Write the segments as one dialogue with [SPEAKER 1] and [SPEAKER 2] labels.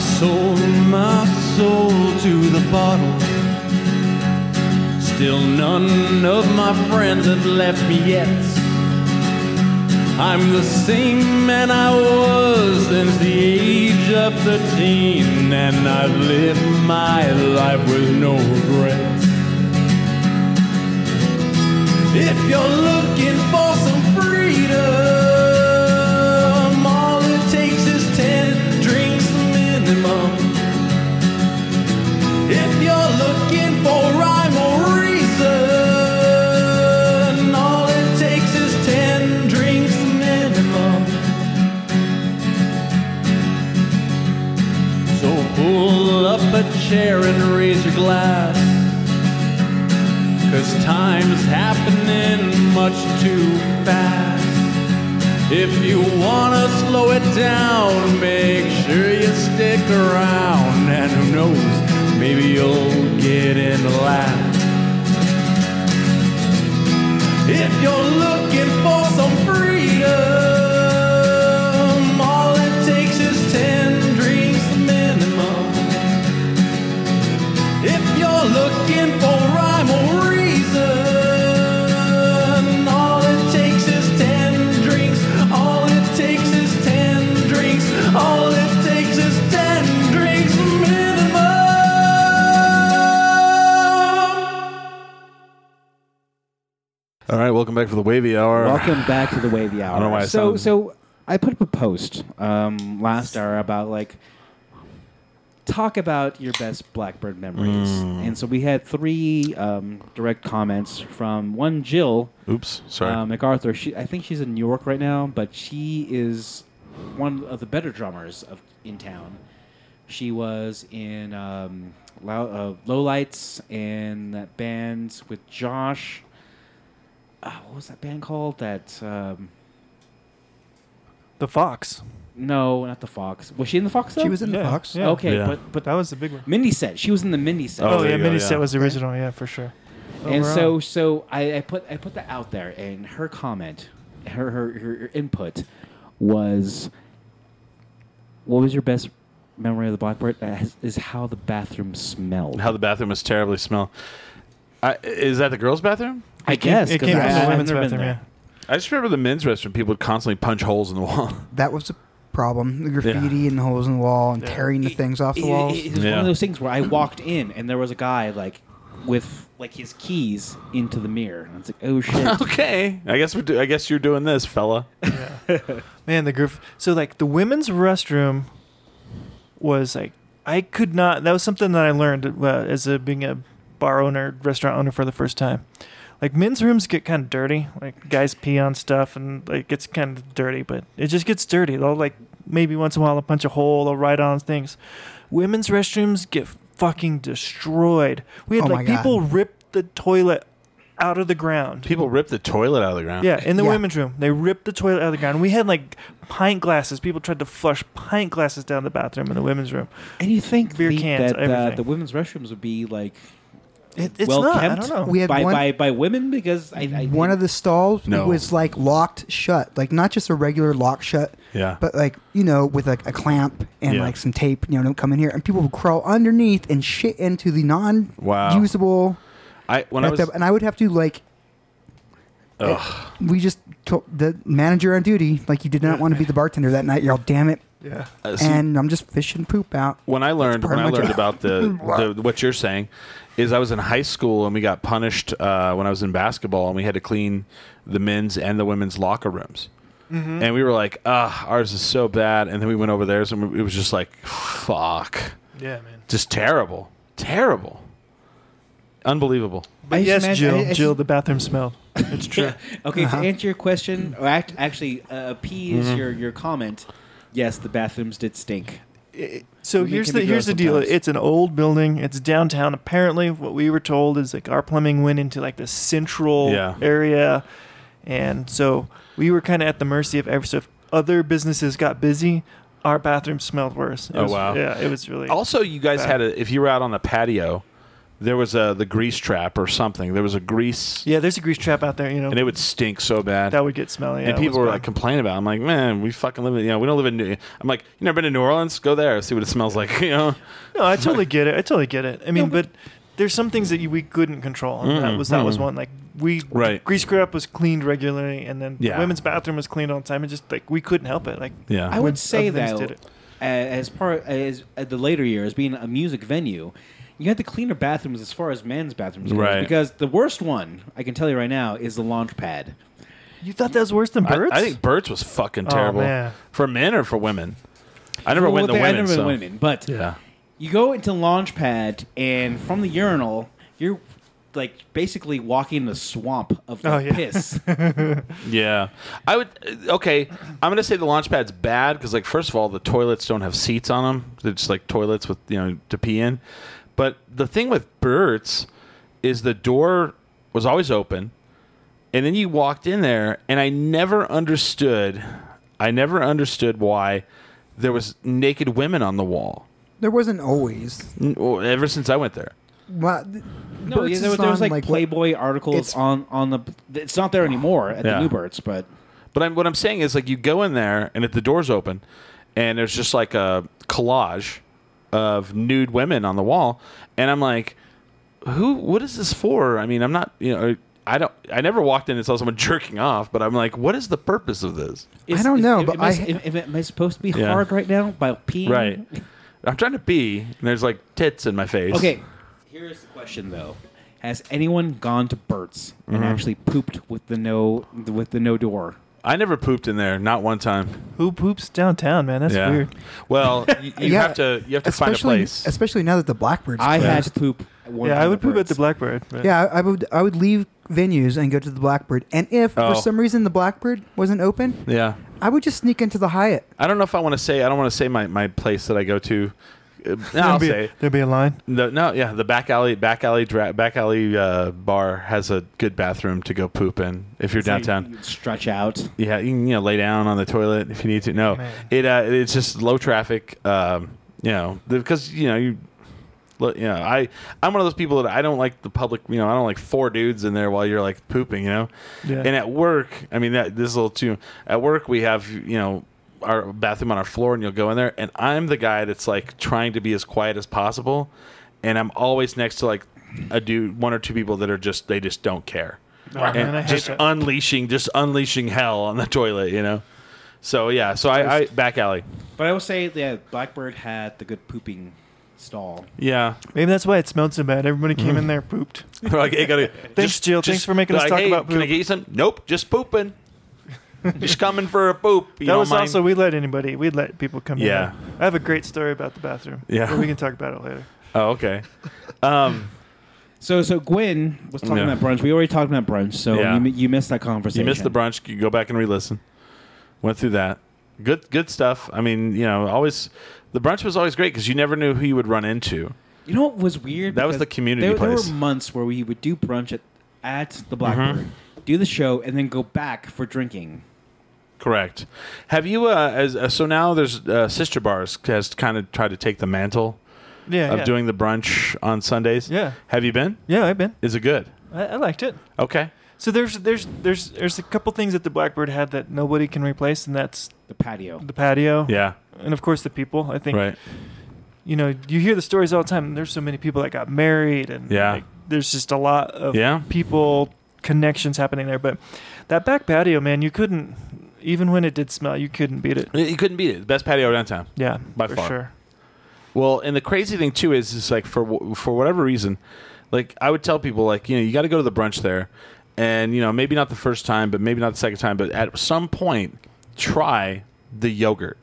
[SPEAKER 1] soul and my soul to the bottle. Still, none of my friends have left me yet. I'm the same man I was since the age of 13, and I've lived my life with no regrets. If you're looking for some freedom, all it takes is 10 drinks minimum. If you're looking for rhyme or reason, all it takes is 10 drinks minimum. So pull up a chair and raise your glass. Cause time's happening much too fast. If you wanna slow it down, make sure you stick around. And who knows, maybe you'll get in the laugh. If you're looking for some freedom, all it takes is ten drinks minimum. If you're looking for rhyme or reason, all it takes is ten drinks. All it takes is ten drinks. All it takes is ten drinks minimum.
[SPEAKER 2] All right, welcome back for the Wavy Hour.
[SPEAKER 3] Welcome back to the Wavy Hour.
[SPEAKER 2] don't know why I
[SPEAKER 3] so
[SPEAKER 2] sound-
[SPEAKER 3] so I put up a post um, last hour about like talk about your best Blackbird memories,
[SPEAKER 2] Mm.
[SPEAKER 3] and so we had three um, direct comments from one Jill
[SPEAKER 2] Oops, sorry.
[SPEAKER 3] uh, MacArthur. She I think she's in New York right now, but she is one of the better drummers of in town. She was in um, Low, uh, Low Lights and that band with Josh uh, what was that band called? That um,
[SPEAKER 4] The Fox.
[SPEAKER 3] no, not the Fox. Was she in the Fox? Though?
[SPEAKER 5] She was in the
[SPEAKER 4] Yeah,
[SPEAKER 5] Fox.
[SPEAKER 4] yeah.
[SPEAKER 3] Okay,
[SPEAKER 2] Yeah.
[SPEAKER 3] but but
[SPEAKER 4] That was the big one.
[SPEAKER 3] Mindy set. She was in the Mindy set.
[SPEAKER 2] Oh,
[SPEAKER 4] Oh,
[SPEAKER 2] there
[SPEAKER 4] yeah,
[SPEAKER 2] you go,
[SPEAKER 4] mini
[SPEAKER 2] yeah.
[SPEAKER 4] set was the original. Yeah, for sure. Oh,
[SPEAKER 3] and
[SPEAKER 4] we're
[SPEAKER 3] so
[SPEAKER 4] on.
[SPEAKER 3] so I, I put I put that out there, and her comment, her her, her her input was, "What was your best memory of the Blackbird? Uh, Is, is how the bathroom smelled."
[SPEAKER 2] How the bathroom is terribly smell. I, is that the girls' bathroom?
[SPEAKER 3] I guess
[SPEAKER 4] it
[SPEAKER 3] 'cause
[SPEAKER 4] came
[SPEAKER 3] I-
[SPEAKER 4] from
[SPEAKER 3] I've
[SPEAKER 4] the women's
[SPEAKER 3] never been
[SPEAKER 4] bathroom. Yeah.
[SPEAKER 2] I
[SPEAKER 3] there.
[SPEAKER 2] just remember the men's restroom. People would constantly punch holes in the wall.
[SPEAKER 5] That was the problem. The graffiti and the holes in the wall and tearing the things off the
[SPEAKER 3] It-
[SPEAKER 5] walls.
[SPEAKER 3] It, it was one
[SPEAKER 2] Yeah.
[SPEAKER 3] of those things where I walked in and there was a guy like with like his keys into the mirror, and I was like, "Oh shit."
[SPEAKER 2] okay, I guess we do, I guess you're doing this, fella.
[SPEAKER 4] Man, the group. So like the women's restroom was like I could not. That was something that I learned uh, as a being a bar owner, restaurant owner for the first time. Like men's rooms get kind of dirty. Like guys pee on stuff and like it's kind of dirty, but it just gets dirty. They'll like maybe once in a while they'll punch a hole, they'll write on things. Women's restrooms get fucking destroyed. We had
[SPEAKER 5] Oh
[SPEAKER 4] like
[SPEAKER 5] my God.
[SPEAKER 4] people rip the toilet out of the ground.
[SPEAKER 2] People rip the toilet out of the ground.
[SPEAKER 4] Yeah, in the
[SPEAKER 5] Yeah.
[SPEAKER 4] women's room, they ripped the toilet out of the ground. We had like pint glasses. People tried to flush pint glasses down the bathroom in the women's room.
[SPEAKER 3] And you think
[SPEAKER 4] Beer
[SPEAKER 3] the-
[SPEAKER 4] cans,
[SPEAKER 3] that uh,
[SPEAKER 4] everything.
[SPEAKER 3] the women's restrooms would be like
[SPEAKER 4] It, it's
[SPEAKER 3] well
[SPEAKER 4] not.
[SPEAKER 3] kept
[SPEAKER 4] I don't know.
[SPEAKER 5] We had
[SPEAKER 3] by,
[SPEAKER 5] one-
[SPEAKER 3] by by women because I, I
[SPEAKER 5] one of the stalls
[SPEAKER 2] No.
[SPEAKER 5] was like locked shut, like not just a regular lock shut,
[SPEAKER 2] Yeah.
[SPEAKER 5] but like you know with like a clamp and
[SPEAKER 2] Yeah.
[SPEAKER 5] like some tape. You know, don't come in here, and people would crawl underneath and shit into the
[SPEAKER 2] Wow.
[SPEAKER 5] non-usable.
[SPEAKER 2] I when I was
[SPEAKER 5] bathtub, and I would have to like. eh,
[SPEAKER 2] Ugh.
[SPEAKER 5] We just told the manager on duty, like you did not want to be the bartender that night. You're all damn it,
[SPEAKER 4] Yeah.
[SPEAKER 2] uh, see,
[SPEAKER 5] and I'm just fishing poop out.
[SPEAKER 2] when I learned
[SPEAKER 5] part
[SPEAKER 2] when
[SPEAKER 5] of
[SPEAKER 2] I
[SPEAKER 5] my
[SPEAKER 2] learned
[SPEAKER 5] job.
[SPEAKER 2] about the, the what you're saying is I was in high school and we got punished uh, when I was in basketball and we had to clean the men's and the women's locker rooms.
[SPEAKER 5] Mm-hmm.
[SPEAKER 2] And we were like, ah, ours is so bad. And then we went over theirs and we- it was just like, fuck.
[SPEAKER 4] Yeah, man.
[SPEAKER 2] Just terrible. Terrible. Unbelievable.
[SPEAKER 4] But
[SPEAKER 3] I just
[SPEAKER 4] yes,
[SPEAKER 3] imagine-
[SPEAKER 4] Jill.
[SPEAKER 3] I- I just-
[SPEAKER 4] Jill, the bathroom smelled. It's true.
[SPEAKER 3] Okay, to answer your question, or act, actually uh, appease your, your comment, yes, the bathrooms did stink.
[SPEAKER 4] So
[SPEAKER 3] They
[SPEAKER 4] here's
[SPEAKER 3] can
[SPEAKER 4] the
[SPEAKER 3] be gross
[SPEAKER 4] here's the deal.
[SPEAKER 3] sometimes.
[SPEAKER 4] It's an old building. It's downtown. Apparently, what we were told is like our plumbing went into like the central
[SPEAKER 2] Yeah.
[SPEAKER 4] area, and so we were kind of at the mercy of every. So if other businesses got busy, our bathroom smelled worse. It
[SPEAKER 2] Oh,
[SPEAKER 4] was-
[SPEAKER 2] wow.
[SPEAKER 4] Yeah, it was really.
[SPEAKER 2] Also, you guys had
[SPEAKER 4] Bad.
[SPEAKER 2] a, if you were out on the patio, there was a the grease trap or something. There was a grease,
[SPEAKER 4] Yeah, there's a grease trap out there. You know
[SPEAKER 2] and it would stink so bad.
[SPEAKER 4] that would get smelly. yeah,
[SPEAKER 2] and
[SPEAKER 4] it
[SPEAKER 2] people
[SPEAKER 4] was
[SPEAKER 2] were
[SPEAKER 4] bad.
[SPEAKER 2] like complaining about. It. I'm like, man, we fucking live in. You know, we don't live in. New-. I'm like, you never been to New Orleans? Go there, see what it smells like. You know,
[SPEAKER 4] No, I totally get it. I totally get it. I mean, but, there's some things that you, we couldn't control. And that
[SPEAKER 2] Mm,
[SPEAKER 4] was that was
[SPEAKER 2] mm.
[SPEAKER 4] one like we
[SPEAKER 2] Right.
[SPEAKER 4] grease grip was cleaned regularly, and then the
[SPEAKER 2] Yeah.
[SPEAKER 4] women's bathroom was cleaned all the time. And just like we couldn't help it. Like
[SPEAKER 2] yeah.
[SPEAKER 3] I would
[SPEAKER 4] When
[SPEAKER 3] say
[SPEAKER 4] other things
[SPEAKER 3] that
[SPEAKER 4] did it.
[SPEAKER 3] as part as at the later years being a music venue, you had the cleaner bathrooms as far as men's bathrooms goes,
[SPEAKER 2] Right.
[SPEAKER 3] because the worst one I can tell you right now is the launch pad.
[SPEAKER 4] you thought that was worse than
[SPEAKER 2] I-
[SPEAKER 4] birds.
[SPEAKER 2] I, think Birds was fucking
[SPEAKER 4] Oh,
[SPEAKER 2] terrible
[SPEAKER 4] man.
[SPEAKER 2] for men or for women. I never
[SPEAKER 3] Well,
[SPEAKER 2] went the
[SPEAKER 3] they- I
[SPEAKER 2] women.
[SPEAKER 3] never
[SPEAKER 2] so.
[SPEAKER 3] went women, but
[SPEAKER 2] Yeah,
[SPEAKER 3] you go into Launchpad, and from the urinal, you're like basically walking the swamp of like,
[SPEAKER 4] Oh, yeah.
[SPEAKER 3] piss.
[SPEAKER 2] yeah. I would. uh, Okay, I'm gonna say the launch pad's bad because, like, first of all, the toilets don't have seats on them. They're just like toilets with you know to pee in. But the thing with Birds is the door was always open, and then you walked in there, and I never understood. I never understood why there was naked women on the wall.
[SPEAKER 5] There wasn't always.
[SPEAKER 2] N- well, Ever since I went there.
[SPEAKER 5] Well,
[SPEAKER 3] no, yeah, there was, there was like, Playboy articles
[SPEAKER 5] it's-
[SPEAKER 3] on on the. It's not there anymore at
[SPEAKER 2] Yeah.
[SPEAKER 3] the Newberts, but
[SPEAKER 2] But I'm, what I'm saying is, like, you go in there and if the door's open, and there's just like a collage of nude women on the wall, and I'm like, who? What is this for? I mean, I'm not, you know, I don't, I never walked in and saw someone jerking off, but I'm like, what is the purpose of this?
[SPEAKER 5] I don't know, but
[SPEAKER 3] am I,
[SPEAKER 5] I-
[SPEAKER 3] am, am- am I supposed to be
[SPEAKER 2] Yeah.
[SPEAKER 3] hard right now by
[SPEAKER 4] Mm-hmm.
[SPEAKER 3] peeing?
[SPEAKER 2] I'm trying to pee, and there's like tits in my face.
[SPEAKER 3] Okay. Here's the question though: Has anyone gone to Burt's and
[SPEAKER 2] Mm-hmm.
[SPEAKER 3] actually pooped with the no with the no door?
[SPEAKER 2] I never pooped in there, not one time.
[SPEAKER 4] who poops downtown, man? That's
[SPEAKER 2] yeah.
[SPEAKER 4] weird.
[SPEAKER 2] Well, you, you
[SPEAKER 5] Yeah,
[SPEAKER 2] have to, you have to find a
[SPEAKER 5] especially,
[SPEAKER 2] place.
[SPEAKER 5] Especially now that the Blackbird's
[SPEAKER 3] I
[SPEAKER 5] closed.
[SPEAKER 3] had to poop. at One
[SPEAKER 4] Yeah,
[SPEAKER 3] time
[SPEAKER 4] I would poop at
[SPEAKER 3] Burt's.
[SPEAKER 4] the Blackbird. but-
[SPEAKER 5] Yeah, I I would I would leave venues and go to the Blackbird. And if
[SPEAKER 2] Oh.
[SPEAKER 5] for some reason the Blackbird wasn't open,
[SPEAKER 2] yeah.
[SPEAKER 5] I would just sneak into the Hyatt.
[SPEAKER 2] I don't know if I want to say. I don't want to say my, my place that I go to. Uh, no, I'll
[SPEAKER 4] there'd be,
[SPEAKER 2] say
[SPEAKER 4] there'd be a line.
[SPEAKER 2] the, no. Yeah, the back alley, back alley, dra- back alley uh, bar has a good bathroom to go poop in if you're
[SPEAKER 3] So you-
[SPEAKER 2] downtown.
[SPEAKER 3] you stretch out.
[SPEAKER 2] yeah, you can you know lay down on the toilet if you need to. No,
[SPEAKER 4] Man.
[SPEAKER 2] it uh, it's just low traffic. Um, you know, because you know you. Look, you know, I I'm one of those people that I don't like the public. You know, I don't like four dudes in there while you're like pooping. You know,
[SPEAKER 4] Yeah.
[SPEAKER 2] and at work, I mean that this is a little too. At work, we have you know our bathroom on our floor, and you'll go in there, and I'm the guy that's like trying to be as quiet as possible, and I'm always next to like a dude, one or two people that are just they just don't care,
[SPEAKER 4] man, I
[SPEAKER 2] and
[SPEAKER 4] hate
[SPEAKER 2] just
[SPEAKER 4] that.
[SPEAKER 2] unleashing, just unleashing hell on the toilet, you know. So yeah, so I, I back alley.
[SPEAKER 3] But I will say, yeah, Blackbird had the good pooping stall.
[SPEAKER 2] Yeah,
[SPEAKER 4] Maybe that's why it smelled so bad. Everybody
[SPEAKER 2] Mm-hmm.
[SPEAKER 4] came in there, pooped.
[SPEAKER 2] like, hey, gotta,
[SPEAKER 4] Thanks, Jill. Thanks for making us
[SPEAKER 2] like,
[SPEAKER 4] talk
[SPEAKER 2] hey,
[SPEAKER 4] about
[SPEAKER 2] Can I
[SPEAKER 4] poop.
[SPEAKER 2] get you some? Nope, just pooping. just coming for a poop. You
[SPEAKER 4] that
[SPEAKER 2] don't
[SPEAKER 4] was
[SPEAKER 2] mind?
[SPEAKER 4] also we let anybody. We let people come
[SPEAKER 2] Yeah.
[SPEAKER 4] in. there. I have a great story about the bathroom.
[SPEAKER 2] Yeah.
[SPEAKER 4] but we can talk about it later.
[SPEAKER 2] Oh, okay. Um,
[SPEAKER 3] So, so Gwen was talking
[SPEAKER 2] Yeah.
[SPEAKER 3] about brunch. We already talked about brunch, so
[SPEAKER 2] Yeah.
[SPEAKER 3] you, mi- you missed that conversation.
[SPEAKER 2] You missed the brunch. You go back and re-listen. Went through that. Good, good stuff. I mean, you know, always the brunch was always great because you never knew who you would run into.
[SPEAKER 3] You know what was weird?
[SPEAKER 2] That was
[SPEAKER 3] Because
[SPEAKER 2] the community
[SPEAKER 3] there,
[SPEAKER 2] place. Mm-hmm.
[SPEAKER 3] There were months where we would do brunch at, at the Blackbird, do the show, and then go back for drinking.
[SPEAKER 2] Correct. Have you? Uh, as uh, so now, there's uh, sister bars has kind of tried to take the mantle
[SPEAKER 4] Yeah,
[SPEAKER 2] of
[SPEAKER 4] yeah.
[SPEAKER 2] doing the brunch on Sundays.
[SPEAKER 4] Yeah.
[SPEAKER 2] Have you been?
[SPEAKER 4] Yeah, I've been.
[SPEAKER 2] Is it good?
[SPEAKER 4] I, I liked it.
[SPEAKER 2] Okay.
[SPEAKER 4] So there's there's there's there's a couple things that the Blackbird had that nobody can replace, and that's
[SPEAKER 3] The patio.
[SPEAKER 4] the patio.
[SPEAKER 2] Yeah.
[SPEAKER 4] And of course the people. I think
[SPEAKER 2] Right.
[SPEAKER 4] you know you hear the stories all the time. and There's so many people that got married, and
[SPEAKER 2] Yeah.
[SPEAKER 4] like, there's just a lot of
[SPEAKER 2] Yeah.
[SPEAKER 4] people connections happening there. But that back patio, man, you couldn't even when it did smell, you couldn't beat it.
[SPEAKER 2] You couldn't beat it. Best patio downtown.
[SPEAKER 4] Yeah,
[SPEAKER 2] By
[SPEAKER 4] for
[SPEAKER 2] far.
[SPEAKER 4] sure.
[SPEAKER 2] Well, and the crazy thing too is, is like for wh- for whatever reason, like I would tell people, like you know, you got to go to the brunch there, and you know, maybe not the first time, but maybe not the second time, but at some point, try the yogurt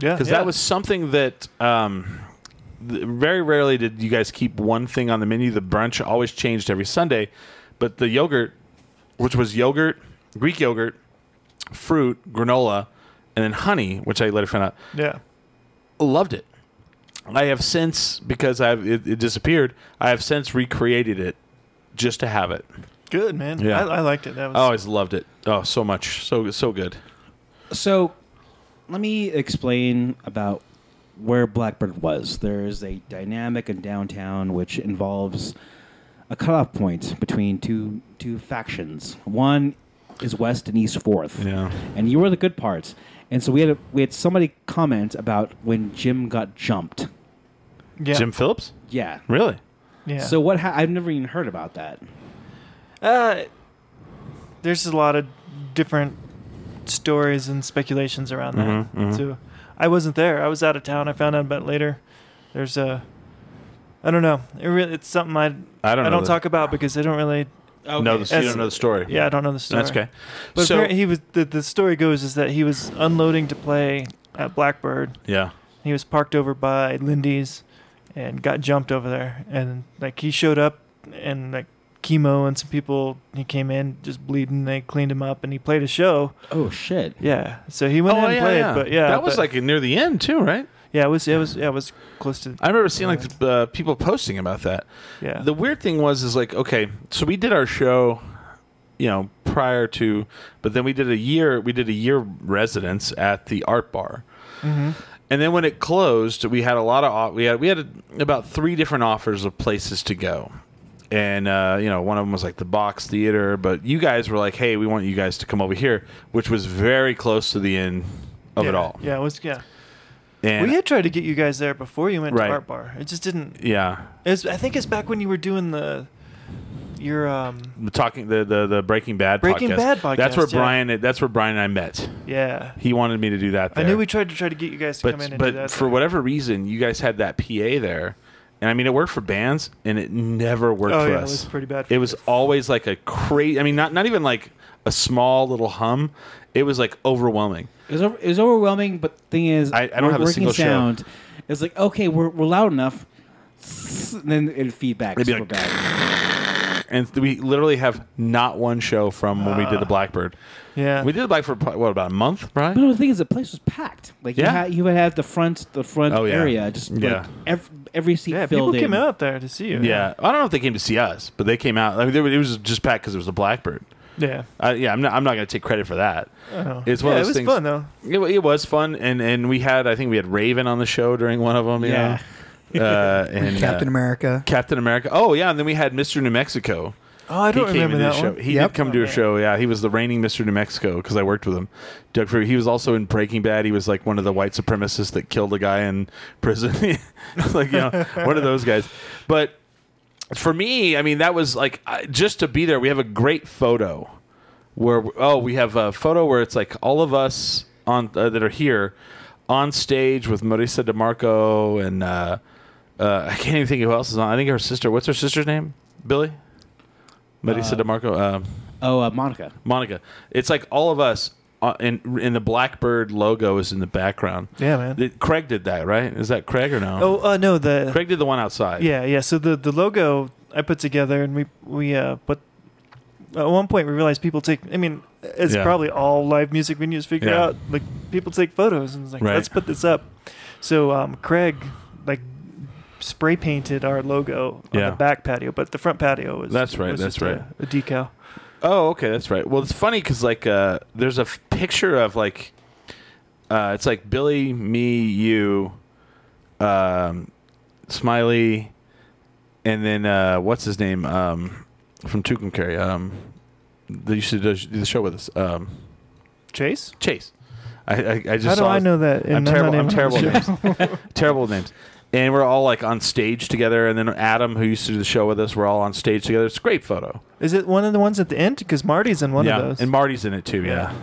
[SPEAKER 4] Yeah,
[SPEAKER 2] because
[SPEAKER 4] yeah.
[SPEAKER 2] that was something that um, th- very rarely did you guys keep one thing on the menu. The brunch always changed every Sunday, but the yogurt, which was yogurt, Greek yogurt, fruit, granola, and then honey, which I later found out
[SPEAKER 4] yeah.
[SPEAKER 2] loved it. I have since because I've it, it disappeared. I have since recreated it just to have it.
[SPEAKER 4] Good man.
[SPEAKER 2] Yeah.
[SPEAKER 4] I, I liked it. That was
[SPEAKER 2] I always loved it. Oh, so much, so so good.
[SPEAKER 3] So, let me explain about where Blackbird was. There is a dynamic in downtown which involves a cutoff point between two two factions. One is West and East Fourth,
[SPEAKER 2] Yeah.
[SPEAKER 3] and you were the good parts. And so we had a, we had somebody comment about when Jim got jumped.
[SPEAKER 4] Yeah.
[SPEAKER 2] Jim Phillips?
[SPEAKER 3] Yeah.
[SPEAKER 2] Really?
[SPEAKER 4] Yeah.
[SPEAKER 3] So what? Ha- I've never even heard about that.
[SPEAKER 4] Uh, there's a lot of different stories and speculations around that
[SPEAKER 2] Mhm, mhm.
[SPEAKER 4] too. I wasn't there. I was out of town. I found out about it later. There's a, I don't know. It really, it's something I
[SPEAKER 2] I don't know the-
[SPEAKER 4] talk about because I don't really.
[SPEAKER 3] Okay.
[SPEAKER 2] No, this, you
[SPEAKER 4] That's-
[SPEAKER 2] don't know the story.
[SPEAKER 4] Yeah, I don't know the story.
[SPEAKER 2] That's okay.
[SPEAKER 4] But
[SPEAKER 2] so,
[SPEAKER 4] apparently he was the, the story goes is that he was unloading to play at Blackbird.
[SPEAKER 2] yeah.
[SPEAKER 4] He was parked over by Lindy's and got jumped over there. And like he showed up and like chemo and some people he came in just bleeding. They cleaned him up and he played a show.
[SPEAKER 3] Oh shit.
[SPEAKER 4] Yeah, so
[SPEAKER 2] Oh,
[SPEAKER 4] he went in and played. But yeah,
[SPEAKER 2] That was
[SPEAKER 4] but-
[SPEAKER 2] like near the end, too, right?
[SPEAKER 4] yeah, it was it was yeah, it was close to
[SPEAKER 2] I remember seeing like uh, people posting about that.
[SPEAKER 4] yeah.
[SPEAKER 2] The weird thing was is like okay, so we did our show, you know, prior to, but then we did a year we did a year residence at the Art Bar,
[SPEAKER 4] Mm-hmm.
[SPEAKER 2] and then when it closed, we had a lot of off- we had we had about three different offers of places to go, and uh, you know one of them was like the Box Theater, but you guys were like, hey, we want you guys to come over here, which was very close to the end of
[SPEAKER 4] yeah,
[SPEAKER 2] it all.
[SPEAKER 4] Yeah, it was yeah.
[SPEAKER 2] and
[SPEAKER 4] we had tried to get you guys there before you went
[SPEAKER 2] Right.
[SPEAKER 4] to Art Bar. It just didn't.
[SPEAKER 2] yeah.
[SPEAKER 4] It was, I think it's back when you were doing the your um
[SPEAKER 2] talking the the, the Breaking Bad
[SPEAKER 4] Breaking
[SPEAKER 2] podcast.
[SPEAKER 4] Bad podcast,
[SPEAKER 2] That's where
[SPEAKER 4] yeah.
[SPEAKER 2] Brian. That's where Brian and I met.
[SPEAKER 4] yeah.
[SPEAKER 2] He wanted me to do that.
[SPEAKER 4] I
[SPEAKER 2] There.
[SPEAKER 4] knew we tried to try to get you guys to
[SPEAKER 2] but
[SPEAKER 4] come in and
[SPEAKER 2] but
[SPEAKER 4] do that.
[SPEAKER 2] for whatever reason, you guys had that PA there, and I mean, it worked for bands, and it never worked
[SPEAKER 4] Oh,
[SPEAKER 2] for
[SPEAKER 4] yeah, it
[SPEAKER 2] us.
[SPEAKER 4] was pretty bad for
[SPEAKER 2] It was
[SPEAKER 4] us.
[SPEAKER 2] always like a crazy. I mean, not not even like a small little hum. It was like overwhelming.
[SPEAKER 3] It was, over- it was overwhelming, but the thing is,
[SPEAKER 2] I- I don't have a
[SPEAKER 3] working
[SPEAKER 2] single show.
[SPEAKER 3] sound. It's like okay, we're, we're loud enough, and then it feedback.
[SPEAKER 2] It'd be
[SPEAKER 3] super
[SPEAKER 2] like-
[SPEAKER 3] bad.
[SPEAKER 2] And we literally have not one show from when we did the Blackbird.
[SPEAKER 4] Ah. yeah.
[SPEAKER 2] We did the Blackbird probably, what about a month, right?
[SPEAKER 3] But no, the thing is, the place was packed. Like
[SPEAKER 2] Yeah.
[SPEAKER 3] you, had, you would have the front the front
[SPEAKER 2] Oh, yeah.
[SPEAKER 3] area, just
[SPEAKER 2] Yeah.
[SPEAKER 3] like every, every seat
[SPEAKER 4] yeah,
[SPEAKER 3] filled
[SPEAKER 4] people
[SPEAKER 3] in.
[SPEAKER 4] came out there to see you.
[SPEAKER 2] Yeah, I don't know if they came to see us, but they came out. I mean, they were- it was just packed because it was the Blackbird.
[SPEAKER 4] Yeah.
[SPEAKER 2] I, yeah, I'm not. I'm not going to take credit for that.
[SPEAKER 4] Oh.
[SPEAKER 2] It's one
[SPEAKER 4] yeah,
[SPEAKER 2] of those
[SPEAKER 4] it was
[SPEAKER 2] things.
[SPEAKER 4] fun though.
[SPEAKER 2] It, wa- it was fun, and and we had. I think we had Raven on the show during one of them. You
[SPEAKER 3] Yeah.
[SPEAKER 2] Know? Uh, and
[SPEAKER 5] Captain
[SPEAKER 2] uh,
[SPEAKER 5] America.
[SPEAKER 2] Captain America. Oh yeah, and then we had Mr. New Mexico.
[SPEAKER 4] Oh, I
[SPEAKER 2] he
[SPEAKER 4] don't
[SPEAKER 2] came
[SPEAKER 4] remember
[SPEAKER 2] and did
[SPEAKER 4] that
[SPEAKER 2] a show.
[SPEAKER 4] one.
[SPEAKER 2] He
[SPEAKER 5] Yep.
[SPEAKER 2] did come to a
[SPEAKER 4] Okay.
[SPEAKER 2] show. Yeah, he was the reigning Mr. New Mexico because I worked with him. Doug Fury. He was also in Breaking Bad. He was like one of the white supremacists that killed a guy in prison. like you know, one of those guys. But for me, I mean, that was like I- just to be there. We have a great photo where oh, we have a photo where it's like all of us on uh, that are here on stage with Marisa DeMarco and uh, uh, I can't even think of who else is on. I think her sister. What's her sister's name? Billy. Marisa DeMarco. Uh,
[SPEAKER 3] Oh, uh, Monica.
[SPEAKER 2] Monica. It's like all of us. Uh, and, and the Blackbird logo is in the background.
[SPEAKER 4] Yeah, man.
[SPEAKER 2] The- Craig did that, right? Is that Craig or no?
[SPEAKER 4] oh, uh, no, the
[SPEAKER 2] Craig did the one outside.
[SPEAKER 4] yeah, yeah. So the the logo I put together, and we we uh, but at one point we realized people take. I mean, it's
[SPEAKER 2] Yeah.
[SPEAKER 4] probably all live music venues figure
[SPEAKER 2] Yeah.
[SPEAKER 4] out like people take photos and it's like
[SPEAKER 2] Right.
[SPEAKER 4] let's put this up. So um, Craig like spray painted our logo on
[SPEAKER 2] Yeah.
[SPEAKER 4] the back patio, but the front patio was
[SPEAKER 2] That's right,
[SPEAKER 4] was
[SPEAKER 2] that's
[SPEAKER 4] just a-
[SPEAKER 2] right.
[SPEAKER 4] A, decal.
[SPEAKER 2] Oh, okay, that's right. Well, it's funny because like uh, there's a f- picture of like uh, it's like Billy, me, you, um, Smiley, and then uh, what's his name um, from Tucumcari, um, that used to do do the show with us, um,
[SPEAKER 4] Chase.
[SPEAKER 2] Chase. I, I, I just
[SPEAKER 4] How do
[SPEAKER 2] saw
[SPEAKER 4] I
[SPEAKER 2] his-
[SPEAKER 4] know that?
[SPEAKER 2] I'm
[SPEAKER 4] And not
[SPEAKER 2] terrible.
[SPEAKER 4] named
[SPEAKER 2] I'm
[SPEAKER 4] on the
[SPEAKER 2] terrible.
[SPEAKER 4] show?
[SPEAKER 2] at Names. terrible at names. And we're all like on stage together, and then Adam, who used to do the show with us, we're all on stage together. It's a great photo.
[SPEAKER 4] Is it one of the ones at the end? Because Marty's in one
[SPEAKER 2] yeah,
[SPEAKER 4] of those.
[SPEAKER 2] and Marty's in it too. Yeah.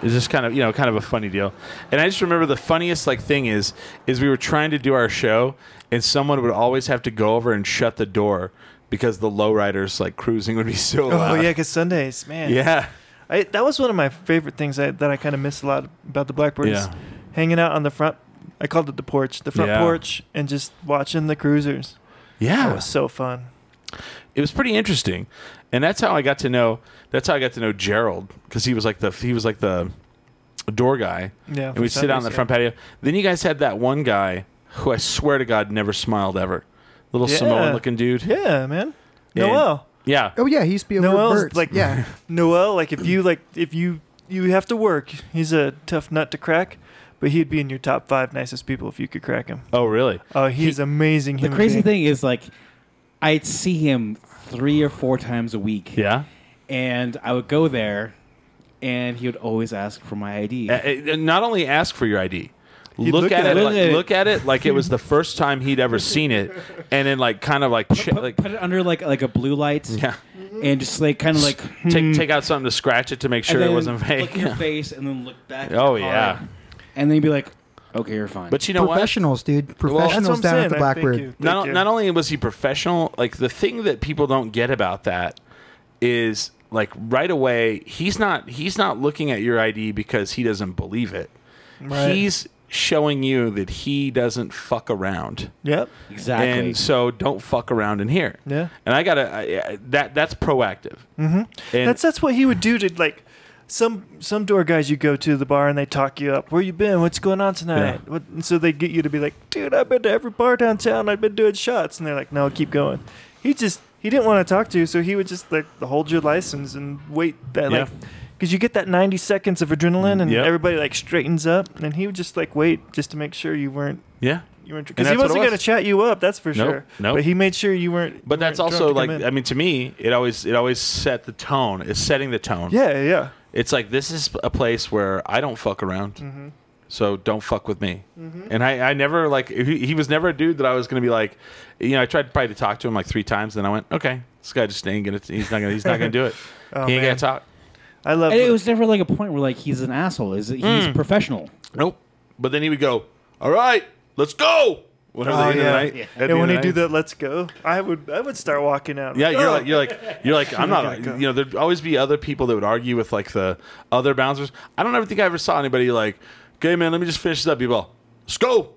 [SPEAKER 2] It's just kind of you know kind of a funny deal, and I just remember the funniest like thing is is we were trying to do our show, and someone would always have to go over and shut the door because the lowriders like cruising would be so
[SPEAKER 4] oh
[SPEAKER 2] loud.
[SPEAKER 4] yeah, because Sundays, man.
[SPEAKER 2] yeah,
[SPEAKER 4] I, that was one of my favorite things I, that I kind of miss a lot about the Blackbirds.
[SPEAKER 2] Yeah.
[SPEAKER 4] Hanging out on the front, I called it the porch, the front
[SPEAKER 2] Yeah.
[SPEAKER 4] porch, and just watching the cruisers. That
[SPEAKER 2] yeah.
[SPEAKER 4] was so fun.
[SPEAKER 2] it was pretty interesting, and that's how I got to know that's how I got to know Gerald because he was like the he was like the door guy,
[SPEAKER 4] Yeah.
[SPEAKER 2] and we sit out on the front patio. Then you guys had that one guy who I swear to God never smiled ever, little
[SPEAKER 4] Yeah.
[SPEAKER 2] Samoan looking dude.
[SPEAKER 4] Yeah, man.
[SPEAKER 2] And-
[SPEAKER 4] Noel.
[SPEAKER 2] Yeah.
[SPEAKER 5] Oh yeah, he used to be a
[SPEAKER 4] Noel's
[SPEAKER 5] Bert.
[SPEAKER 4] like-
[SPEAKER 5] yeah,
[SPEAKER 4] Noel, like if you like if you you have to work, he's a tough nut to crack. but he'd be in your top five nicest people if you could crack him.
[SPEAKER 2] Oh, really?
[SPEAKER 4] Oh, he's
[SPEAKER 3] He-
[SPEAKER 4] amazing.
[SPEAKER 3] The
[SPEAKER 4] human
[SPEAKER 3] crazy thing
[SPEAKER 4] being.
[SPEAKER 3] is, like, I'd see him three or four times a week.
[SPEAKER 2] Yeah.
[SPEAKER 3] And I would go there, and he would always ask for my ID.
[SPEAKER 2] Uh, uh, Not only ask for your ID,
[SPEAKER 4] He'd
[SPEAKER 2] look,
[SPEAKER 4] look
[SPEAKER 2] at,
[SPEAKER 4] at
[SPEAKER 2] it, like,
[SPEAKER 3] it. Look at it.
[SPEAKER 2] look at it like it was the first time he'd ever seen it, and then like kind of like, che-
[SPEAKER 3] put,
[SPEAKER 2] like
[SPEAKER 3] put it under like like a blue light.
[SPEAKER 2] Yeah.
[SPEAKER 3] And just like kind of like
[SPEAKER 2] take
[SPEAKER 3] hmm,
[SPEAKER 2] take out something to scratch it to make
[SPEAKER 3] and
[SPEAKER 2] sure it
[SPEAKER 3] then
[SPEAKER 2] wasn't
[SPEAKER 3] Look
[SPEAKER 2] fake.
[SPEAKER 3] at your face and then look back. at
[SPEAKER 2] Oh,
[SPEAKER 3] your
[SPEAKER 2] yeah.
[SPEAKER 3] card, And then you'd be like, okay, you're fine.
[SPEAKER 2] But you know what?
[SPEAKER 5] professionals, dude.
[SPEAKER 2] that's
[SPEAKER 5] Professionals
[SPEAKER 4] That's what I'm
[SPEAKER 5] down
[SPEAKER 4] saying.
[SPEAKER 5] at the
[SPEAKER 4] I- thank you.
[SPEAKER 5] Blackbird.
[SPEAKER 4] Thank
[SPEAKER 2] not,
[SPEAKER 4] you.
[SPEAKER 2] not only was he professional, like the thing that people don't get about that is like right away he's not he's not looking at your ID because he doesn't believe it.
[SPEAKER 4] Right.
[SPEAKER 2] He's showing you that he doesn't fuck around.
[SPEAKER 4] Yep.
[SPEAKER 3] exactly.
[SPEAKER 2] And so don't fuck around in here.
[SPEAKER 4] Yeah.
[SPEAKER 2] And I gotta I, I- that that's proactive. Mm-hmm. And
[SPEAKER 4] that's that's what he would do to like some some door guys you go to the bar and they talk you up. Where you been? What's going on tonight? What, and so they get you to be like, dude, I've been to every bar downtown. I've been doing shots, and they're like, no, keep going. He just he didn't want to talk to you, so he would just like hold your license and wait that
[SPEAKER 2] Yeah.
[SPEAKER 4] like. Because you get that 90 seconds of adrenaline and
[SPEAKER 2] Yep.
[SPEAKER 4] everybody like straightens up, and he would just like wait just to make sure you weren't
[SPEAKER 2] yeah.
[SPEAKER 4] you weren't
[SPEAKER 2] And
[SPEAKER 4] because he
[SPEAKER 2] that's what it
[SPEAKER 4] wasn't
[SPEAKER 2] was.
[SPEAKER 4] going to chat you up, that's for
[SPEAKER 2] Nope,
[SPEAKER 4] sure.
[SPEAKER 2] nope.
[SPEAKER 4] But he made sure you weren't.
[SPEAKER 2] But
[SPEAKER 4] you
[SPEAKER 2] that's
[SPEAKER 4] weren't drunk
[SPEAKER 2] also
[SPEAKER 4] to
[SPEAKER 2] like
[SPEAKER 4] come in.
[SPEAKER 2] I mean to me it always it always set the tone. It's setting the tone.
[SPEAKER 4] yeah, yeah.
[SPEAKER 2] It's like this is a place where I don't fuck around.
[SPEAKER 4] Mm-hmm.
[SPEAKER 2] So don't fuck with me. And I, I never like he, he was never a dude that I was gonna be like, you know. I tried probably to talk to him like three times, then I went, okay, this guy just ain't gonna. He's not gonna. He's not gonna do it.
[SPEAKER 4] Oh,
[SPEAKER 2] he ain't
[SPEAKER 4] man.
[SPEAKER 2] gonna talk.
[SPEAKER 4] I love.
[SPEAKER 3] And it was never like a point where like he's an asshole. Is it? He's
[SPEAKER 2] Hmm.
[SPEAKER 3] professional.
[SPEAKER 2] Nope. But then he would go, all right, let's go. When at the
[SPEAKER 4] Oh,
[SPEAKER 2] end of the
[SPEAKER 4] yeah.
[SPEAKER 2] night-
[SPEAKER 4] Yeah.
[SPEAKER 2] at the end
[SPEAKER 4] and
[SPEAKER 2] of
[SPEAKER 4] when
[SPEAKER 2] the
[SPEAKER 4] he do
[SPEAKER 2] night-
[SPEAKER 4] that, let's go. I would, I would start walking out.
[SPEAKER 2] Yeah, you're
[SPEAKER 4] "Oh."
[SPEAKER 2] like you're like you're like I'm not.
[SPEAKER 4] gonna go.
[SPEAKER 2] You know, there'd always be other people that would argue with like the other bouncers. I don't ever think I ever saw anybody like, "Okay, man, let me just finish this up, people. Let's go,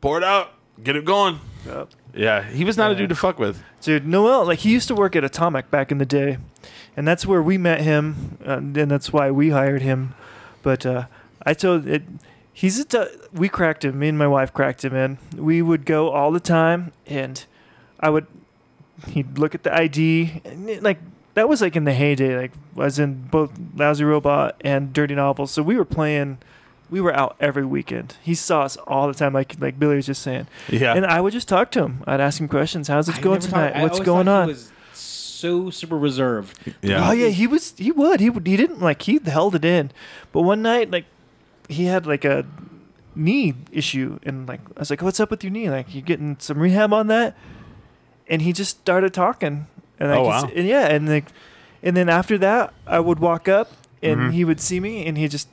[SPEAKER 2] pour it out, get it going."
[SPEAKER 4] Yep.
[SPEAKER 2] Yeah, he was not a dude to fuck with.
[SPEAKER 4] dude. Noel, like he used to work at Atomic back in the day, and that's where we met him, uh, and that's why we hired him. But uh, I told it, he's a t- we cracked him. Me and my wife cracked him in. We would go all the time, and I would he'd look at the ID, and it, like that was like in the heyday, like was in both Lousy Robot and Dirty Novels. So we were playing. We were out every weekend. He saw us all the time, like like Billy was just saying.
[SPEAKER 2] Yeah,
[SPEAKER 4] And I would just talk to him. I'd ask him questions. How's it
[SPEAKER 3] I
[SPEAKER 4] going
[SPEAKER 3] never thought-
[SPEAKER 4] tonight?
[SPEAKER 3] I
[SPEAKER 4] What's
[SPEAKER 3] always
[SPEAKER 4] going
[SPEAKER 3] thought
[SPEAKER 4] on?
[SPEAKER 3] He was so super reserved.
[SPEAKER 2] yeah.
[SPEAKER 4] Oh yeah, he was. He would. He would. He didn't like. He held it in. But one night, like, he had like a knee issue, and like I was like, "What's up with your knee? Like, you getting some rehab on that?" And he just started talking. And I
[SPEAKER 2] Oh,
[SPEAKER 4] could
[SPEAKER 2] wow.
[SPEAKER 4] s- and yeah, and like, and then after that, I would walk up, and he would see me, and he just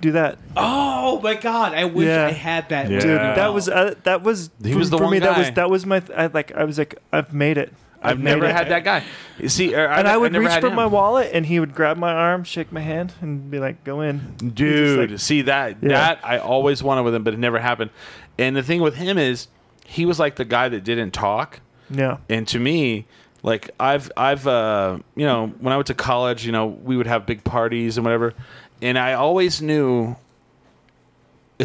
[SPEAKER 4] do that.
[SPEAKER 3] Oh my god! I wish
[SPEAKER 4] Yeah.
[SPEAKER 3] I had that.
[SPEAKER 2] Dude,
[SPEAKER 4] Dude,
[SPEAKER 2] Yeah.
[SPEAKER 4] that was uh, that was
[SPEAKER 2] He
[SPEAKER 4] for,
[SPEAKER 2] was the
[SPEAKER 4] for
[SPEAKER 2] one
[SPEAKER 4] me. That
[SPEAKER 2] guy.
[SPEAKER 4] was that was my th- I, like I was like I've made it.
[SPEAKER 2] I've
[SPEAKER 4] made
[SPEAKER 2] never
[SPEAKER 4] it."
[SPEAKER 2] had that guy. You see, or
[SPEAKER 4] And I, would
[SPEAKER 2] never
[SPEAKER 4] reach
[SPEAKER 2] had
[SPEAKER 4] for
[SPEAKER 2] him.
[SPEAKER 4] my wallet, and he would grab my arm, shake my hand, and be like, "Go in, He just,
[SPEAKER 2] dude.
[SPEAKER 4] like-
[SPEAKER 2] see that
[SPEAKER 4] Yeah.
[SPEAKER 2] that I always wanted with him, but it never happened. And the thing with him is, he was like the guy that didn't talk.
[SPEAKER 4] yeah,
[SPEAKER 2] and to me like i've i've uh you know when i went to college you know we would have big parties and whatever and i always knew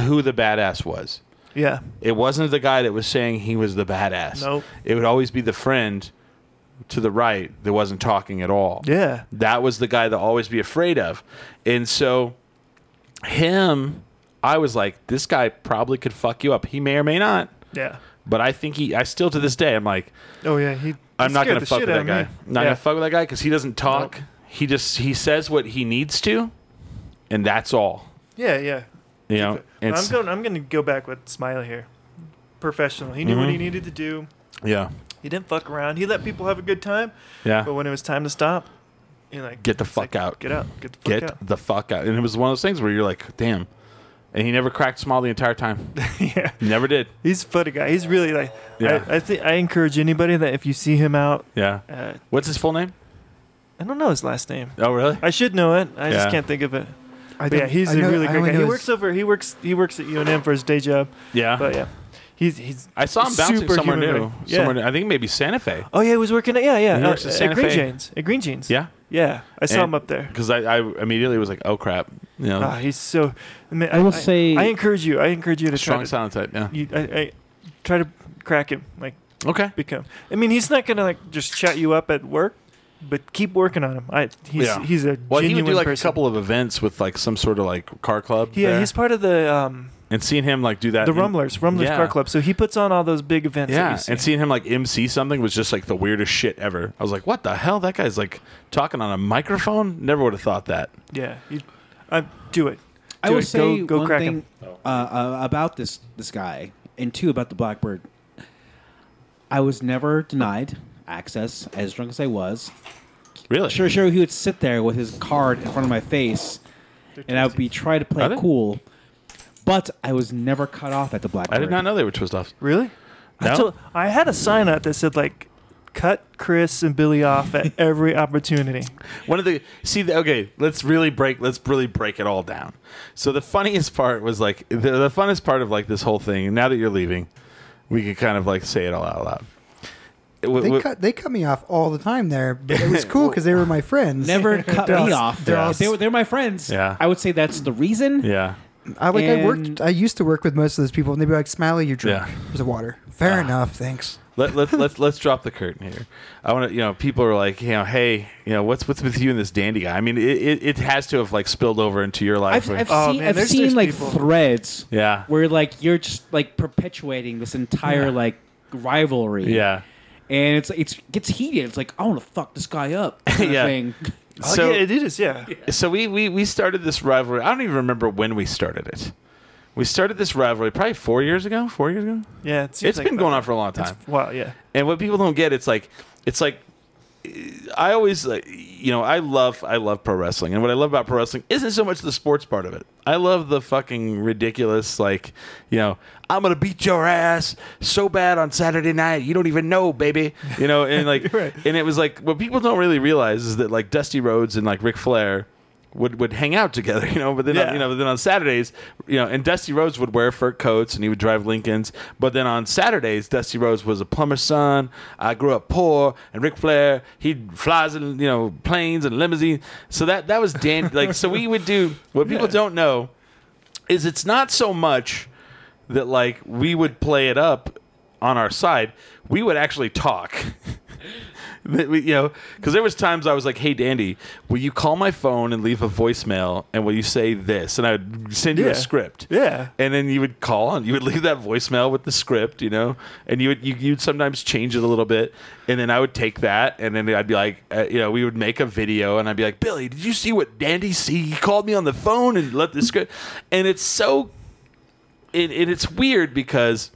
[SPEAKER 2] who the badass was
[SPEAKER 4] yeah,
[SPEAKER 2] it wasn't the guy that was saying he was the badass
[SPEAKER 4] Nope.
[SPEAKER 2] it would always be the friend to the right that wasn't talking at all
[SPEAKER 4] yeah."
[SPEAKER 2] that was the guy to always be afraid of and so him i was like this guy probably could fuck you up he may or may not
[SPEAKER 4] Yeah.
[SPEAKER 2] but i think he i still to this day i'm like
[SPEAKER 4] Oh yeah. He.
[SPEAKER 2] I'm
[SPEAKER 4] he
[SPEAKER 2] not
[SPEAKER 4] scared
[SPEAKER 2] gonna
[SPEAKER 4] the
[SPEAKER 2] fuck
[SPEAKER 4] shit
[SPEAKER 2] with that
[SPEAKER 4] out
[SPEAKER 2] guy.
[SPEAKER 4] of me.
[SPEAKER 2] Not
[SPEAKER 4] yeah.
[SPEAKER 2] gonna fuck with that guy because he doesn't talk.
[SPEAKER 4] Nope.
[SPEAKER 2] He just he says what he needs to, and that's all.
[SPEAKER 4] Yeah, yeah.
[SPEAKER 2] You know,
[SPEAKER 4] But
[SPEAKER 2] and
[SPEAKER 4] I'm going. I'm going to go back with Smiley here. Professional. He knew what he
[SPEAKER 2] Mm-hmm.
[SPEAKER 4] needed to do.
[SPEAKER 2] yeah,
[SPEAKER 4] He didn't fuck around. He let people have a good time.
[SPEAKER 2] yeah.
[SPEAKER 4] But when it was time to stop, you're like,
[SPEAKER 2] Get the
[SPEAKER 4] it's
[SPEAKER 2] fuck
[SPEAKER 4] like,
[SPEAKER 2] out.
[SPEAKER 4] Get out. Get the fuck
[SPEAKER 2] Get
[SPEAKER 4] out.
[SPEAKER 2] the fuck out. And it was one of those things where you're like, damn. And he never cracked small the entire time.
[SPEAKER 4] yeah.
[SPEAKER 2] never did.
[SPEAKER 4] He's a funny guy. He's really like.
[SPEAKER 2] Yeah.
[SPEAKER 4] I, I think I encourage anybody that if you see him out,
[SPEAKER 2] Yeah.
[SPEAKER 4] uh,
[SPEAKER 2] What's his full name?
[SPEAKER 4] I don't know his last name.
[SPEAKER 2] Oh, really?
[SPEAKER 4] I should know it. I just
[SPEAKER 2] Yeah.
[SPEAKER 4] can't think of it.
[SPEAKER 5] I
[SPEAKER 4] But yeah,
[SPEAKER 5] don't-
[SPEAKER 4] he's
[SPEAKER 5] I
[SPEAKER 4] a
[SPEAKER 5] know-
[SPEAKER 4] really
[SPEAKER 5] I
[SPEAKER 4] great
[SPEAKER 5] only
[SPEAKER 4] guy. He
[SPEAKER 5] know
[SPEAKER 4] works over. He works. He works at UNM for his day job.
[SPEAKER 2] Yeah.
[SPEAKER 4] But yeah, he's he's.
[SPEAKER 2] I saw him bouncing
[SPEAKER 4] super
[SPEAKER 2] somewhere
[SPEAKER 4] human
[SPEAKER 2] new.
[SPEAKER 4] being. Yeah.
[SPEAKER 2] Somewhere new. I think maybe Santa Fe.
[SPEAKER 4] Oh yeah, he was working at yeah yeah
[SPEAKER 2] He
[SPEAKER 4] uh,
[SPEAKER 2] works at
[SPEAKER 4] at,
[SPEAKER 2] Santa
[SPEAKER 4] Green
[SPEAKER 2] Fe.
[SPEAKER 4] Jeans at Green Jeans.
[SPEAKER 2] Yeah.
[SPEAKER 4] yeah. I saw
[SPEAKER 2] And-
[SPEAKER 4] him up there.
[SPEAKER 2] Because I, I immediately was like, oh crap. You know,
[SPEAKER 4] Ah, he's so. I, mean,
[SPEAKER 3] I will say-
[SPEAKER 4] I encourage you. I encourage you to
[SPEAKER 2] strong
[SPEAKER 4] try to.
[SPEAKER 2] silent type. Yeah.
[SPEAKER 4] You, I, I try to crack him like
[SPEAKER 2] Okay.
[SPEAKER 4] become. I mean, he's not gonna like just chat you up at work, but keep working on him. I he's
[SPEAKER 2] yeah.
[SPEAKER 4] he's a
[SPEAKER 2] well, he
[SPEAKER 4] genuine
[SPEAKER 2] would do like
[SPEAKER 4] person.
[SPEAKER 2] a couple of events with like some sort of like car club.
[SPEAKER 4] yeah,
[SPEAKER 2] there.
[SPEAKER 4] he's part of the um
[SPEAKER 2] and seeing him like do that.
[SPEAKER 4] the
[SPEAKER 2] in-
[SPEAKER 4] Rumblers, Rumblers
[SPEAKER 2] Yeah.
[SPEAKER 4] Car Club. So he puts on all those big events. that
[SPEAKER 2] Yeah,
[SPEAKER 4] you see.
[SPEAKER 2] and seeing him like MC something was just like the weirdest shit ever. I was like, what the hell? That guy's like talking on a microphone. Never would have thought that.
[SPEAKER 4] yeah, you, I do it.
[SPEAKER 3] I
[SPEAKER 4] Do
[SPEAKER 3] will
[SPEAKER 4] it.
[SPEAKER 3] say
[SPEAKER 4] go go
[SPEAKER 3] one
[SPEAKER 4] crack
[SPEAKER 3] thing
[SPEAKER 4] him.
[SPEAKER 3] uh, uh, about this this guy, and two about the Blackbird. I was never denied access, as drunk as I was.
[SPEAKER 2] Really?
[SPEAKER 3] Sure, sure, he would sit there with his card in front of my face, and I would be trying to play
[SPEAKER 2] Are they?
[SPEAKER 3] it cool. But I was never cut off at the Blackbird.
[SPEAKER 2] I did not know they were twist offs.
[SPEAKER 4] Really? I,
[SPEAKER 2] No.
[SPEAKER 4] told, I had a sign up that said like, "Cut Chris and Billy off at every opportunity."
[SPEAKER 2] One of the see the, okay, let's really break let's really break it all down. So the funniest part was like the, the funnest part of like this whole thing. Now that you're leaving, we can kind of like say it all out loud. It wa-
[SPEAKER 5] They
[SPEAKER 2] wa-
[SPEAKER 5] cut they cut me off all the time there, but it was cool because they were my friends.
[SPEAKER 3] Never cut
[SPEAKER 5] They're
[SPEAKER 3] me
[SPEAKER 5] all-
[SPEAKER 3] off.
[SPEAKER 5] they're all-
[SPEAKER 3] If They were, they're my friends.
[SPEAKER 2] Yeah.
[SPEAKER 3] I would say that's the reason.
[SPEAKER 2] yeah.
[SPEAKER 5] I like I
[SPEAKER 3] And-
[SPEAKER 5] worked. I used to work with most of those people, and they'd be like, "Smiley, you're drunk.
[SPEAKER 2] Yeah.
[SPEAKER 5] There's a water. Fair
[SPEAKER 3] Ah.
[SPEAKER 5] enough. Thanks."
[SPEAKER 2] Let, let, let's let's drop the curtain here. I want to, you know, people are like, you know, hey, you know, what's what's with you and this dandy guy? I mean, it, it, it has to have like spilled over into your life.
[SPEAKER 3] I've, I've
[SPEAKER 4] Oh,
[SPEAKER 3] seen,
[SPEAKER 4] man,
[SPEAKER 3] I've
[SPEAKER 4] there's-
[SPEAKER 3] seen
[SPEAKER 4] there's
[SPEAKER 3] like
[SPEAKER 4] people-
[SPEAKER 3] threads
[SPEAKER 2] yeah,
[SPEAKER 3] where like you're just like perpetuating this entire like rivalry.
[SPEAKER 2] yeah.
[SPEAKER 3] and it's it's gets heated. It's like I want to fuck this guy up. kind of
[SPEAKER 2] Yeah.
[SPEAKER 3] thing.
[SPEAKER 4] Oh, yeah, it is. Yeah,
[SPEAKER 2] so we, we we started this rivalry. I don't even remember when we started it. We started this rivalry probably four years ago. Four years ago.
[SPEAKER 4] yeah. It seems
[SPEAKER 2] It's
[SPEAKER 4] like
[SPEAKER 2] been going on for a long time.
[SPEAKER 4] Wow. Yeah.
[SPEAKER 2] And what people don't get, it's like, it's like, I always, like, you know, I love, I love pro wrestling, and what I love about pro wrestling isn't so much the sports part of it. I love the fucking ridiculous, like, you know, I'm gonna beat your ass so bad on Saturday night, you don't even know, baby. You know, and like,
[SPEAKER 4] Right.
[SPEAKER 2] and it was like what people don't really realize is that like Dusty Rhodes and like Ric Flair. Would, would hang out together, you know, but then
[SPEAKER 4] Yeah.
[SPEAKER 2] you know, but then on Saturdays, you know, and Dusty Rhodes would wear fur coats and he would drive Lincolns. But then on Saturdays, Dusty Rhodes was a plumber's son. I grew up poor, and Ric Flair he flies in you know planes and limousines. So that that was Dan. like so, we would do what people don't know is it's not so much that like we would play it up on our side. We would actually talk. That we- you know, because there was times I was like, "Hey, Dandy, will you call my phone and leave a voicemail, and will you say this?" And I would send you
[SPEAKER 4] Yeah.
[SPEAKER 2] a script.
[SPEAKER 4] Yeah.
[SPEAKER 2] And then you would call and you would leave that voicemail with the script, you know, and you would you, you'd sometimes change it a little bit, and then I would take that, and then I'd be like, uh, you know, we would make a video, and I'd be like, Billy, did you see what Dandy see? He called me on the phone and let the script, and it's so, and, and it's weird because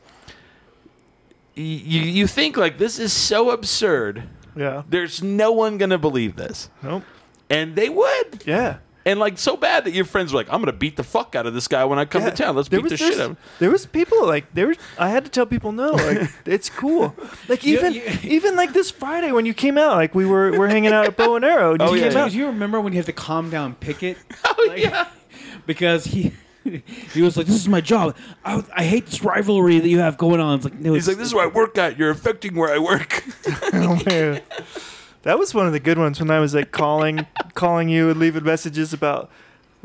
[SPEAKER 2] y- you you think like this is so absurd.
[SPEAKER 4] Yeah.
[SPEAKER 2] There's no one gonna believe this,
[SPEAKER 4] Nope.
[SPEAKER 2] and they would.
[SPEAKER 4] Yeah.
[SPEAKER 2] And like so bad that your friends were like, "I'm gonna beat the fuck out of this guy when I come
[SPEAKER 4] Yeah.
[SPEAKER 2] to town. Let's
[SPEAKER 4] There
[SPEAKER 2] beat
[SPEAKER 4] was
[SPEAKER 2] the
[SPEAKER 4] this-
[SPEAKER 2] shit out of him."
[SPEAKER 4] There was people like there was. I had to tell people no. Like it's cool. Like even even like this Friday when you came out, like we were we're hanging out at Bow and Arrow. And
[SPEAKER 2] Oh,
[SPEAKER 4] you
[SPEAKER 2] yeah,
[SPEAKER 4] came
[SPEAKER 2] yeah.
[SPEAKER 4] out.
[SPEAKER 3] Do you remember when you had to calm down Pickett?
[SPEAKER 2] Oh yeah.
[SPEAKER 3] because he he was like, "This is my job. I, I hate this rivalry that you have going on." It's like no,
[SPEAKER 2] He's like, "This is where I work at. You're affecting where I work."
[SPEAKER 4] Oh, man. That was one of the good ones when I was like calling calling you and leaving messages about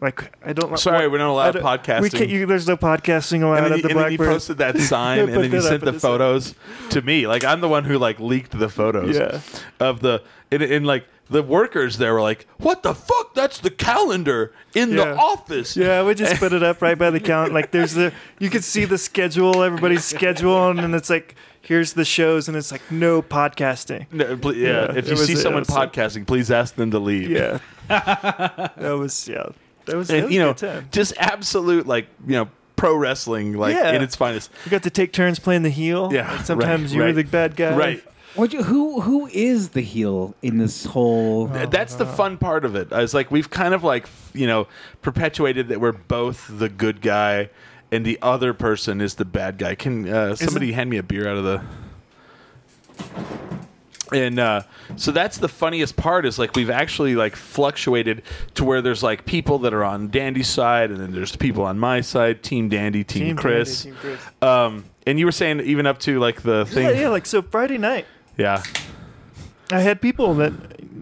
[SPEAKER 4] like I don't.
[SPEAKER 2] Sorry, we're not allowed
[SPEAKER 4] I don't-
[SPEAKER 2] podcasting.
[SPEAKER 4] We can't, you, there's no podcasting allowed
[SPEAKER 2] and then,
[SPEAKER 4] at
[SPEAKER 2] he,
[SPEAKER 4] the
[SPEAKER 2] and then he
[SPEAKER 4] Blackbird.
[SPEAKER 2] posted that sign,
[SPEAKER 4] Yeah,
[SPEAKER 2] and
[SPEAKER 4] put
[SPEAKER 2] then he
[SPEAKER 4] that
[SPEAKER 2] sent
[SPEAKER 4] up
[SPEAKER 2] the
[SPEAKER 4] at the side.
[SPEAKER 2] photos to me. Like I'm the one who like leaked the photos.
[SPEAKER 4] Yeah.
[SPEAKER 2] Of the and, and like the workers there were like, "What the fuck? That's the calendar in the
[SPEAKER 4] Yeah.
[SPEAKER 2] office."
[SPEAKER 4] yeah, we just put it up right by the count. Like there's the you could see the schedule, everybody's schedule, and then it's like here's the shows, and it's like no podcasting.
[SPEAKER 2] No, ple- yeah.
[SPEAKER 4] Yeah,
[SPEAKER 2] If
[SPEAKER 4] it
[SPEAKER 2] you
[SPEAKER 4] was-
[SPEAKER 2] see
[SPEAKER 4] it
[SPEAKER 2] someone
[SPEAKER 4] was like-
[SPEAKER 2] podcasting, please ask them to leave.
[SPEAKER 4] Yeah, that was yeah, that was, that
[SPEAKER 2] And,
[SPEAKER 4] was
[SPEAKER 2] you
[SPEAKER 4] a
[SPEAKER 2] know,
[SPEAKER 4] good time.
[SPEAKER 2] just absolute like you know pro wrestling like
[SPEAKER 4] Yeah.
[SPEAKER 2] in its finest.
[SPEAKER 4] You got to take turns playing the heel.
[SPEAKER 2] Yeah,
[SPEAKER 4] Like,
[SPEAKER 2] right,
[SPEAKER 4] sometimes you were
[SPEAKER 2] right,
[SPEAKER 4] the bad guy.
[SPEAKER 2] Right.
[SPEAKER 3] What you- who who is the heel in this whole?
[SPEAKER 4] Oh,
[SPEAKER 3] uh,
[SPEAKER 2] That's the fun part of it. It's like we've kind of like you know perpetuated that we're both the good guy and the other person is the bad guy. Can uh, somebody hand me a beer out of the? And uh, so that's the funniest part is like we've actually like fluctuated to where there's like people that are on Dandy's side and then there's people on my side, Team Dandy, Team,
[SPEAKER 4] Team
[SPEAKER 2] Chris.
[SPEAKER 4] Dandy, Team Chris.
[SPEAKER 2] Um, and you were saying even up to like the thing,
[SPEAKER 4] Yeah, yeah. Like so, Friday night.
[SPEAKER 2] yeah.
[SPEAKER 4] I had people that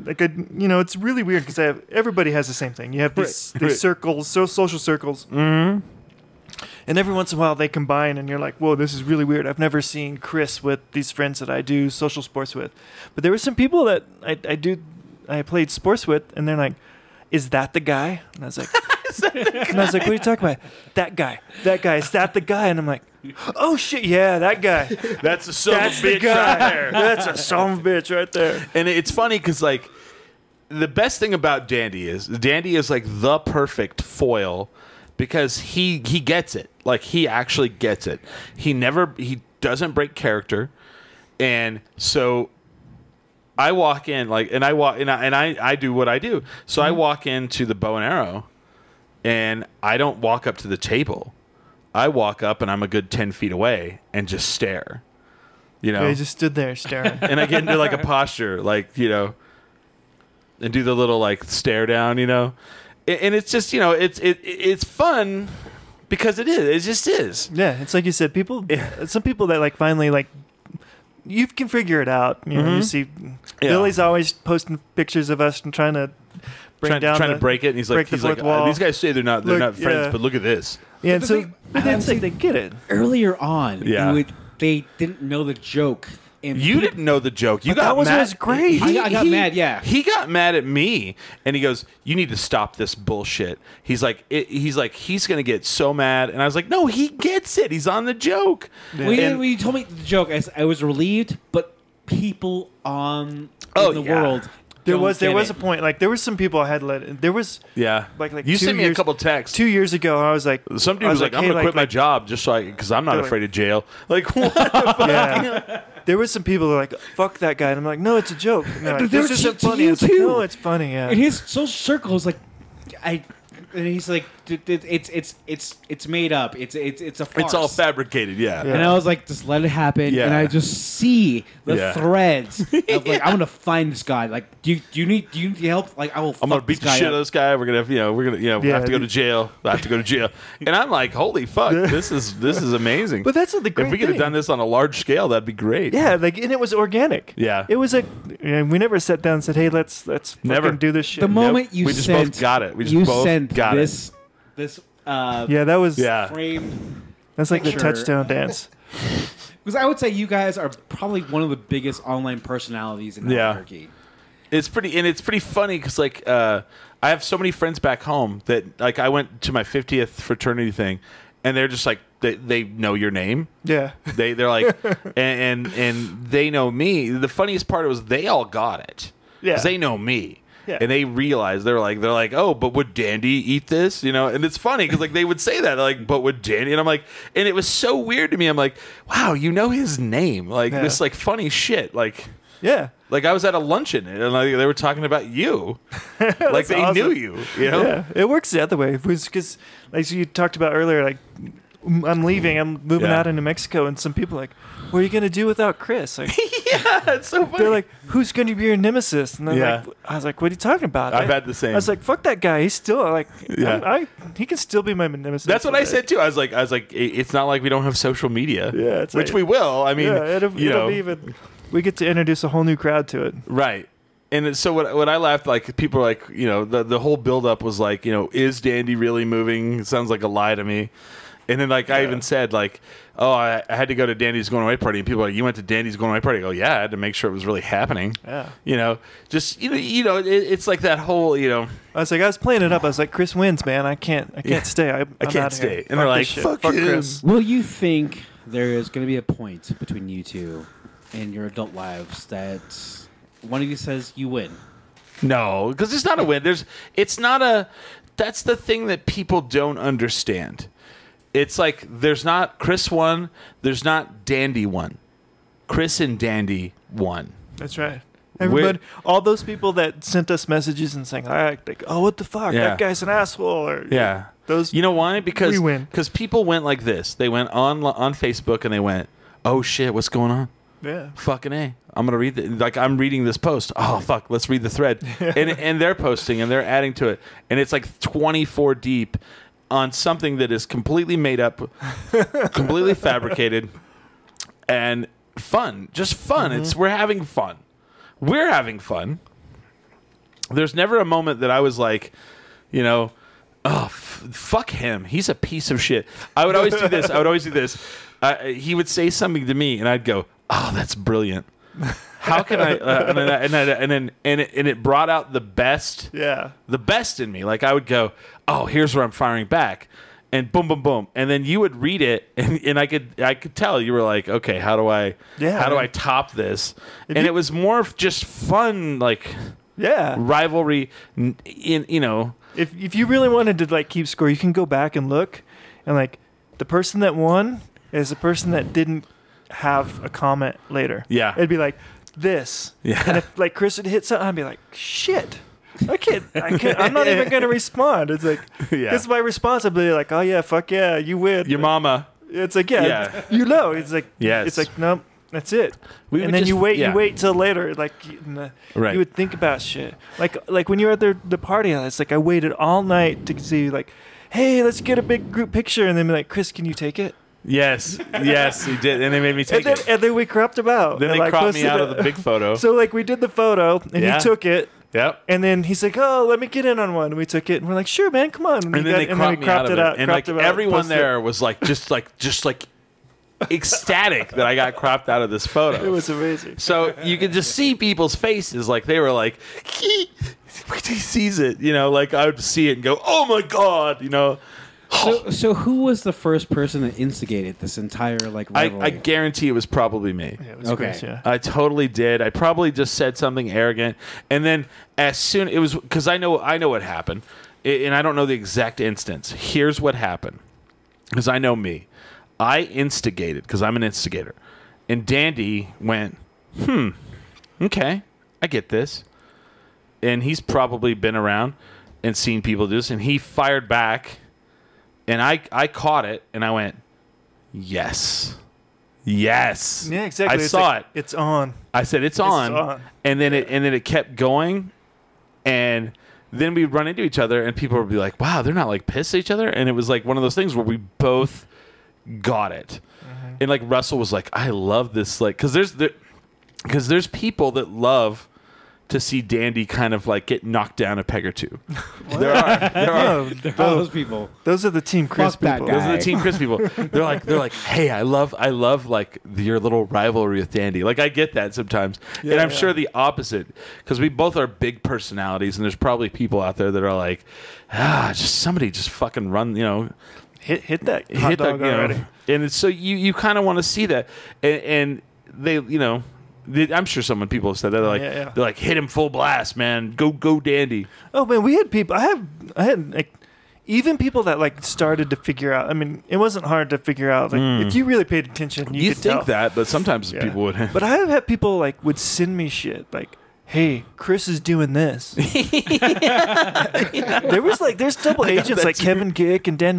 [SPEAKER 4] like I, you know it's really weird because I have everybody has the same thing. You have these,
[SPEAKER 2] Right,
[SPEAKER 4] these
[SPEAKER 2] right.
[SPEAKER 4] circles, so social circles, mm-hmm. and every once in a while they combine, and you're like, "Whoa, this is really weird." I've never seen Chris with these friends that I do social sports with, but there were some people that I, I do I played sports with, and they're like, "Is that the guy?" And I was like, and I was like, "What are you talking about? That guy? That guy? Is that the guy?" And I'm like, "Oh shit, yeah, that guy.
[SPEAKER 2] That's a son
[SPEAKER 4] That's the guy. That's a son of a bitch right there."
[SPEAKER 2] And it's funny because like the best thing about Dandy is Dandy is like the perfect foil because he he gets it. Like he actually gets it. He never he doesn't break character, and so. I walk in like, and I walk, and I and I, I do what I do. So I walk into the bow and arrow, and I don't walk up to the table. I walk up, and I'm a good ten feet away, and just stare. You know,
[SPEAKER 4] They just stood there staring.
[SPEAKER 2] and I get into like a posture, like you know, and do the little like stare down, you know, and, and it's just you know, it's it it's fun because it is, it just is.
[SPEAKER 4] Yeah, it's like you said, people. Some people that like finally like you can figure it out. You know, you see,
[SPEAKER 2] Mm-hmm. Yeah.
[SPEAKER 4] Lily's always posting pictures of us and trying to bring
[SPEAKER 2] Trying,
[SPEAKER 4] down
[SPEAKER 2] trying
[SPEAKER 4] the,
[SPEAKER 2] to break it, and he's like,
[SPEAKER 4] break the
[SPEAKER 2] he's like,
[SPEAKER 4] fourth wall.
[SPEAKER 2] "Uh, these guys say they're not, they're not
[SPEAKER 4] Look,
[SPEAKER 2] friends,
[SPEAKER 4] yeah.
[SPEAKER 2] but look at this.
[SPEAKER 4] Yeah, and so
[SPEAKER 5] thing-
[SPEAKER 4] but that's like they get it.
[SPEAKER 3] Earlier on,
[SPEAKER 2] Yeah.
[SPEAKER 3] you would, they didn't know the joke. And
[SPEAKER 2] You
[SPEAKER 3] peop-
[SPEAKER 2] didn't know the joke. You
[SPEAKER 4] But
[SPEAKER 2] got
[SPEAKER 4] that was
[SPEAKER 2] mad.
[SPEAKER 4] what's great.
[SPEAKER 3] I got- I got mad, yeah.
[SPEAKER 2] he got mad at me, and he goes, "You need to stop this bullshit." He's like, it, he's like, he's gonna get so mad, and I was like, "No, he gets it. He's on the joke."
[SPEAKER 3] When you,
[SPEAKER 2] And-
[SPEAKER 3] when you told me the joke, I, s- I was relieved, but people on
[SPEAKER 2] Oh,
[SPEAKER 3] in the
[SPEAKER 2] yeah.
[SPEAKER 3] world.
[SPEAKER 4] There
[SPEAKER 3] don't
[SPEAKER 4] was there
[SPEAKER 3] get
[SPEAKER 4] was
[SPEAKER 3] it.
[SPEAKER 4] a point like there was some people I had let there was
[SPEAKER 2] Yeah,
[SPEAKER 4] like like
[SPEAKER 2] you
[SPEAKER 4] two
[SPEAKER 2] sent me
[SPEAKER 4] years-
[SPEAKER 2] a couple texts.
[SPEAKER 4] two years ago. I was like
[SPEAKER 2] Some dude
[SPEAKER 4] I
[SPEAKER 2] was like, "I'm
[SPEAKER 4] hey,
[SPEAKER 2] gonna quit my job just so I because I'm not
[SPEAKER 4] They're like-
[SPEAKER 2] afraid of jail." Like what? the fuck?
[SPEAKER 4] Yeah. There was some people who were like, "Fuck that guy," and I'm like, "No, it's a joke." And they're like,
[SPEAKER 3] But they
[SPEAKER 4] this
[SPEAKER 3] were
[SPEAKER 4] isn't
[SPEAKER 3] to- to
[SPEAKER 4] funny.
[SPEAKER 3] you
[SPEAKER 4] It's like,
[SPEAKER 3] too.
[SPEAKER 4] no, it's funny. Yeah,
[SPEAKER 3] in his social circle is like I and he's like "D- d- it's it's it's it's made up. It's it's it's a farce.
[SPEAKER 2] It's all fabricated. Yeah.
[SPEAKER 4] Yeah.
[SPEAKER 3] And I was like, just let it happen.
[SPEAKER 2] Yeah.
[SPEAKER 3] And I just see the
[SPEAKER 2] Yeah.
[SPEAKER 3] threads of like, I'm gonna find this guy. Like, do you, do you need do you need help? Like, I will.
[SPEAKER 2] I'm gonna
[SPEAKER 3] fuck
[SPEAKER 2] beat
[SPEAKER 3] this
[SPEAKER 2] the
[SPEAKER 3] guy
[SPEAKER 2] shit
[SPEAKER 3] up.
[SPEAKER 2] out of this guy. We're gonna, you know, we're gonna, you know, we
[SPEAKER 4] Yeah,
[SPEAKER 2] have to go to
[SPEAKER 4] dude.
[SPEAKER 2] jail. I have to go to jail. And I'm like, holy fuck, this is this is amazing.
[SPEAKER 4] but that's the great
[SPEAKER 2] if we could have
[SPEAKER 4] thing.
[SPEAKER 2] done this on a large scale, that'd be great.
[SPEAKER 4] Yeah, like and it was organic.
[SPEAKER 2] Yeah.
[SPEAKER 4] it was like and we never sat down and said, "Hey, let's let's
[SPEAKER 2] Never.
[SPEAKER 4] never do this shit."
[SPEAKER 3] The moment you
[SPEAKER 2] We just both
[SPEAKER 3] sent,
[SPEAKER 2] got it. We just
[SPEAKER 3] you
[SPEAKER 2] both
[SPEAKER 3] sent
[SPEAKER 2] got it.
[SPEAKER 3] this this uh,
[SPEAKER 4] yeah, that was yeah.
[SPEAKER 2] Yeah.
[SPEAKER 3] framed
[SPEAKER 4] That's like
[SPEAKER 3] Sure.
[SPEAKER 4] the touchdown dance.
[SPEAKER 3] because I would say you guys are probably one of the biggest online personalities in
[SPEAKER 2] Yeah.
[SPEAKER 3] Albuquerque.
[SPEAKER 2] It's pretty, and it's pretty funny because like uh, I have so many friends back home that like I went to my 50th fraternity thing, and they're just like they, they know your name.
[SPEAKER 4] Yeah,
[SPEAKER 2] They they're like, and, and and they know me. The funniest part was they all got it. 'Cause
[SPEAKER 4] Yeah.
[SPEAKER 2] they know me.
[SPEAKER 4] Yeah.
[SPEAKER 2] And they realized they're like they're like oh but would Dandy eat this you know and it's funny because like they would say that like but would Dandy and I'm like and it was so weird to me I'm like wow you know his name like
[SPEAKER 4] Yeah.
[SPEAKER 2] this like funny shit like
[SPEAKER 4] yeah,
[SPEAKER 2] like I was at a luncheon and like, they were talking about you like they
[SPEAKER 4] awesome.
[SPEAKER 2] knew you you know
[SPEAKER 4] yeah. It works the other way. It was because, like you talked about earlier, like m- I'm leaving, I'm moving
[SPEAKER 2] Yeah.
[SPEAKER 4] out into Mexico, and some people are like, "What are you gonna do without Chris?" Like,
[SPEAKER 2] that's so funny
[SPEAKER 4] they're like, "Who's gonna be your nemesis?" And I'm
[SPEAKER 2] Yeah.
[SPEAKER 4] like, "I was like, what are you talking about?"
[SPEAKER 2] I've
[SPEAKER 4] I-
[SPEAKER 2] had the same
[SPEAKER 4] I was like, "Fuck that guy. He's still like,
[SPEAKER 2] Yeah.
[SPEAKER 4] yeah. I, he can still be my nemesis."
[SPEAKER 2] That's what I
[SPEAKER 4] someday.
[SPEAKER 2] said too. I was like, I was like, "I- it's not like we don't have social media.
[SPEAKER 4] Yeah, it's
[SPEAKER 2] which
[SPEAKER 4] like-
[SPEAKER 2] we will. I mean,
[SPEAKER 4] yeah, it'll,
[SPEAKER 2] you
[SPEAKER 4] it'll
[SPEAKER 2] know,
[SPEAKER 4] be even. We get to introduce a whole new crowd to it.
[SPEAKER 2] right. And it- so when, when I laughed, like people were like, you know, the the whole buildup was like, you know, is Dandy really moving? It sounds like a lie to me. And then like I even said like, oh, I, I had to go to Dandy's going away party, and people are like, you went to Dandy's going away party? I go, yeah, I had to make sure it was really happening.
[SPEAKER 4] Yeah.
[SPEAKER 2] You know, just you know, you know, it, it's like that whole, you know.
[SPEAKER 4] I was like, I was playing it up. I was like, Chris wins, man. I can't, I can't
[SPEAKER 2] Yeah.
[SPEAKER 4] stay. I, I'm
[SPEAKER 2] can't
[SPEAKER 4] outta
[SPEAKER 2] stay.
[SPEAKER 4] Here.
[SPEAKER 2] And they're
[SPEAKER 4] this
[SPEAKER 2] like,
[SPEAKER 4] shit.
[SPEAKER 2] "Fuck him."
[SPEAKER 4] Chris.
[SPEAKER 3] Will you think there is going to be a point between you two in your adult lives that one of you says you win?
[SPEAKER 2] No, because it's not a win. There's, it's not a. That's the thing that people don't understand. It's like there's not Chris one, there's not Dandy one. Chris and Dandy one.
[SPEAKER 4] That's right. Everybody, all those people that sent us messages and saying, like, like, oh, what the fuck?
[SPEAKER 2] Yeah.
[SPEAKER 4] That guy's an asshole. Or,
[SPEAKER 2] Yeah.
[SPEAKER 4] Those.
[SPEAKER 2] You know why? Because
[SPEAKER 4] We win.
[SPEAKER 2] Because people went like this. They went on on Facebook and they went, "Oh shit, what's going on?"
[SPEAKER 4] yeah.
[SPEAKER 2] fucking a i'm gonna read the, like i'm reading this post oh fuck let's read the thread and and they're posting and they're adding to it and it's like 24 deep on something that is completely made up completely fabricated and fun just fun it's we're having fun we're having fun there's never a moment that i was like you know oh f- fuck him he's a piece of shit i would always do this i would always do this I, he would say something to me and i'd go oh that's brilliant how can I? Uh, and then, and then, and then, and it, and it brought out the best
[SPEAKER 4] Yeah.
[SPEAKER 2] the best in me. Like I would go, oh, here's where I'm firing back, and boom, boom, boom, and then you would read it, and, and I could I could tell you were like, okay, how do I,
[SPEAKER 4] Yeah,
[SPEAKER 2] how do
[SPEAKER 4] man.
[SPEAKER 2] I top this?
[SPEAKER 4] If
[SPEAKER 2] and
[SPEAKER 4] you-
[SPEAKER 2] it was more of just fun, like
[SPEAKER 4] Yeah.
[SPEAKER 2] rivalry, n- in you know,
[SPEAKER 4] If if you really wanted to like keep score, you can go back and look, and like the person that won is the person that didn't have a comment later.
[SPEAKER 2] Yeah.
[SPEAKER 4] It'd be like this.
[SPEAKER 2] Yeah.
[SPEAKER 4] And if like Chris would hit something, I'd be like, shit. I can't. I can't. I'm not even gonna respond. It's like,
[SPEAKER 2] Yeah.
[SPEAKER 4] this is my response. I'd be like, oh yeah, fuck yeah, you win.
[SPEAKER 2] your mama.
[SPEAKER 4] It's like, yeah,
[SPEAKER 2] Yeah.
[SPEAKER 4] you know. It's like,
[SPEAKER 2] Yes.
[SPEAKER 4] It's like, nope, that's it.
[SPEAKER 2] We would
[SPEAKER 4] and then
[SPEAKER 2] just-
[SPEAKER 4] you wait,
[SPEAKER 2] yeah.
[SPEAKER 4] you wait till later. Like, you, n-
[SPEAKER 2] Right.
[SPEAKER 4] you would think about shit. Like, like when you were at the, the party, it's like I waited all night to see like, hey, let's get a big group picture, and then be like, Chris, can you take it?
[SPEAKER 2] Yes, yes, he did, and they made me take
[SPEAKER 4] and then,
[SPEAKER 2] it.
[SPEAKER 4] and then we cropped him out.
[SPEAKER 2] Then
[SPEAKER 4] and,
[SPEAKER 2] they
[SPEAKER 4] like,
[SPEAKER 2] cropped me
[SPEAKER 4] posted
[SPEAKER 2] out of
[SPEAKER 4] it.
[SPEAKER 2] the big photo.
[SPEAKER 4] So like we did the photo, and
[SPEAKER 2] Yeah.
[SPEAKER 4] he took it.
[SPEAKER 2] yep.
[SPEAKER 4] And then he's like, "Oh, let me get in on one." And we took it, and we're like, "Sure, man, come on." we
[SPEAKER 2] and then
[SPEAKER 4] got-
[SPEAKER 2] they cropped
[SPEAKER 4] we
[SPEAKER 2] me out of it, and like
[SPEAKER 4] cropped him out,
[SPEAKER 2] everyone
[SPEAKER 4] posted it.
[SPEAKER 2] there was like just like just like ecstatic that I got cropped out of this photo.
[SPEAKER 4] It was amazing.
[SPEAKER 2] so you could just see people's faces, like they were like, he, he sees it, you know, like I would see it and go, oh my god, you know.
[SPEAKER 3] So, so who was the first person that instigated this entire like
[SPEAKER 2] I,
[SPEAKER 3] rivalry?
[SPEAKER 2] I guarantee it was probably me.
[SPEAKER 4] Yeah, it was
[SPEAKER 3] Okay.
[SPEAKER 4] Chris, yeah.
[SPEAKER 2] I totally did. I probably just said something arrogant, and then as soon it was because I know I know what happened, a- and I don't know the exact instance. Here's what happened, because I know me. I instigated because I'm an instigator, and Dandy went, "Hmm, okay, I get this," and he's probably been around and seen people do this, and he fired back, and I I caught it, and I went, "Yes." Yes.
[SPEAKER 4] Yeah, exactly.
[SPEAKER 2] I
[SPEAKER 4] It's
[SPEAKER 2] saw
[SPEAKER 4] like,
[SPEAKER 2] it.
[SPEAKER 4] It's on.
[SPEAKER 2] I said it's on,
[SPEAKER 4] on.
[SPEAKER 2] and then it and then it kept going, and then we'd run into each other, and people would be like, "Wow, they're not like pissed at each other," and it was like one of those things where we both got it, and like Russell was like, "I love this," like because there's there because there's people that love to see Dandy kind of like get knocked down a peg or two. there are there are
[SPEAKER 4] No,
[SPEAKER 3] All those people.
[SPEAKER 4] those are the team Chris
[SPEAKER 3] Fuck that
[SPEAKER 4] people.
[SPEAKER 3] guy.
[SPEAKER 2] those are the team Chris people. They're like, they're like, hey, I love, I love like your little rivalry with Dandy. Like I get that sometimes, and I'm
[SPEAKER 4] yeah.
[SPEAKER 2] sure the opposite because we both are big personalities, and there's probably people out there that are like, ah, just somebody just fucking run, you know,
[SPEAKER 4] Hit hit that hot
[SPEAKER 2] hit
[SPEAKER 4] dog
[SPEAKER 2] the, you know,
[SPEAKER 4] already.
[SPEAKER 2] And it's, so you you kind of want to see that, and, and they, you know. they- I'm sure someone people have said that. They're like,
[SPEAKER 4] Yeah, yeah.
[SPEAKER 2] they're like, hit him full blast, man. Go, go, dandy.
[SPEAKER 4] Oh man, we had people. I have I had like even people that like started to figure out. I mean, it wasn't hard to figure out. Like if you really paid attention, you,
[SPEAKER 2] Hmm. You,
[SPEAKER 4] could
[SPEAKER 2] think
[SPEAKER 4] tell.
[SPEAKER 2] that, but sometimes
[SPEAKER 4] Yeah.
[SPEAKER 2] people would.
[SPEAKER 4] But I have had people like would send me shit like. Hey, Chris is doing this. there was like, there's double agents like Kevin Gick and Dan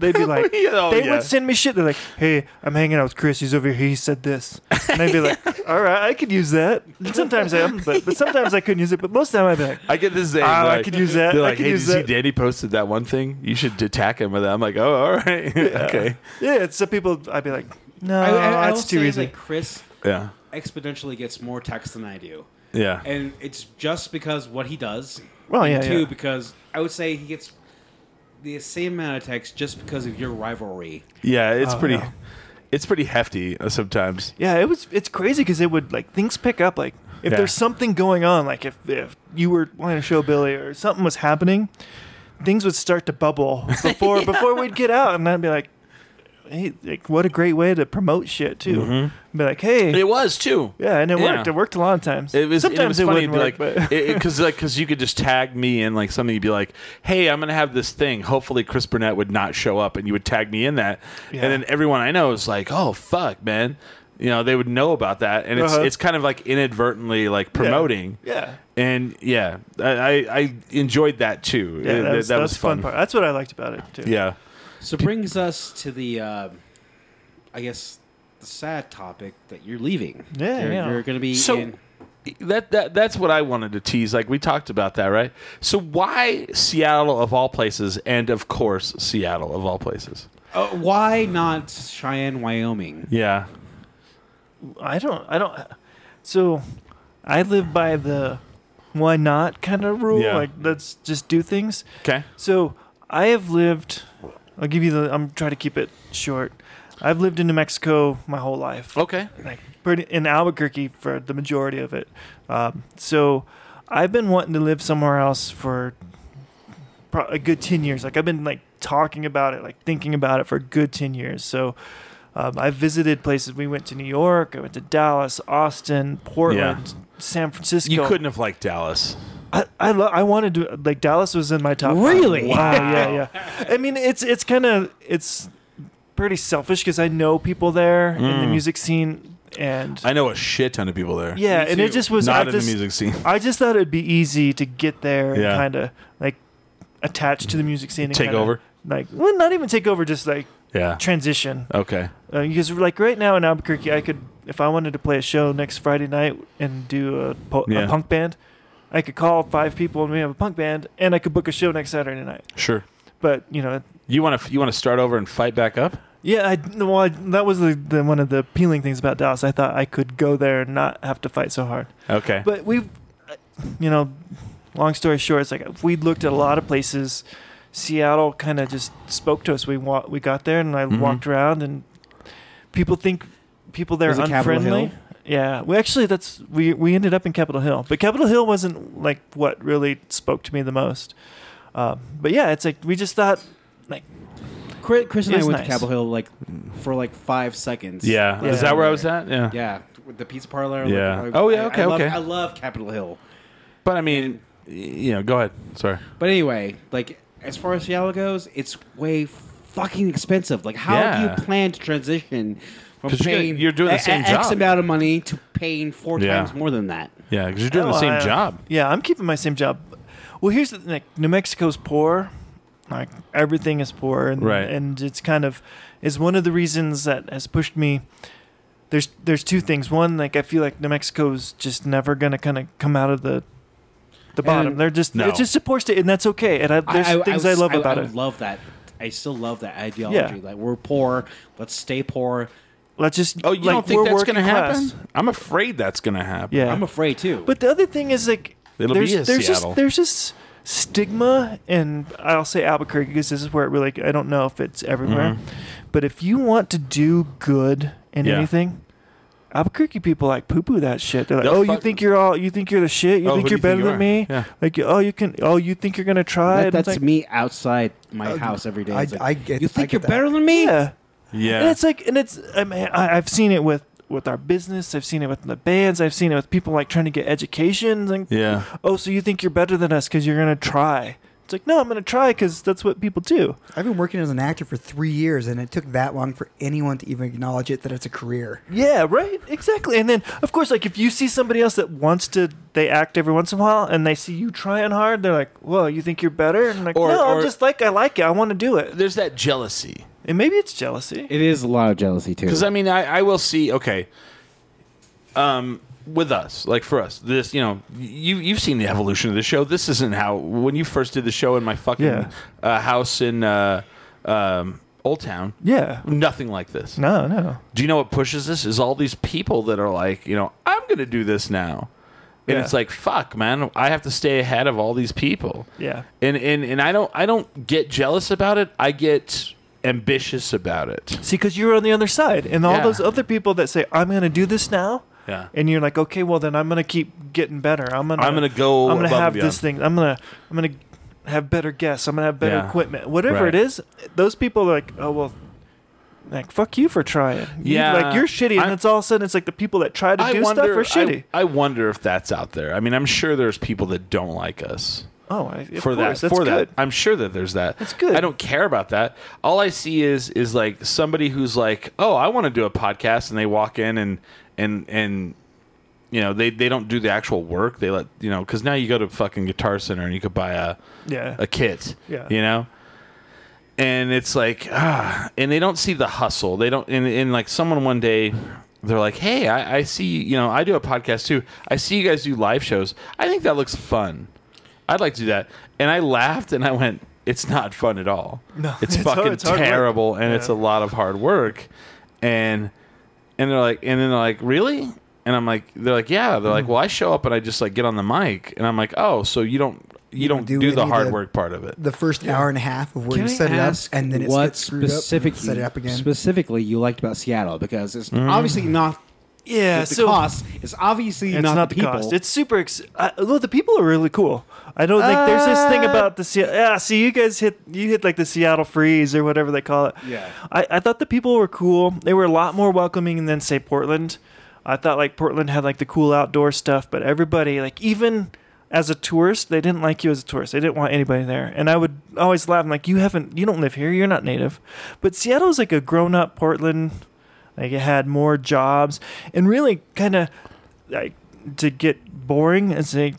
[SPEAKER 4] They'd be like,
[SPEAKER 2] Oh,
[SPEAKER 4] they
[SPEAKER 2] yeah.
[SPEAKER 4] would send me shit. They're like, "Hey, I'm hanging out with Chris. He's over here. He said this." And I'd be like, "All right, I could use that." And sometimes I am, but, but sometimes I couldn't use it. But most of the time, I'd be like,
[SPEAKER 2] I get this thing.
[SPEAKER 4] Oh, I
[SPEAKER 2] like-
[SPEAKER 4] could use that.
[SPEAKER 2] They're
[SPEAKER 4] I
[SPEAKER 2] like,
[SPEAKER 4] could
[SPEAKER 2] hey,
[SPEAKER 4] use
[SPEAKER 2] did you
[SPEAKER 4] that."
[SPEAKER 2] see Danny posted that one thing? You should attack him with that. I'm like, oh, all right. okay.
[SPEAKER 4] "Yeah." It's some people. I'd be like, "No,
[SPEAKER 3] I, I, I will
[SPEAKER 4] Uh, that's too
[SPEAKER 3] say,
[SPEAKER 4] easy."
[SPEAKER 3] Like Chris
[SPEAKER 2] Yeah.
[SPEAKER 3] exponentially gets more texts than I do,
[SPEAKER 2] Yeah.
[SPEAKER 3] and it's just because what he does.
[SPEAKER 4] Well,
[SPEAKER 3] and
[SPEAKER 4] yeah,
[SPEAKER 3] Two
[SPEAKER 4] yeah.
[SPEAKER 3] because I would say he gets the same amount of texts just because of your rivalry.
[SPEAKER 2] yeah. It's
[SPEAKER 4] Oh,
[SPEAKER 2] pretty.
[SPEAKER 4] no.
[SPEAKER 2] It's pretty hefty uh, sometimes.
[SPEAKER 4] yeah, it was. It's crazy because it would like things pick up. Like if
[SPEAKER 2] Yeah.
[SPEAKER 4] there's something going on, like if if you were wanting to show Billy or something was happening, things would start to bubble before before we'd get out, and I'd be like. Hey, like what a great way to promote shit too.
[SPEAKER 2] Mm-hmm.
[SPEAKER 4] Be like, hey,
[SPEAKER 2] It was too.
[SPEAKER 4] Yeah, and it
[SPEAKER 2] Yeah.
[SPEAKER 4] worked. It worked a lot of times.
[SPEAKER 2] It was
[SPEAKER 4] Sometimes
[SPEAKER 2] and it was funny.
[SPEAKER 4] wouldn't
[SPEAKER 2] it'd
[SPEAKER 4] work,
[SPEAKER 2] be
[SPEAKER 4] but
[SPEAKER 2] like, because like because you could just tag me in like something. You'd be like, "Hey, I'm gonna have this thing. Hopefully, Chris Burnett would not show up," and you would tag me in that.
[SPEAKER 4] Yeah.
[SPEAKER 2] And then everyone I know is like, "Oh fuck, man," you know, they would know about that, and it's
[SPEAKER 4] Uh-huh.
[SPEAKER 2] it's kind of like inadvertently like promoting.
[SPEAKER 4] yeah,
[SPEAKER 2] And yeah, I, I, I enjoyed that too.
[SPEAKER 4] yeah,
[SPEAKER 2] Uh,
[SPEAKER 4] that, was, that was fun. part. That's what I liked about it too.
[SPEAKER 2] Yeah.
[SPEAKER 3] So brings us to the, uh, I guess, the sad topic that you're leaving.
[SPEAKER 4] Yeah,
[SPEAKER 3] you're,
[SPEAKER 4] yeah.
[SPEAKER 3] you're going to be
[SPEAKER 2] So-
[SPEAKER 3] in.
[SPEAKER 2] That, that that's what I wanted to tease. Like we talked about that, right? So why Seattle of all places, and of course Seattle of all places?
[SPEAKER 3] Uh, why not Cheyenne, Wyoming?
[SPEAKER 2] Yeah,
[SPEAKER 4] I don't, I don't. So, I live by the why not kind of rule.
[SPEAKER 2] Yeah.
[SPEAKER 4] Like let's just do things.
[SPEAKER 2] Okay.
[SPEAKER 4] So I have lived. I'll give you the. I'm trying to keep it short. I've lived in New Mexico my whole life.
[SPEAKER 2] Okay.
[SPEAKER 4] like pretty in Albuquerque for the majority of it. Um, so I've been wanting to live somewhere else for pro- a good ten years. Like I've been like talking about it, like thinking about it for a good ten years. So um, I've visited places. We went to New York. I went to Dallas, Austin, Portland, San Francisco.
[SPEAKER 2] You couldn't have liked Dallas.
[SPEAKER 4] I I, lo- I wanted to like Dallas was in my top. five.
[SPEAKER 5] Really?
[SPEAKER 4] Wow. yeah, yeah. I mean, it's it's kind of it's pretty selfish because I know people there in the
[SPEAKER 2] Mm.
[SPEAKER 4] music scene, and
[SPEAKER 2] I know a shit ton of people there.
[SPEAKER 4] yeah, and it just was I
[SPEAKER 2] Not in
[SPEAKER 4] just-
[SPEAKER 2] the music scene.
[SPEAKER 4] I just thought it'd be easy to get there
[SPEAKER 2] Yeah.
[SPEAKER 4] and kind of like attach to the music scene. And
[SPEAKER 2] Take
[SPEAKER 4] kinda,
[SPEAKER 2] over.
[SPEAKER 4] Like, well, not even take over, just like
[SPEAKER 2] Yeah.
[SPEAKER 4] transition.
[SPEAKER 2] Okay.
[SPEAKER 4] Uh, because like right now in Albuquerque, I could if I wanted to play a show next Friday night and do a, po-
[SPEAKER 2] Yeah.
[SPEAKER 4] a punk band, I could call five people and we have a punk band, and I could book a show next Saturday night.
[SPEAKER 2] Sure.
[SPEAKER 4] But you know,
[SPEAKER 2] You want to you want to start over and fight back up?
[SPEAKER 4] yeah, I, well, I, that was the, the one of the appealing things about Dallas. I thought I could go there and not have to fight so hard.
[SPEAKER 2] Okay.
[SPEAKER 4] But we, uh, you know, long story short, it's like uh, we looked at a lot of places. Seattle kind of just spoke to us. We wa- we got there and I
[SPEAKER 3] Mm-hmm.
[SPEAKER 2] Mhm.
[SPEAKER 4] walked around, and people think people there
[SPEAKER 3] Was
[SPEAKER 4] are
[SPEAKER 3] it Capitol
[SPEAKER 4] unfriendly.
[SPEAKER 3] Hill?
[SPEAKER 4] Yeah, we actually that's we we ended up in Capitol Hill, but Capitol Hill wasn't like what really spoke to me the most. Um, but yeah, it's like we just thought like
[SPEAKER 3] Chris, Chris and I
[SPEAKER 4] It's
[SPEAKER 3] went
[SPEAKER 4] nice.
[SPEAKER 3] to Capitol Hill like for like five seconds.
[SPEAKER 2] yeah.
[SPEAKER 4] Yeah.
[SPEAKER 2] Is that where I was at? Yeah.
[SPEAKER 3] Yeah, with the pizza parlor. like,
[SPEAKER 2] Yeah.
[SPEAKER 3] I-
[SPEAKER 2] Oh, yeah,
[SPEAKER 3] I-
[SPEAKER 2] okay,
[SPEAKER 3] I love,
[SPEAKER 2] okay.
[SPEAKER 3] I love Capitol Hill.
[SPEAKER 2] But I mean, y- you know, go ahead. Sorry.
[SPEAKER 3] But anyway, like as far as Seattle goes, it's way fucking expensive. Like, how
[SPEAKER 2] Yeah.
[SPEAKER 3] do you plan to transition from
[SPEAKER 2] 'Cause you're
[SPEAKER 3] paying
[SPEAKER 2] gonna- you're doing the
[SPEAKER 3] a-
[SPEAKER 2] same
[SPEAKER 3] a- X
[SPEAKER 2] job.
[SPEAKER 3] amount of money to paying four
[SPEAKER 2] Yeah.
[SPEAKER 3] times more than that?
[SPEAKER 2] Yeah, because you're doing the
[SPEAKER 4] Oh,
[SPEAKER 2] same
[SPEAKER 4] I-
[SPEAKER 2] job.
[SPEAKER 4] Yeah, I'm keeping my same job. Well, here's the thing: like, New Mexico's poor. Like everything is poor, and
[SPEAKER 2] Right.
[SPEAKER 4] and it's kind of is one of the reasons that has pushed me. There's there's two things. One, like I feel like New Mexico's just never gonna kind of come out of the the bottom.
[SPEAKER 3] And-
[SPEAKER 4] They're just
[SPEAKER 2] No.
[SPEAKER 4] it's just a poor state, and that's okay. And I, there's things I,
[SPEAKER 3] was-
[SPEAKER 4] love about
[SPEAKER 3] I
[SPEAKER 4] it.
[SPEAKER 3] love that. I still love that ideology.
[SPEAKER 4] Yeah.
[SPEAKER 3] Like we're poor, let's stay poor.
[SPEAKER 4] Let's just
[SPEAKER 2] Oh, you
[SPEAKER 4] like,
[SPEAKER 2] don't think
[SPEAKER 4] we're
[SPEAKER 2] that's going to
[SPEAKER 4] working class.
[SPEAKER 2] happen? I'm afraid that's going to happen.
[SPEAKER 4] Yeah,
[SPEAKER 3] I'm afraid too.
[SPEAKER 4] But the other thing is like
[SPEAKER 2] It'll
[SPEAKER 4] there's
[SPEAKER 2] be a
[SPEAKER 4] there's
[SPEAKER 2] Seattle.
[SPEAKER 4] just there's just stigma, and I'll say Albuquerque because this is where it really I don't know if it's everywhere, but if you want to do good in
[SPEAKER 2] Mm-hmm. Yeah.
[SPEAKER 4] anything. Albuquerque people like poo poo that shit. They're like,
[SPEAKER 2] They'll
[SPEAKER 4] oh, you
[SPEAKER 2] fuck-
[SPEAKER 4] think you're all, you think you're the shit, you
[SPEAKER 2] Oh,
[SPEAKER 4] think
[SPEAKER 2] who do
[SPEAKER 4] you're
[SPEAKER 2] you think
[SPEAKER 4] better
[SPEAKER 2] you
[SPEAKER 4] than
[SPEAKER 2] are?"
[SPEAKER 4] me.
[SPEAKER 2] Yeah.
[SPEAKER 4] Like, oh, you can, oh, you think you're gonna try.
[SPEAKER 3] That-
[SPEAKER 4] And it's
[SPEAKER 3] that's
[SPEAKER 4] like,
[SPEAKER 3] me outside my
[SPEAKER 5] Uh,
[SPEAKER 3] house every day.
[SPEAKER 5] I-
[SPEAKER 3] It's like,
[SPEAKER 5] I get-
[SPEAKER 3] you
[SPEAKER 5] I
[SPEAKER 3] think
[SPEAKER 5] get
[SPEAKER 3] you're
[SPEAKER 5] that.
[SPEAKER 3] better than me?
[SPEAKER 4] Yeah. And
[SPEAKER 2] Yeah.
[SPEAKER 4] it's like, and it's, I mean, I, I've seen it with with our business. I've seen it with the bands. I've seen it with people like trying to get educations. And
[SPEAKER 2] Yeah.
[SPEAKER 4] oh, so you think you're better than us because you're gonna try? It's like, no, I'm gonna try because that's what people do.
[SPEAKER 5] I've been working as an actor for three years, and it took that long for anyone to even acknowledge it that it's a career.
[SPEAKER 4] Yeah, right, exactly. And then, of course, like if you see somebody else that wants to, they act every once in a while, and they see you trying hard, they're like, "Whoa, you think you're better?" And I'm like,
[SPEAKER 2] Or-
[SPEAKER 4] no, I'm
[SPEAKER 2] or-
[SPEAKER 4] just like I like it. I want to do it.
[SPEAKER 2] There's that jealousy.
[SPEAKER 4] And maybe it's jealousy.
[SPEAKER 3] It is a lot of jealousy too.
[SPEAKER 2] Because I mean, I, I will see. Okay, um, with us, like for us, this you know, you you've seen the evolution of the show. This isn't how when you first did the show in my fucking
[SPEAKER 4] Yeah.
[SPEAKER 2] uh, house in uh, um, Old Town.
[SPEAKER 4] yeah.
[SPEAKER 2] Nothing like this.
[SPEAKER 4] No, no.
[SPEAKER 2] Do you know what pushes this? Is all these people that are like, you know, I'm gonna do this now, and
[SPEAKER 4] Yeah.
[SPEAKER 2] it's like, fuck, man, I have to stay ahead of all these people.
[SPEAKER 4] Yeah.
[SPEAKER 2] And and and I don't I don't get jealous about it. I get ambitious about it.
[SPEAKER 4] See, because you're on the other side, and all
[SPEAKER 2] Yeah.
[SPEAKER 4] those other people that say, "I'm gonna do this now,"
[SPEAKER 2] Yeah.
[SPEAKER 4] and you're like, okay, well then I'm gonna keep getting better. I'm gonna
[SPEAKER 2] I'm gonna go
[SPEAKER 4] I'm gonna
[SPEAKER 2] above
[SPEAKER 4] have
[SPEAKER 2] and beyond.
[SPEAKER 4] this thing. I'm gonna I'm gonna have better guests. I'm gonna have better
[SPEAKER 2] Yeah.
[SPEAKER 4] equipment. Whatever
[SPEAKER 2] Right.
[SPEAKER 4] it is, those people are like, oh well, like fuck you for trying. You-
[SPEAKER 2] Yeah.
[SPEAKER 4] like you're shitty, and
[SPEAKER 2] I-
[SPEAKER 4] it's all of a sudden it's like the people that try to do stuff are shitty.
[SPEAKER 2] I, I wonder if that's out there. I mean, I'm sure there's people that don't like us
[SPEAKER 4] oh, I, of
[SPEAKER 2] for that.
[SPEAKER 4] course, that's
[SPEAKER 2] for that,
[SPEAKER 4] good.
[SPEAKER 2] I'm sure that there's that.
[SPEAKER 4] That's good.
[SPEAKER 2] I don't care about that. All I see is is like somebody who's like, oh, I want to do a podcast, and they walk in and and and you know they they don't do the actual work. They let you know because now you go to fucking Guitar Center and you could buy a
[SPEAKER 4] Yeah,
[SPEAKER 2] a kit.
[SPEAKER 4] Yeah.
[SPEAKER 2] You know? And it's like, ah, and they don't see the hustle. They don't, and, and like someone one day, they're like, hey, I, I see, you know, I do a podcast too. I see you guys do live shows. I think that looks fun. I'd like to do that. And I laughed and I went, it's not fun at all.
[SPEAKER 4] No,
[SPEAKER 2] it's,
[SPEAKER 4] it's hard-
[SPEAKER 2] fucking
[SPEAKER 4] it's hard work.
[SPEAKER 2] terrible and it's a
[SPEAKER 4] Yeah.
[SPEAKER 2] lot of hard work. And, and they're like, and then they're like, really? And I'm like, they're like, yeah. They're like, well, I show up and I just like get on the mic, and I'm like, oh, so you don't you, don't do,
[SPEAKER 5] do
[SPEAKER 2] the
[SPEAKER 5] any of
[SPEAKER 2] hard
[SPEAKER 5] the-
[SPEAKER 2] work part of it.
[SPEAKER 5] The first hour and a half of where
[SPEAKER 3] Can
[SPEAKER 5] you
[SPEAKER 3] I
[SPEAKER 5] set it up
[SPEAKER 3] ask
[SPEAKER 5] and then it's
[SPEAKER 3] what
[SPEAKER 5] screwed up and
[SPEAKER 3] specific-
[SPEAKER 5] set it up again.
[SPEAKER 3] Specifically, you liked about Seattle because it's obviously not
[SPEAKER 4] Yeah,
[SPEAKER 3] the
[SPEAKER 4] so
[SPEAKER 3] cost. It's obviously
[SPEAKER 4] it's
[SPEAKER 3] not,
[SPEAKER 4] not,
[SPEAKER 3] the
[SPEAKER 4] the
[SPEAKER 3] people.
[SPEAKER 4] cost. It's super. Ex- I, although the people are really cool. I don't think there's this thing
[SPEAKER 3] Uh,
[SPEAKER 4] about the Seattle. Yeah, see, you guys hit you hit like the Seattle freeze or whatever they call it.
[SPEAKER 3] Yeah.
[SPEAKER 4] I, I thought the people were cool. They were a lot more welcoming than say Portland. I thought like Portland had like the cool outdoor stuff, but everybody like even as a tourist, they didn't like you as a tourist. They didn't want anybody there. And I would always laugh I'm like you haven't you don't live here. You're not native. But Seattle's like a grown up Portland. Like it had more jobs and really kind of like to get boring is like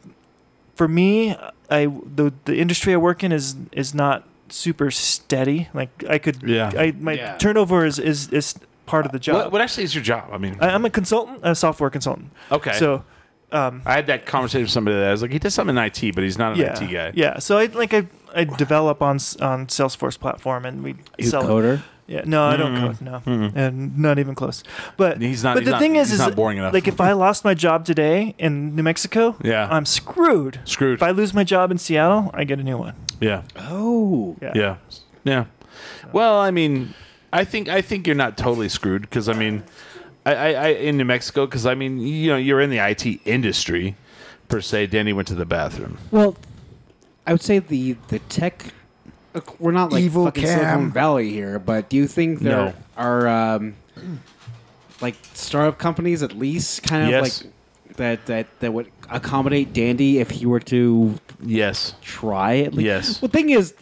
[SPEAKER 4] for me I the the industry I work in is is not super steady. Like I could
[SPEAKER 2] Yeah.
[SPEAKER 4] I my
[SPEAKER 3] Yeah.
[SPEAKER 4] turnover is, is is part of the job.
[SPEAKER 2] What, what actually is your job? I mean,
[SPEAKER 4] I, I'm a consultant, a software consultant.
[SPEAKER 2] okay.
[SPEAKER 4] So um
[SPEAKER 2] I had that conversation with somebody that I was like, he does something in IT, but he's not an
[SPEAKER 4] yeah.
[SPEAKER 2] IT guy.
[SPEAKER 4] Yeah. So I like I I develop on s- on Salesforce platform and we
[SPEAKER 3] You
[SPEAKER 4] sell it.
[SPEAKER 3] coder.
[SPEAKER 4] Yeah, no, I don't
[SPEAKER 2] Mm-mm.
[SPEAKER 4] code. No,
[SPEAKER 2] Mm-mm.
[SPEAKER 4] and not even close. But
[SPEAKER 2] Mm-hmm. He's not.
[SPEAKER 4] But
[SPEAKER 2] he's
[SPEAKER 4] the
[SPEAKER 2] not-
[SPEAKER 4] thing is,
[SPEAKER 2] he's
[SPEAKER 4] is
[SPEAKER 2] not boring enough.
[SPEAKER 4] like if I lost my job today in New Mexico,
[SPEAKER 2] yeah,
[SPEAKER 4] I'm screwed.
[SPEAKER 2] screwed.
[SPEAKER 4] If I lose my job in Seattle, I get a new one.
[SPEAKER 2] yeah,
[SPEAKER 3] Oh,
[SPEAKER 4] Yeah.
[SPEAKER 2] yeah, yeah. Well, I mean, I think I think you're not totally screwed because I mean, I, I, I in New Mexico because I mean you know you're in the IT industry per se. Danny went to the bathroom.
[SPEAKER 3] well, I would say the the tech. look, Uh, We're not like
[SPEAKER 5] Evil
[SPEAKER 3] fucking Silicon
[SPEAKER 5] Cam.
[SPEAKER 3] Valley here, but do you think
[SPEAKER 2] No.
[SPEAKER 3] there are um, like startup companies at least kind of
[SPEAKER 2] Yes.
[SPEAKER 3] like that that that would accommodate Dandy if he were to
[SPEAKER 2] Yes.
[SPEAKER 3] try at least.
[SPEAKER 2] Yes.
[SPEAKER 3] Well, thing is,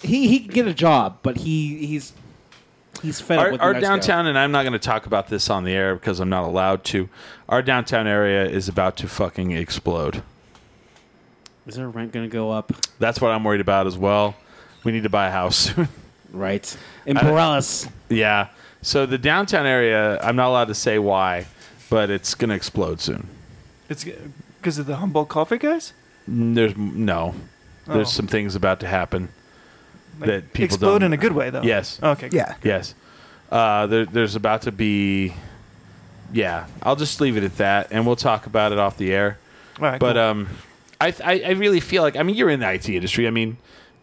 [SPEAKER 3] he he can get a job, but he he's he's fed up
[SPEAKER 2] Our,
[SPEAKER 3] with
[SPEAKER 2] our
[SPEAKER 3] New Mexico.
[SPEAKER 2] downtown, and I'm not going to talk about this on the air because I'm not allowed to. Our downtown area is about to fucking explode.
[SPEAKER 3] Is their rent going to go up?
[SPEAKER 2] That's what I'm worried about as well. We need to buy a house soon.
[SPEAKER 3] Right. In Borealis.
[SPEAKER 2] Yeah. So the downtown area, I'm not allowed to say why, but it's going to explode soon.
[SPEAKER 4] It's because of the Humboldt Coffee guys.
[SPEAKER 2] Mm, There's no. There's
[SPEAKER 4] Oh.
[SPEAKER 2] some things about to happen.
[SPEAKER 4] Like,
[SPEAKER 2] That people
[SPEAKER 4] explode
[SPEAKER 2] don't-
[SPEAKER 4] in a good way, though.
[SPEAKER 2] Yes.
[SPEAKER 4] Okay. good.
[SPEAKER 5] yeah.
[SPEAKER 2] Yes. Uh, there, there's about to be. Yeah. I'll just leave it at that, and we'll talk about it off the air.
[SPEAKER 4] All right.
[SPEAKER 2] But
[SPEAKER 4] cool.
[SPEAKER 2] um, I, th- I I really feel like I mean you're in the IT industry. I mean,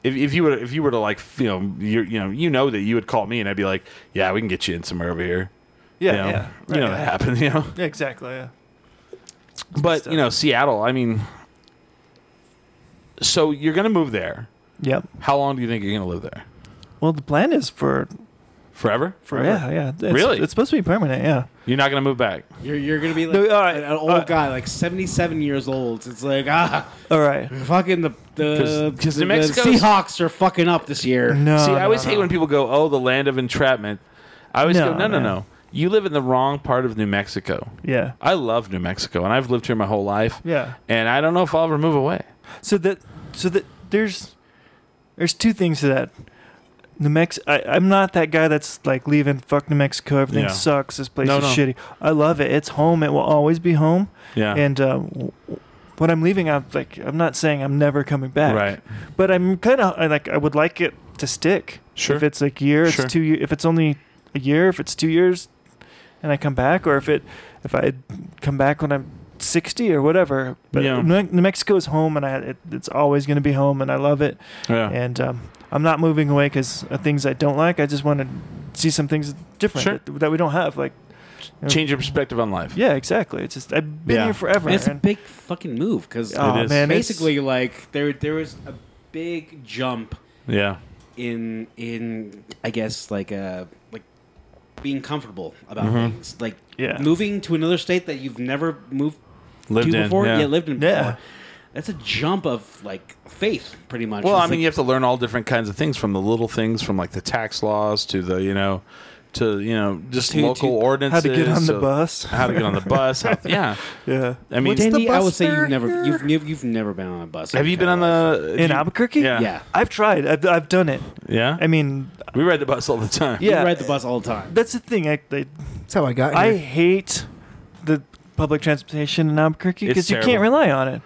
[SPEAKER 2] if, if you were if you were to like you know you you know you know that you would call me and I'd be like, yeah, we can get you in somewhere over here.
[SPEAKER 4] yeah,
[SPEAKER 2] you know,
[SPEAKER 4] yeah,
[SPEAKER 2] you know
[SPEAKER 4] right,
[SPEAKER 2] that
[SPEAKER 4] yeah.
[SPEAKER 2] happened. You know,
[SPEAKER 4] Yeah, exactly. Yeah.
[SPEAKER 2] but
[SPEAKER 4] stuff.
[SPEAKER 2] you know Seattle. I mean, so you're gonna move there.
[SPEAKER 4] Yep.
[SPEAKER 2] How long do you think you're gonna live there?
[SPEAKER 4] Well, the plan is for,
[SPEAKER 2] Forever?
[SPEAKER 4] for yeah, yeah. It's,
[SPEAKER 2] Really?
[SPEAKER 4] It's supposed to be permanent. Yeah.
[SPEAKER 2] You're not gonna move back.
[SPEAKER 3] You're, you're going to be like
[SPEAKER 4] No, all right,
[SPEAKER 3] an, an old
[SPEAKER 4] all right.
[SPEAKER 3] guy, like 77 years old. It's like, ah,
[SPEAKER 4] All right.
[SPEAKER 3] fucking the, the,
[SPEAKER 2] 'Cause- 'cause
[SPEAKER 3] the,
[SPEAKER 2] New Mexico's-
[SPEAKER 3] the Seahawks are fucking up this year.
[SPEAKER 4] No.
[SPEAKER 2] See, I
[SPEAKER 4] no,
[SPEAKER 2] always
[SPEAKER 4] no.
[SPEAKER 2] hate when people go, "Oh, the land of entrapment." I always
[SPEAKER 4] No,
[SPEAKER 2] go, "No, no,
[SPEAKER 4] man.
[SPEAKER 2] no. You live in the wrong part of New Mexico."
[SPEAKER 4] Yeah.
[SPEAKER 2] I love New Mexico, and I've lived here my whole life.
[SPEAKER 4] Yeah.
[SPEAKER 2] and I don't know if I'll ever move away.
[SPEAKER 4] So that so that there's there's two things to that. New Mex I, I'm not that guy that's like leaving fuck New Mexico, everything
[SPEAKER 2] Yeah.
[SPEAKER 4] sucks, this place
[SPEAKER 2] No,
[SPEAKER 4] is
[SPEAKER 2] no.
[SPEAKER 4] shitty. I love it. It's home, it will always be home.
[SPEAKER 2] Yeah,
[SPEAKER 4] And um, w- when I'm leaving I'm like I'm not saying I'm never coming back.
[SPEAKER 2] right.
[SPEAKER 4] But I'm kinda I like I would like it to stick.
[SPEAKER 2] Sure.
[SPEAKER 4] If it's like year, it's
[SPEAKER 2] Sure.
[SPEAKER 4] two year if it's only a year, if it's two years and I come back, or if it if I come back when I'm sixty or whatever. But
[SPEAKER 2] Yeah.
[SPEAKER 4] New, New Mexico is home and I it, it's always gonna be home and I love it
[SPEAKER 2] Yeah.
[SPEAKER 4] and um, I'm not moving away because of things I don't like. I just want to see some things different
[SPEAKER 2] Sure.
[SPEAKER 4] that, that we don't have. Like,
[SPEAKER 2] Change your perspective on life.
[SPEAKER 4] yeah, exactly. It's just I've been
[SPEAKER 2] Yeah.
[SPEAKER 4] here forever.
[SPEAKER 3] And it's a
[SPEAKER 4] and-
[SPEAKER 3] big fucking move because
[SPEAKER 4] Aw,
[SPEAKER 2] It is.
[SPEAKER 4] man, it's-
[SPEAKER 3] Uh, basically, like, there, there was a big jump
[SPEAKER 2] Yeah.
[SPEAKER 3] in in I guess like uh like being comfortable about
[SPEAKER 2] Mm-hmm.
[SPEAKER 3] things like
[SPEAKER 4] Yeah.
[SPEAKER 3] moving to another state that you've never moved
[SPEAKER 2] Lived
[SPEAKER 3] to
[SPEAKER 2] in,
[SPEAKER 3] before
[SPEAKER 2] yeah.
[SPEAKER 3] lived in before
[SPEAKER 4] Yeah.
[SPEAKER 3] that's a jump of like faith pretty much
[SPEAKER 2] Well,
[SPEAKER 3] It's
[SPEAKER 2] I mean, you
[SPEAKER 3] like,
[SPEAKER 2] have to learn all different kinds of things from the little things, from like the tax laws to the you know, to you know, just
[SPEAKER 3] To-
[SPEAKER 2] local
[SPEAKER 3] to-
[SPEAKER 4] how
[SPEAKER 2] ordinances.
[SPEAKER 4] to get on the
[SPEAKER 2] uh,
[SPEAKER 4] bus.
[SPEAKER 2] How to get on the bus? how- yeah.
[SPEAKER 4] yeah.
[SPEAKER 2] I mean,
[SPEAKER 5] What's the
[SPEAKER 3] Danny, I
[SPEAKER 5] bus
[SPEAKER 3] would say
[SPEAKER 5] fare
[SPEAKER 3] you've never
[SPEAKER 5] here?
[SPEAKER 3] you've, you've you've never been on a bus. in
[SPEAKER 2] have
[SPEAKER 3] your
[SPEAKER 2] you been on
[SPEAKER 3] entire life.
[SPEAKER 2] the
[SPEAKER 4] uh, In
[SPEAKER 2] you-
[SPEAKER 4] Albuquerque?
[SPEAKER 2] Yeah.
[SPEAKER 4] uh,
[SPEAKER 3] Yeah,
[SPEAKER 4] I've tried. I've, I've done it.
[SPEAKER 2] Yeah.
[SPEAKER 4] I mean,
[SPEAKER 2] we ride the bus all the time.
[SPEAKER 4] yeah.
[SPEAKER 3] you ride the bus all the time.
[SPEAKER 4] that's the thing. I I,
[SPEAKER 5] That's how I got
[SPEAKER 4] I
[SPEAKER 5] here.
[SPEAKER 4] hate the public transportation in Albuquerque
[SPEAKER 2] It's
[SPEAKER 4] because you can't
[SPEAKER 2] terrible.
[SPEAKER 4] rely on it.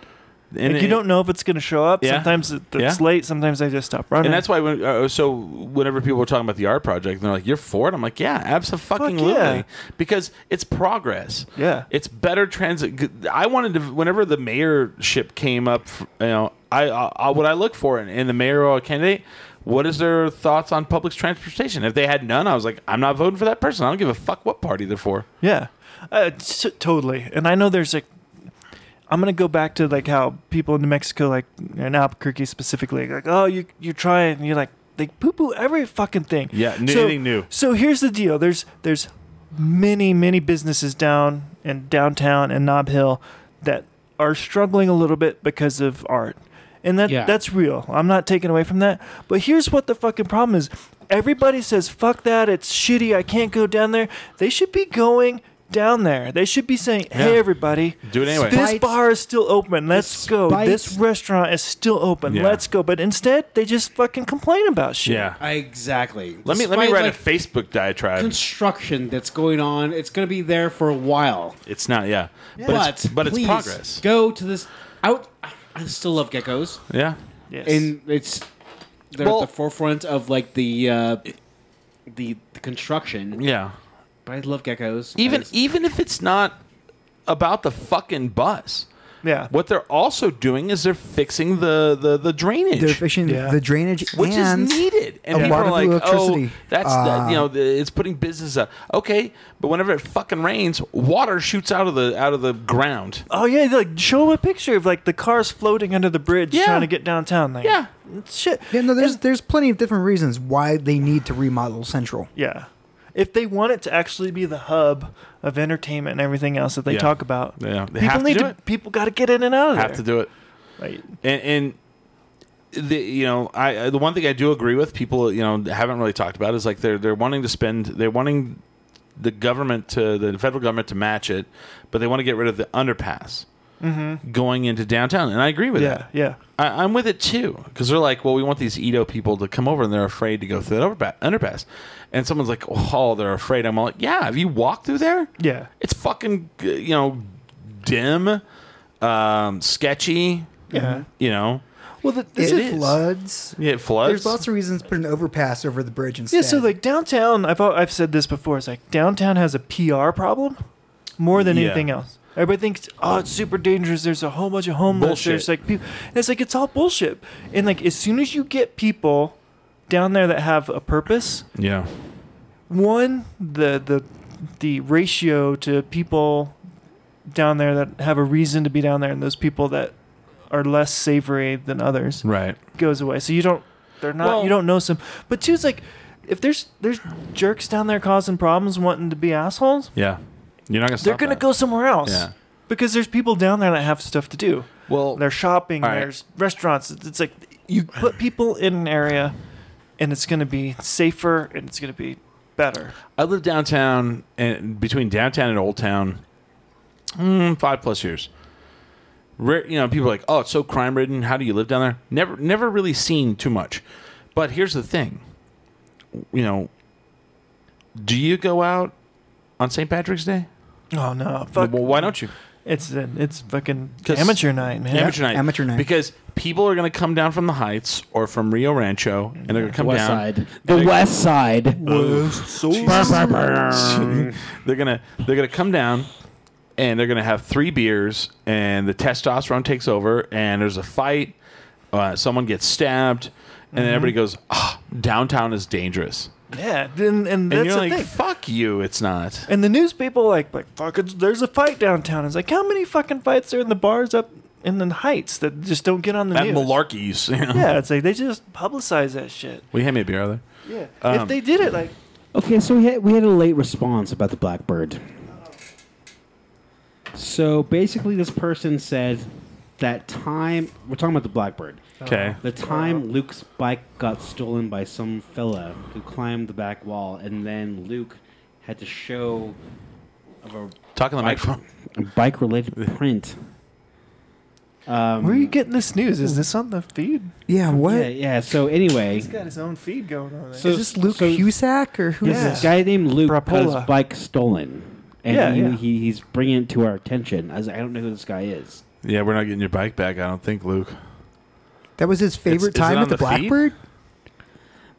[SPEAKER 2] And
[SPEAKER 4] like you
[SPEAKER 2] it-
[SPEAKER 4] don't know if it's going to show up.
[SPEAKER 2] Yeah.
[SPEAKER 4] Sometimes it, it's
[SPEAKER 2] Yeah.
[SPEAKER 4] late. Sometimes I just stop running.
[SPEAKER 2] And that's why when uh, so whenever people were talking about the art project, they're like, "You're for it." I'm like, "Yeah, absolutely."
[SPEAKER 4] Fuck yeah.
[SPEAKER 2] Because it's progress.
[SPEAKER 4] Yeah.
[SPEAKER 2] it's better transit. I wanted to whenever the mayorship came up, you know, I, I, I what I look for in, in the mayoral candidate. What is their thoughts on public transportation? If they had none, I was like, I'm not voting for that person. I don't give a fuck what party they're for.
[SPEAKER 4] Yeah, uh, s totally. And I know there's like, I'm gonna go back to like how people in New Mexico, like in Albuquerque specifically, like, oh, you you try it, and you're like, they poo poo every fucking thing.
[SPEAKER 2] Yeah, n-
[SPEAKER 4] so,
[SPEAKER 2] anything new.
[SPEAKER 4] So here's the deal. There's there's many many businesses down in downtown and Knob Hill that are struggling a little bit because of art. And that
[SPEAKER 3] Yeah.
[SPEAKER 4] that's real. I'm not taking away from that. But here's what the fucking problem is. Everybody says fuck that. It's shitty. I can't go down there. They should be going down there. They should be saying, "Hey
[SPEAKER 2] Yeah.
[SPEAKER 4] everybody,
[SPEAKER 2] Do it anyway.
[SPEAKER 4] this
[SPEAKER 3] Despite-
[SPEAKER 4] bar is still open. Let's go. This
[SPEAKER 3] Despite-
[SPEAKER 4] restaurant is still open.
[SPEAKER 2] Yeah.
[SPEAKER 4] Let's go." But instead, they just fucking complain about shit.
[SPEAKER 2] Yeah.
[SPEAKER 3] Exactly.
[SPEAKER 2] Let me let me
[SPEAKER 3] Despite,
[SPEAKER 2] write
[SPEAKER 3] like,
[SPEAKER 2] a Facebook diatribe.
[SPEAKER 3] construction that's going on. It's going to be there for a while.
[SPEAKER 2] it's not, yeah, but
[SPEAKER 3] But
[SPEAKER 2] it's, but it's
[SPEAKER 3] please,
[SPEAKER 2] progress.
[SPEAKER 3] Go to this. Out. I still love geckos,
[SPEAKER 2] Yeah,
[SPEAKER 4] Yes.
[SPEAKER 3] and it's they're
[SPEAKER 2] Well-
[SPEAKER 3] at the forefront of like the uh, the, the construction.
[SPEAKER 2] yeah.
[SPEAKER 3] But I love geckos. I
[SPEAKER 2] Even
[SPEAKER 3] just-
[SPEAKER 2] even if it's not about the fucking bus,
[SPEAKER 4] yeah.
[SPEAKER 2] what they're also doing is they're fixing the the, the drainage.
[SPEAKER 5] They're fishing
[SPEAKER 4] Yeah.
[SPEAKER 5] the drainage
[SPEAKER 2] which
[SPEAKER 5] and
[SPEAKER 2] is needed, and
[SPEAKER 5] a
[SPEAKER 2] people are
[SPEAKER 5] lot of
[SPEAKER 2] like, "Oh,
[SPEAKER 5] electricity.
[SPEAKER 2] that's
[SPEAKER 5] Uh,
[SPEAKER 2] that, you know, the, it's putting business up." Okay, but whenever it fucking rains, water shoots out of the out of the ground.
[SPEAKER 4] Oh yeah, like show 'em a picture of like the cars floating under the bridge
[SPEAKER 2] Yeah.
[SPEAKER 4] trying to get downtown. Like,
[SPEAKER 2] Yeah.
[SPEAKER 4] shit.
[SPEAKER 5] Yeah, no, there's
[SPEAKER 4] And-
[SPEAKER 5] there's plenty of different reasons why they need to remodel Central.
[SPEAKER 4] yeah. If they want it to actually be the hub of entertainment and everything else that they
[SPEAKER 2] Yeah.
[SPEAKER 4] talk about,
[SPEAKER 2] Yeah. They
[SPEAKER 4] people
[SPEAKER 2] have to
[SPEAKER 4] need
[SPEAKER 2] do
[SPEAKER 4] to.
[SPEAKER 2] it.
[SPEAKER 4] People got to get in and out of
[SPEAKER 2] Have
[SPEAKER 4] there.
[SPEAKER 2] to do it.
[SPEAKER 4] Like,
[SPEAKER 2] and and the you know I I- the one thing I do agree with people you know haven't really talked about is like they're they're wanting to spend they're wanting the government to the federal government to match it, but they want to get rid of the underpass going into downtown, and I agree with
[SPEAKER 4] yeah,
[SPEAKER 2] that.
[SPEAKER 4] yeah,
[SPEAKER 2] I, I'm with it too because they're like, well, we want these Edo people to come over, and they're afraid to go through that overpa- underpass. And someone's like, oh, they're afraid. I'm like, yeah, have you walked through there?
[SPEAKER 4] yeah,
[SPEAKER 2] It's fucking uh, you know dim, um, sketchy.
[SPEAKER 4] yeah.
[SPEAKER 2] You know,
[SPEAKER 4] Well, the,
[SPEAKER 5] It,
[SPEAKER 4] this is
[SPEAKER 5] floods.
[SPEAKER 2] yeah, it floods.
[SPEAKER 5] There's lots of reasons to put an overpass over the bridge instead.
[SPEAKER 4] yeah. So like downtown, I've al- I've said this before. It's like downtown has a PR problem more than
[SPEAKER 2] Yeah.
[SPEAKER 4] anything else. Everybody thinks, oh, it's super dangerous. There's a whole bunch of homeless.
[SPEAKER 2] Bullshit.
[SPEAKER 4] There's like people. And it's like it's all bullshit. And like as soon as you get people down there that have a purpose,
[SPEAKER 2] Yeah.
[SPEAKER 4] one the the the ratio to people down there that have a reason to be down there and those people that are less savory than others
[SPEAKER 2] Right.
[SPEAKER 4] goes away. So you don't they're not
[SPEAKER 2] Well-
[SPEAKER 4] you don't know some but two it's like if there's there's jerks down there causing problems wanting to be assholes,
[SPEAKER 2] Yeah. You're not gonna. Stop
[SPEAKER 4] they're gonna go somewhere else.
[SPEAKER 2] Yeah.
[SPEAKER 4] Because there's people down there that have stuff to do.
[SPEAKER 2] Well.
[SPEAKER 4] There's shopping,
[SPEAKER 2] All right.
[SPEAKER 4] there's restaurants. It's it's like you put people in an area and it's gonna be safer and it's gonna be better.
[SPEAKER 2] I lived downtown and between downtown and Old Town, mm, five plus years. Rare, you know, people are like, oh, it's so crime ridden. How do you live down there? Never, never really seen too much. But here's the thing. You know, do you go out on St. Patrick's Day?
[SPEAKER 4] Oh no! Fuck.
[SPEAKER 2] Well, why don't you?
[SPEAKER 4] It's it's fucking
[SPEAKER 2] 'Cause-
[SPEAKER 4] amateur night, man.
[SPEAKER 2] Amateur night.
[SPEAKER 5] amateur night.
[SPEAKER 2] Because people are going to come down from the Heights or from Rio Rancho, and they're going to come
[SPEAKER 3] West
[SPEAKER 2] down.
[SPEAKER 3] Side. The West Side.
[SPEAKER 2] they're gonna they're gonna come down and they're gonna have three beers and the testosterone takes over and there's a fight uh, someone gets stabbed and then everybody goes ah downtown is dangerous
[SPEAKER 4] Yeah, and, and
[SPEAKER 2] and
[SPEAKER 4] that's
[SPEAKER 2] you're
[SPEAKER 4] the
[SPEAKER 2] like
[SPEAKER 4] thing.
[SPEAKER 2] fuck you it's not
[SPEAKER 4] and the news people like like fuck. It's, there's a fight downtown. It's like how many fucking fights are in the bars up in the heights that just don't get on the
[SPEAKER 2] that
[SPEAKER 4] news?
[SPEAKER 2] malarkey's you know?
[SPEAKER 4] Yeah, it's like they just publicize that shit.
[SPEAKER 2] will you hand me a beer there
[SPEAKER 4] Yeah,
[SPEAKER 2] Um,
[SPEAKER 4] if they did it like
[SPEAKER 3] Okay, so we had we had a late response about the blackbird. So basically, this person said that time we're talking about the blackbird.
[SPEAKER 2] okay
[SPEAKER 3] The time Luke's bike got stolen by some fella who climbed the back wall, and then Luke had to show of a,
[SPEAKER 2] talk on the
[SPEAKER 3] Bike-
[SPEAKER 2] microphone
[SPEAKER 3] bike related print. Um,
[SPEAKER 4] where are you getting this news? Is this on the feed?
[SPEAKER 5] yeah, what?
[SPEAKER 3] Yeah, yeah. So anyway,
[SPEAKER 4] He's got his own feed going on. There.
[SPEAKER 3] So-
[SPEAKER 5] Is this Luke
[SPEAKER 3] so-
[SPEAKER 5] Cusack or who is
[SPEAKER 3] There's
[SPEAKER 4] Yeah.
[SPEAKER 5] this?
[SPEAKER 3] this guy named Luke got
[SPEAKER 4] Brapola.
[SPEAKER 3] his bike stolen, and
[SPEAKER 4] Yeah,
[SPEAKER 3] he,
[SPEAKER 4] yeah.
[SPEAKER 3] He, he's bringing it to our attention. I, was, like, I don't know who this guy is.
[SPEAKER 2] yeah we're not getting your bike back i don't think luke
[SPEAKER 5] That was his favorite
[SPEAKER 2] It's- is it
[SPEAKER 5] time
[SPEAKER 2] on
[SPEAKER 5] at the,
[SPEAKER 2] the feed?
[SPEAKER 5] Blackbird.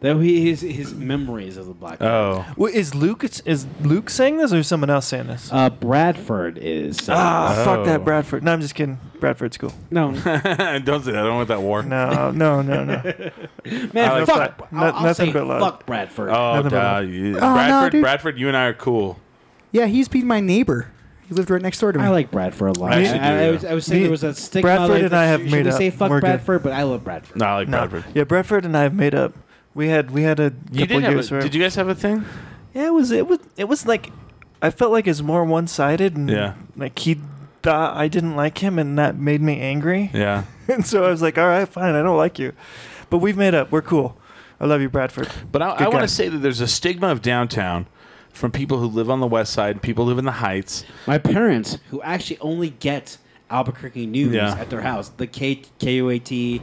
[SPEAKER 3] Though he his his memories of the black.
[SPEAKER 4] Uh,
[SPEAKER 3] Planet.
[SPEAKER 2] Oh,
[SPEAKER 4] Wait, is Luke is Luke saying this or is someone else saying this?
[SPEAKER 3] Uh, Bradford is. saying
[SPEAKER 4] ah,
[SPEAKER 3] this.
[SPEAKER 4] fuck
[SPEAKER 2] Oh.
[SPEAKER 4] that Bradford. No, I'm just kidding. Bradford's cool.
[SPEAKER 3] No,
[SPEAKER 2] don't say that. I don't want that war.
[SPEAKER 4] No, no, no, no.
[SPEAKER 3] man,
[SPEAKER 2] like
[SPEAKER 3] fuck.
[SPEAKER 4] that.
[SPEAKER 3] I'll,
[SPEAKER 4] No-
[SPEAKER 3] I'll
[SPEAKER 4] nothing
[SPEAKER 3] say
[SPEAKER 4] but love.
[SPEAKER 3] fuck Bradford.
[SPEAKER 2] Oh,
[SPEAKER 4] Nothing
[SPEAKER 2] duh,
[SPEAKER 4] but love.
[SPEAKER 2] you-
[SPEAKER 5] no,
[SPEAKER 2] Bradford,
[SPEAKER 5] dude.
[SPEAKER 2] Bradford, you and I are cool.
[SPEAKER 5] Yeah, he used to be my neighbor. He lived right next door to me.
[SPEAKER 3] I like Bradford a lot.
[SPEAKER 2] I
[SPEAKER 3] I,
[SPEAKER 2] actually
[SPEAKER 3] I-
[SPEAKER 2] do,
[SPEAKER 3] I was, I was saying
[SPEAKER 4] Me-
[SPEAKER 3] there was that stigma.
[SPEAKER 4] Bradford
[SPEAKER 3] like,
[SPEAKER 4] and I have
[SPEAKER 3] should
[SPEAKER 4] made
[SPEAKER 3] we say
[SPEAKER 4] up.
[SPEAKER 3] fuck
[SPEAKER 4] We're good.
[SPEAKER 3] Bradford, but I love Bradford.
[SPEAKER 2] No, I like
[SPEAKER 4] No.
[SPEAKER 2] Bradford.
[SPEAKER 4] Yeah, Bradford and I have made up. We had we had a
[SPEAKER 2] You
[SPEAKER 4] couple
[SPEAKER 2] did have.
[SPEAKER 4] years
[SPEAKER 2] A,
[SPEAKER 4] where
[SPEAKER 2] did you guys have a thing?
[SPEAKER 4] Yeah, it was it was it was like I felt like it's more one sided and
[SPEAKER 2] Yeah.
[SPEAKER 4] like he thought I didn't like him and that made me angry.
[SPEAKER 2] Yeah.
[SPEAKER 4] and so I was like, All right, fine, I don't like you. But we've made up. We're cool. I love you, Bradford.
[SPEAKER 2] But I,
[SPEAKER 4] Good
[SPEAKER 2] I want
[SPEAKER 4] guy.
[SPEAKER 2] to say that there's a stigma of downtown from people who live on the west side, people who live in the heights.
[SPEAKER 3] My parents, who actually only get Albuquerque news
[SPEAKER 2] Yeah.
[SPEAKER 3] at their house, the K- KUAT,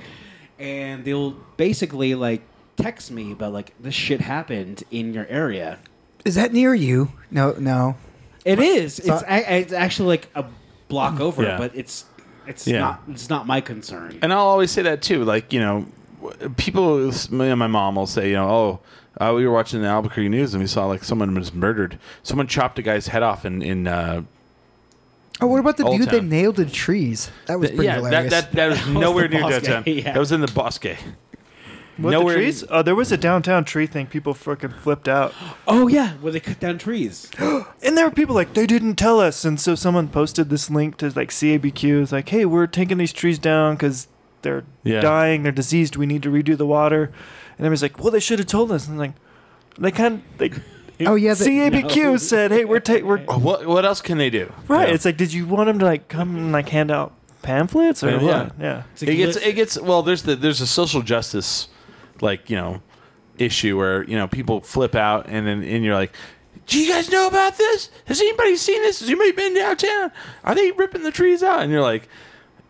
[SPEAKER 3] and they'll basically like text me about like this shit happened in your area.
[SPEAKER 5] Is that near you? No, no.
[SPEAKER 3] It is.
[SPEAKER 5] So-
[SPEAKER 3] It's, a- it's actually like a block over,
[SPEAKER 2] Yeah.
[SPEAKER 3] but it's it's
[SPEAKER 2] Yeah.
[SPEAKER 3] not it's not my concern.
[SPEAKER 2] And I'll always say that too. Like, you know, people, my my mom will say, you know, oh, uh, we were watching the Albuquerque news and we saw like someone was murdered. Someone chopped a guy's head off in, in uh,
[SPEAKER 5] Oh, what about the
[SPEAKER 2] Old
[SPEAKER 5] dude that
[SPEAKER 2] Town.
[SPEAKER 5] nailed to trees? That was pretty
[SPEAKER 2] yeah, that,
[SPEAKER 5] hilarious.
[SPEAKER 2] that, that was
[SPEAKER 3] was
[SPEAKER 2] nowhere
[SPEAKER 3] the
[SPEAKER 2] near
[SPEAKER 3] Bosque,
[SPEAKER 2] downtown.
[SPEAKER 3] yeah.
[SPEAKER 2] That was in the Bosque.
[SPEAKER 4] What
[SPEAKER 2] Nowhere-
[SPEAKER 4] the trees? Oh, there was a downtown tree thing. People fucking flipped out.
[SPEAKER 3] oh yeah, where they cut down trees.
[SPEAKER 4] And there were people like, they didn't tell us. And so someone posted this link to like CABQ. It's like, hey, we're taking these trees down because they're
[SPEAKER 2] Yeah.
[SPEAKER 4] dying, they're diseased. We need to redo the water. And everybody's like, well, they should have told us. And I'm like, they kind of like.
[SPEAKER 5] Oh, yeah, the-
[SPEAKER 4] CABQ
[SPEAKER 3] No.
[SPEAKER 4] said, hey, we're taking. We're,
[SPEAKER 2] Oh, What, what else can they do?
[SPEAKER 4] right.
[SPEAKER 2] Yeah.
[SPEAKER 4] It's like, did you want them to like come and like hand out pamphlets or
[SPEAKER 2] Yeah.
[SPEAKER 4] what? Yeah.
[SPEAKER 3] It's like
[SPEAKER 2] it gets
[SPEAKER 3] lit-
[SPEAKER 2] it gets well there's the there's a social justice like you know issue where you know people flip out and then and you're like do you guys know about this has anybody seen this has anybody been downtown are they ripping the trees out and you're like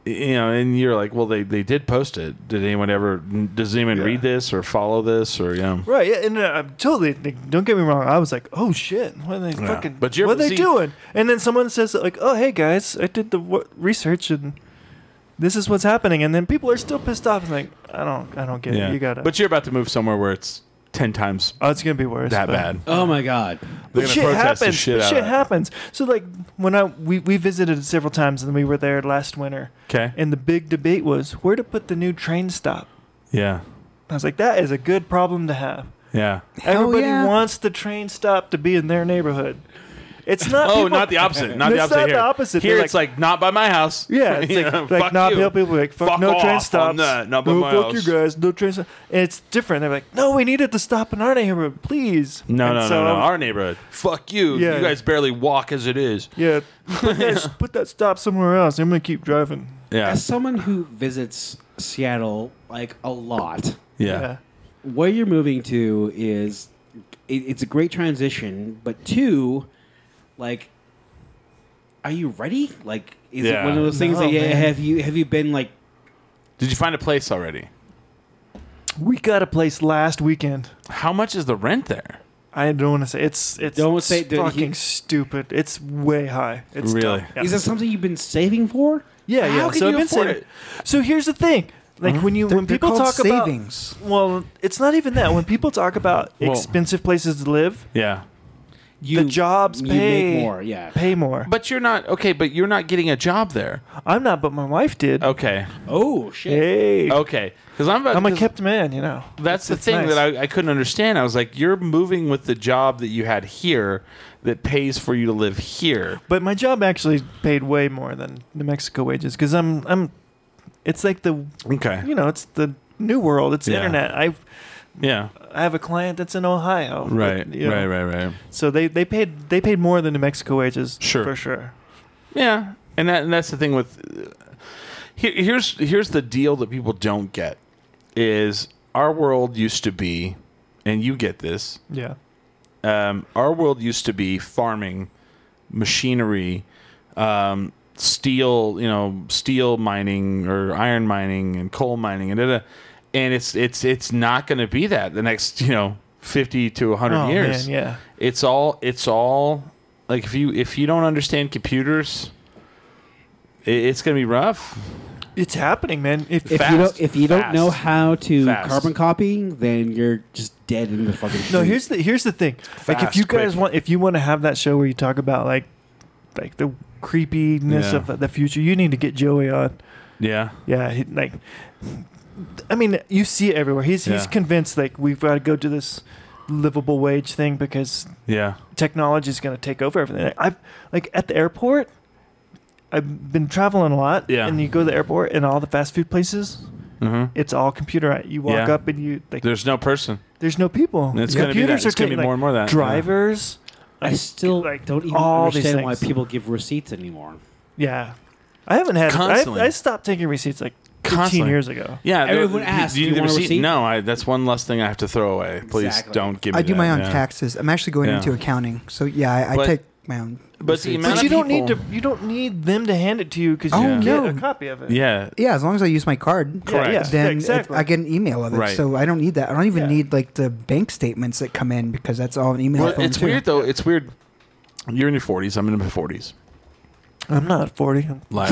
[SPEAKER 2] you know and you're like well they they did post it did anyone ever does anyone
[SPEAKER 4] Yeah.
[SPEAKER 2] read this or follow this or you know
[SPEAKER 4] Right, yeah, and uh, I'm totally. Like, don't get me wrong. I was like, "Oh shit, what are they
[SPEAKER 2] Yeah.
[SPEAKER 4] fucking?
[SPEAKER 2] But you're-
[SPEAKER 4] what are they
[SPEAKER 2] see-
[SPEAKER 4] doing?" And then someone says, "Like, oh hey guys, I did the w- research and this is what's happening." And then people are still pissed off. And like, I don't, I don't get
[SPEAKER 2] yeah
[SPEAKER 4] it. You got to
[SPEAKER 2] but you're about to move somewhere where it's 10 times
[SPEAKER 4] oh, it's gonna be worse.
[SPEAKER 2] that
[SPEAKER 4] but-
[SPEAKER 2] bad
[SPEAKER 3] Oh my god.
[SPEAKER 2] They're
[SPEAKER 4] But
[SPEAKER 2] gonna
[SPEAKER 4] shit
[SPEAKER 2] protest the
[SPEAKER 4] happens.
[SPEAKER 2] shit
[SPEAKER 4] but
[SPEAKER 2] out
[SPEAKER 4] shit
[SPEAKER 2] of it.
[SPEAKER 4] happens. So like when I we, we visited several times and we were there last winter,
[SPEAKER 2] okay
[SPEAKER 4] and the big debate was where to put the new train stop.
[SPEAKER 2] yeah
[SPEAKER 4] I was like, that is a good problem to have.
[SPEAKER 2] yeah
[SPEAKER 5] Hell
[SPEAKER 4] Everybody
[SPEAKER 5] yeah.
[SPEAKER 4] wants the train stop to be in their neighborhood. It's not.
[SPEAKER 2] Oh,
[SPEAKER 4] people-
[SPEAKER 2] not the opposite. Not the
[SPEAKER 4] It's
[SPEAKER 2] opposite
[SPEAKER 4] not
[SPEAKER 2] here.
[SPEAKER 4] the opposite.
[SPEAKER 2] Here
[SPEAKER 4] They're
[SPEAKER 2] it's like, not by my house.
[SPEAKER 4] Yeah, it's
[SPEAKER 2] You
[SPEAKER 4] like,
[SPEAKER 2] know,
[SPEAKER 4] like
[SPEAKER 2] fuck
[SPEAKER 4] not
[SPEAKER 2] you.
[SPEAKER 4] people be like fuck, no
[SPEAKER 2] off
[SPEAKER 4] train
[SPEAKER 2] on
[SPEAKER 4] stops.
[SPEAKER 2] that, not by
[SPEAKER 4] no,
[SPEAKER 2] my
[SPEAKER 4] fuck
[SPEAKER 2] house.
[SPEAKER 4] you guys, no train stops. And it's different. They're like, no, we need it to stop in our neighborhood, please.
[SPEAKER 2] No,
[SPEAKER 4] And
[SPEAKER 2] no,
[SPEAKER 4] so,
[SPEAKER 2] no, no. Our neighborhood. Fuck you.
[SPEAKER 4] Yeah.
[SPEAKER 2] You guys barely walk as it is.
[SPEAKER 4] yeah, put that, put that stop somewhere else. I'm gonna keep driving.
[SPEAKER 2] Yeah.
[SPEAKER 3] As someone who visits Seattle like a lot,
[SPEAKER 2] Yeah.
[SPEAKER 3] where you're moving to is it, it's a great transition, but two, like, are you ready? Like, is
[SPEAKER 2] Yeah.
[SPEAKER 3] it one of those things
[SPEAKER 4] No,
[SPEAKER 3] that yeah,
[SPEAKER 4] man.
[SPEAKER 3] have you have you been like?
[SPEAKER 2] Did you find a place already?
[SPEAKER 4] we got a place last weekend.
[SPEAKER 2] How much is the rent there?
[SPEAKER 4] I don't want to say it's it's
[SPEAKER 3] Don't say- dude, he-
[SPEAKER 4] fucking stupid. It's way high. It's
[SPEAKER 2] Really?
[SPEAKER 4] dumb. Yeah.
[SPEAKER 3] Is this something you've been saving for?
[SPEAKER 4] Yeah,
[SPEAKER 2] How
[SPEAKER 4] yeah.
[SPEAKER 2] can
[SPEAKER 4] so
[SPEAKER 2] you
[SPEAKER 4] I've been
[SPEAKER 2] afford
[SPEAKER 4] saying-
[SPEAKER 2] it?
[SPEAKER 4] So here's the thing. Like
[SPEAKER 2] Mm-hmm.
[SPEAKER 4] when you
[SPEAKER 5] They're-
[SPEAKER 4] when
[SPEAKER 5] they're
[SPEAKER 4] people
[SPEAKER 5] called
[SPEAKER 4] talk
[SPEAKER 5] savings.
[SPEAKER 4] about well, it's not even that. When people talk about
[SPEAKER 2] Well-
[SPEAKER 4] expensive places to live,
[SPEAKER 2] Yeah.
[SPEAKER 3] You,
[SPEAKER 4] the jobs
[SPEAKER 3] you
[SPEAKER 4] pay
[SPEAKER 3] make more. Yeah.
[SPEAKER 4] pay more.
[SPEAKER 2] But you're not okay, but you're not getting a job there.
[SPEAKER 4] I'm not, but my wife did.
[SPEAKER 2] Okay.
[SPEAKER 3] Oh shit.
[SPEAKER 4] Hey,
[SPEAKER 2] Okay. Because I'm about
[SPEAKER 4] I'm a
[SPEAKER 2] 'cause
[SPEAKER 4] kept man, you know.
[SPEAKER 2] that's the
[SPEAKER 4] It's
[SPEAKER 2] thing
[SPEAKER 4] nice.
[SPEAKER 2] that I, I couldn't understand. I was like, you're moving with the job that you had here that pays for you to live here.
[SPEAKER 4] But my job actually paid way more than New Mexico wages because I'm I'm. It's like the
[SPEAKER 2] Okay.
[SPEAKER 4] you know it's the new world. It's the
[SPEAKER 2] Yeah.
[SPEAKER 4] internet. I
[SPEAKER 2] Yeah.
[SPEAKER 4] I have a client that's in Ohio. but,
[SPEAKER 2] Right.
[SPEAKER 4] you know,
[SPEAKER 2] Right, right, right.
[SPEAKER 4] So they, they paid they paid more than New Mexico wages.
[SPEAKER 2] Sure.
[SPEAKER 4] for sure.
[SPEAKER 2] Yeah, and that and that's the thing with here, here's here's the deal that people don't get is our world used to be, and you get this.
[SPEAKER 4] Yeah.
[SPEAKER 2] Um, our world used to be farming, machinery, um, steel, you know, steel mining or iron mining and coal mining and da-da. and it's it's it's not going to be that the next you know fifty to hundred
[SPEAKER 4] Oh,
[SPEAKER 2] years
[SPEAKER 4] man, yeah.
[SPEAKER 2] it's all it's all like if you if you don't understand computers it, it's gonna be rough
[SPEAKER 4] It's happening, man. If,
[SPEAKER 3] If
[SPEAKER 2] Fast.
[SPEAKER 3] you don't if you don't know
[SPEAKER 2] Fast.
[SPEAKER 3] how to
[SPEAKER 2] Fast.
[SPEAKER 3] carbon copy, then you're just dead in the fucking street.
[SPEAKER 4] No, here's the here's the thing. like if
[SPEAKER 2] Fast,
[SPEAKER 4] you guys
[SPEAKER 2] quick.
[SPEAKER 4] want if you want to have that show where you talk about like like the creepiness
[SPEAKER 2] Yeah.
[SPEAKER 4] of the future, you need to get Joey on.
[SPEAKER 2] Yeah.
[SPEAKER 4] Yeah, he, like I mean, you see it everywhere. He's he's
[SPEAKER 2] Yeah.
[SPEAKER 4] convinced like we've got to go to this livable wage thing because
[SPEAKER 2] Yeah.
[SPEAKER 4] technology is going to take over everything. Like, I've like at the airport, I've been traveling a lot,
[SPEAKER 2] Yeah.
[SPEAKER 4] and you go to the airport and all the fast food places,
[SPEAKER 2] Mm-hmm.
[SPEAKER 4] it's all computerized. You walk
[SPEAKER 2] Yeah.
[SPEAKER 4] up and you like,
[SPEAKER 2] There's no person.
[SPEAKER 4] there's no people.
[SPEAKER 2] It's gonna be that. It's gonna be
[SPEAKER 4] taking,
[SPEAKER 2] more and more of that.
[SPEAKER 4] like, drivers.
[SPEAKER 3] I
[SPEAKER 4] like,
[SPEAKER 3] still don't even
[SPEAKER 4] all these
[SPEAKER 3] understand why
[SPEAKER 4] things.
[SPEAKER 3] people give receipts anymore.
[SPEAKER 4] Yeah, I haven't had. I,
[SPEAKER 2] Constantly.
[SPEAKER 4] I stopped taking receipts like 15
[SPEAKER 2] Constantly.
[SPEAKER 4] years ago.
[SPEAKER 2] Yeah, there-
[SPEAKER 3] Everyone asks, "Do
[SPEAKER 2] need
[SPEAKER 3] you
[SPEAKER 2] the
[SPEAKER 3] want a receipt?"
[SPEAKER 2] No, I, that's one less thing I have to throw away. Please
[SPEAKER 3] Exactly.
[SPEAKER 2] don't give me.
[SPEAKER 5] I do
[SPEAKER 2] that,
[SPEAKER 5] my own
[SPEAKER 2] yeah.
[SPEAKER 5] taxes. I'm actually going
[SPEAKER 2] Yeah.
[SPEAKER 5] into accounting, so yeah, I, I
[SPEAKER 2] But-
[SPEAKER 5] take my own.
[SPEAKER 2] but the
[SPEAKER 5] receipts.
[SPEAKER 2] amount
[SPEAKER 4] But
[SPEAKER 2] of
[SPEAKER 4] you don't need to.
[SPEAKER 2] people-
[SPEAKER 4] You don't need them to hand it to you because you can
[SPEAKER 5] Oh, no.
[SPEAKER 4] get a copy of it.
[SPEAKER 2] Yeah,
[SPEAKER 5] yeah, as long as I use my card,
[SPEAKER 4] Yeah,
[SPEAKER 2] Correct.
[SPEAKER 4] yeah,
[SPEAKER 5] then it-
[SPEAKER 4] exactly.
[SPEAKER 5] I get an email of it.
[SPEAKER 2] Right.
[SPEAKER 5] So I don't need that. I don't even
[SPEAKER 4] Yeah.
[SPEAKER 5] need like the bank statements that come in because that's all an email.
[SPEAKER 2] Well,
[SPEAKER 5] phone
[SPEAKER 2] it's
[SPEAKER 5] too.
[SPEAKER 2] weird though. It's weird. You're in your 40s. I'm in my 40s.
[SPEAKER 4] I'm not 40. I'm
[SPEAKER 2] Liar.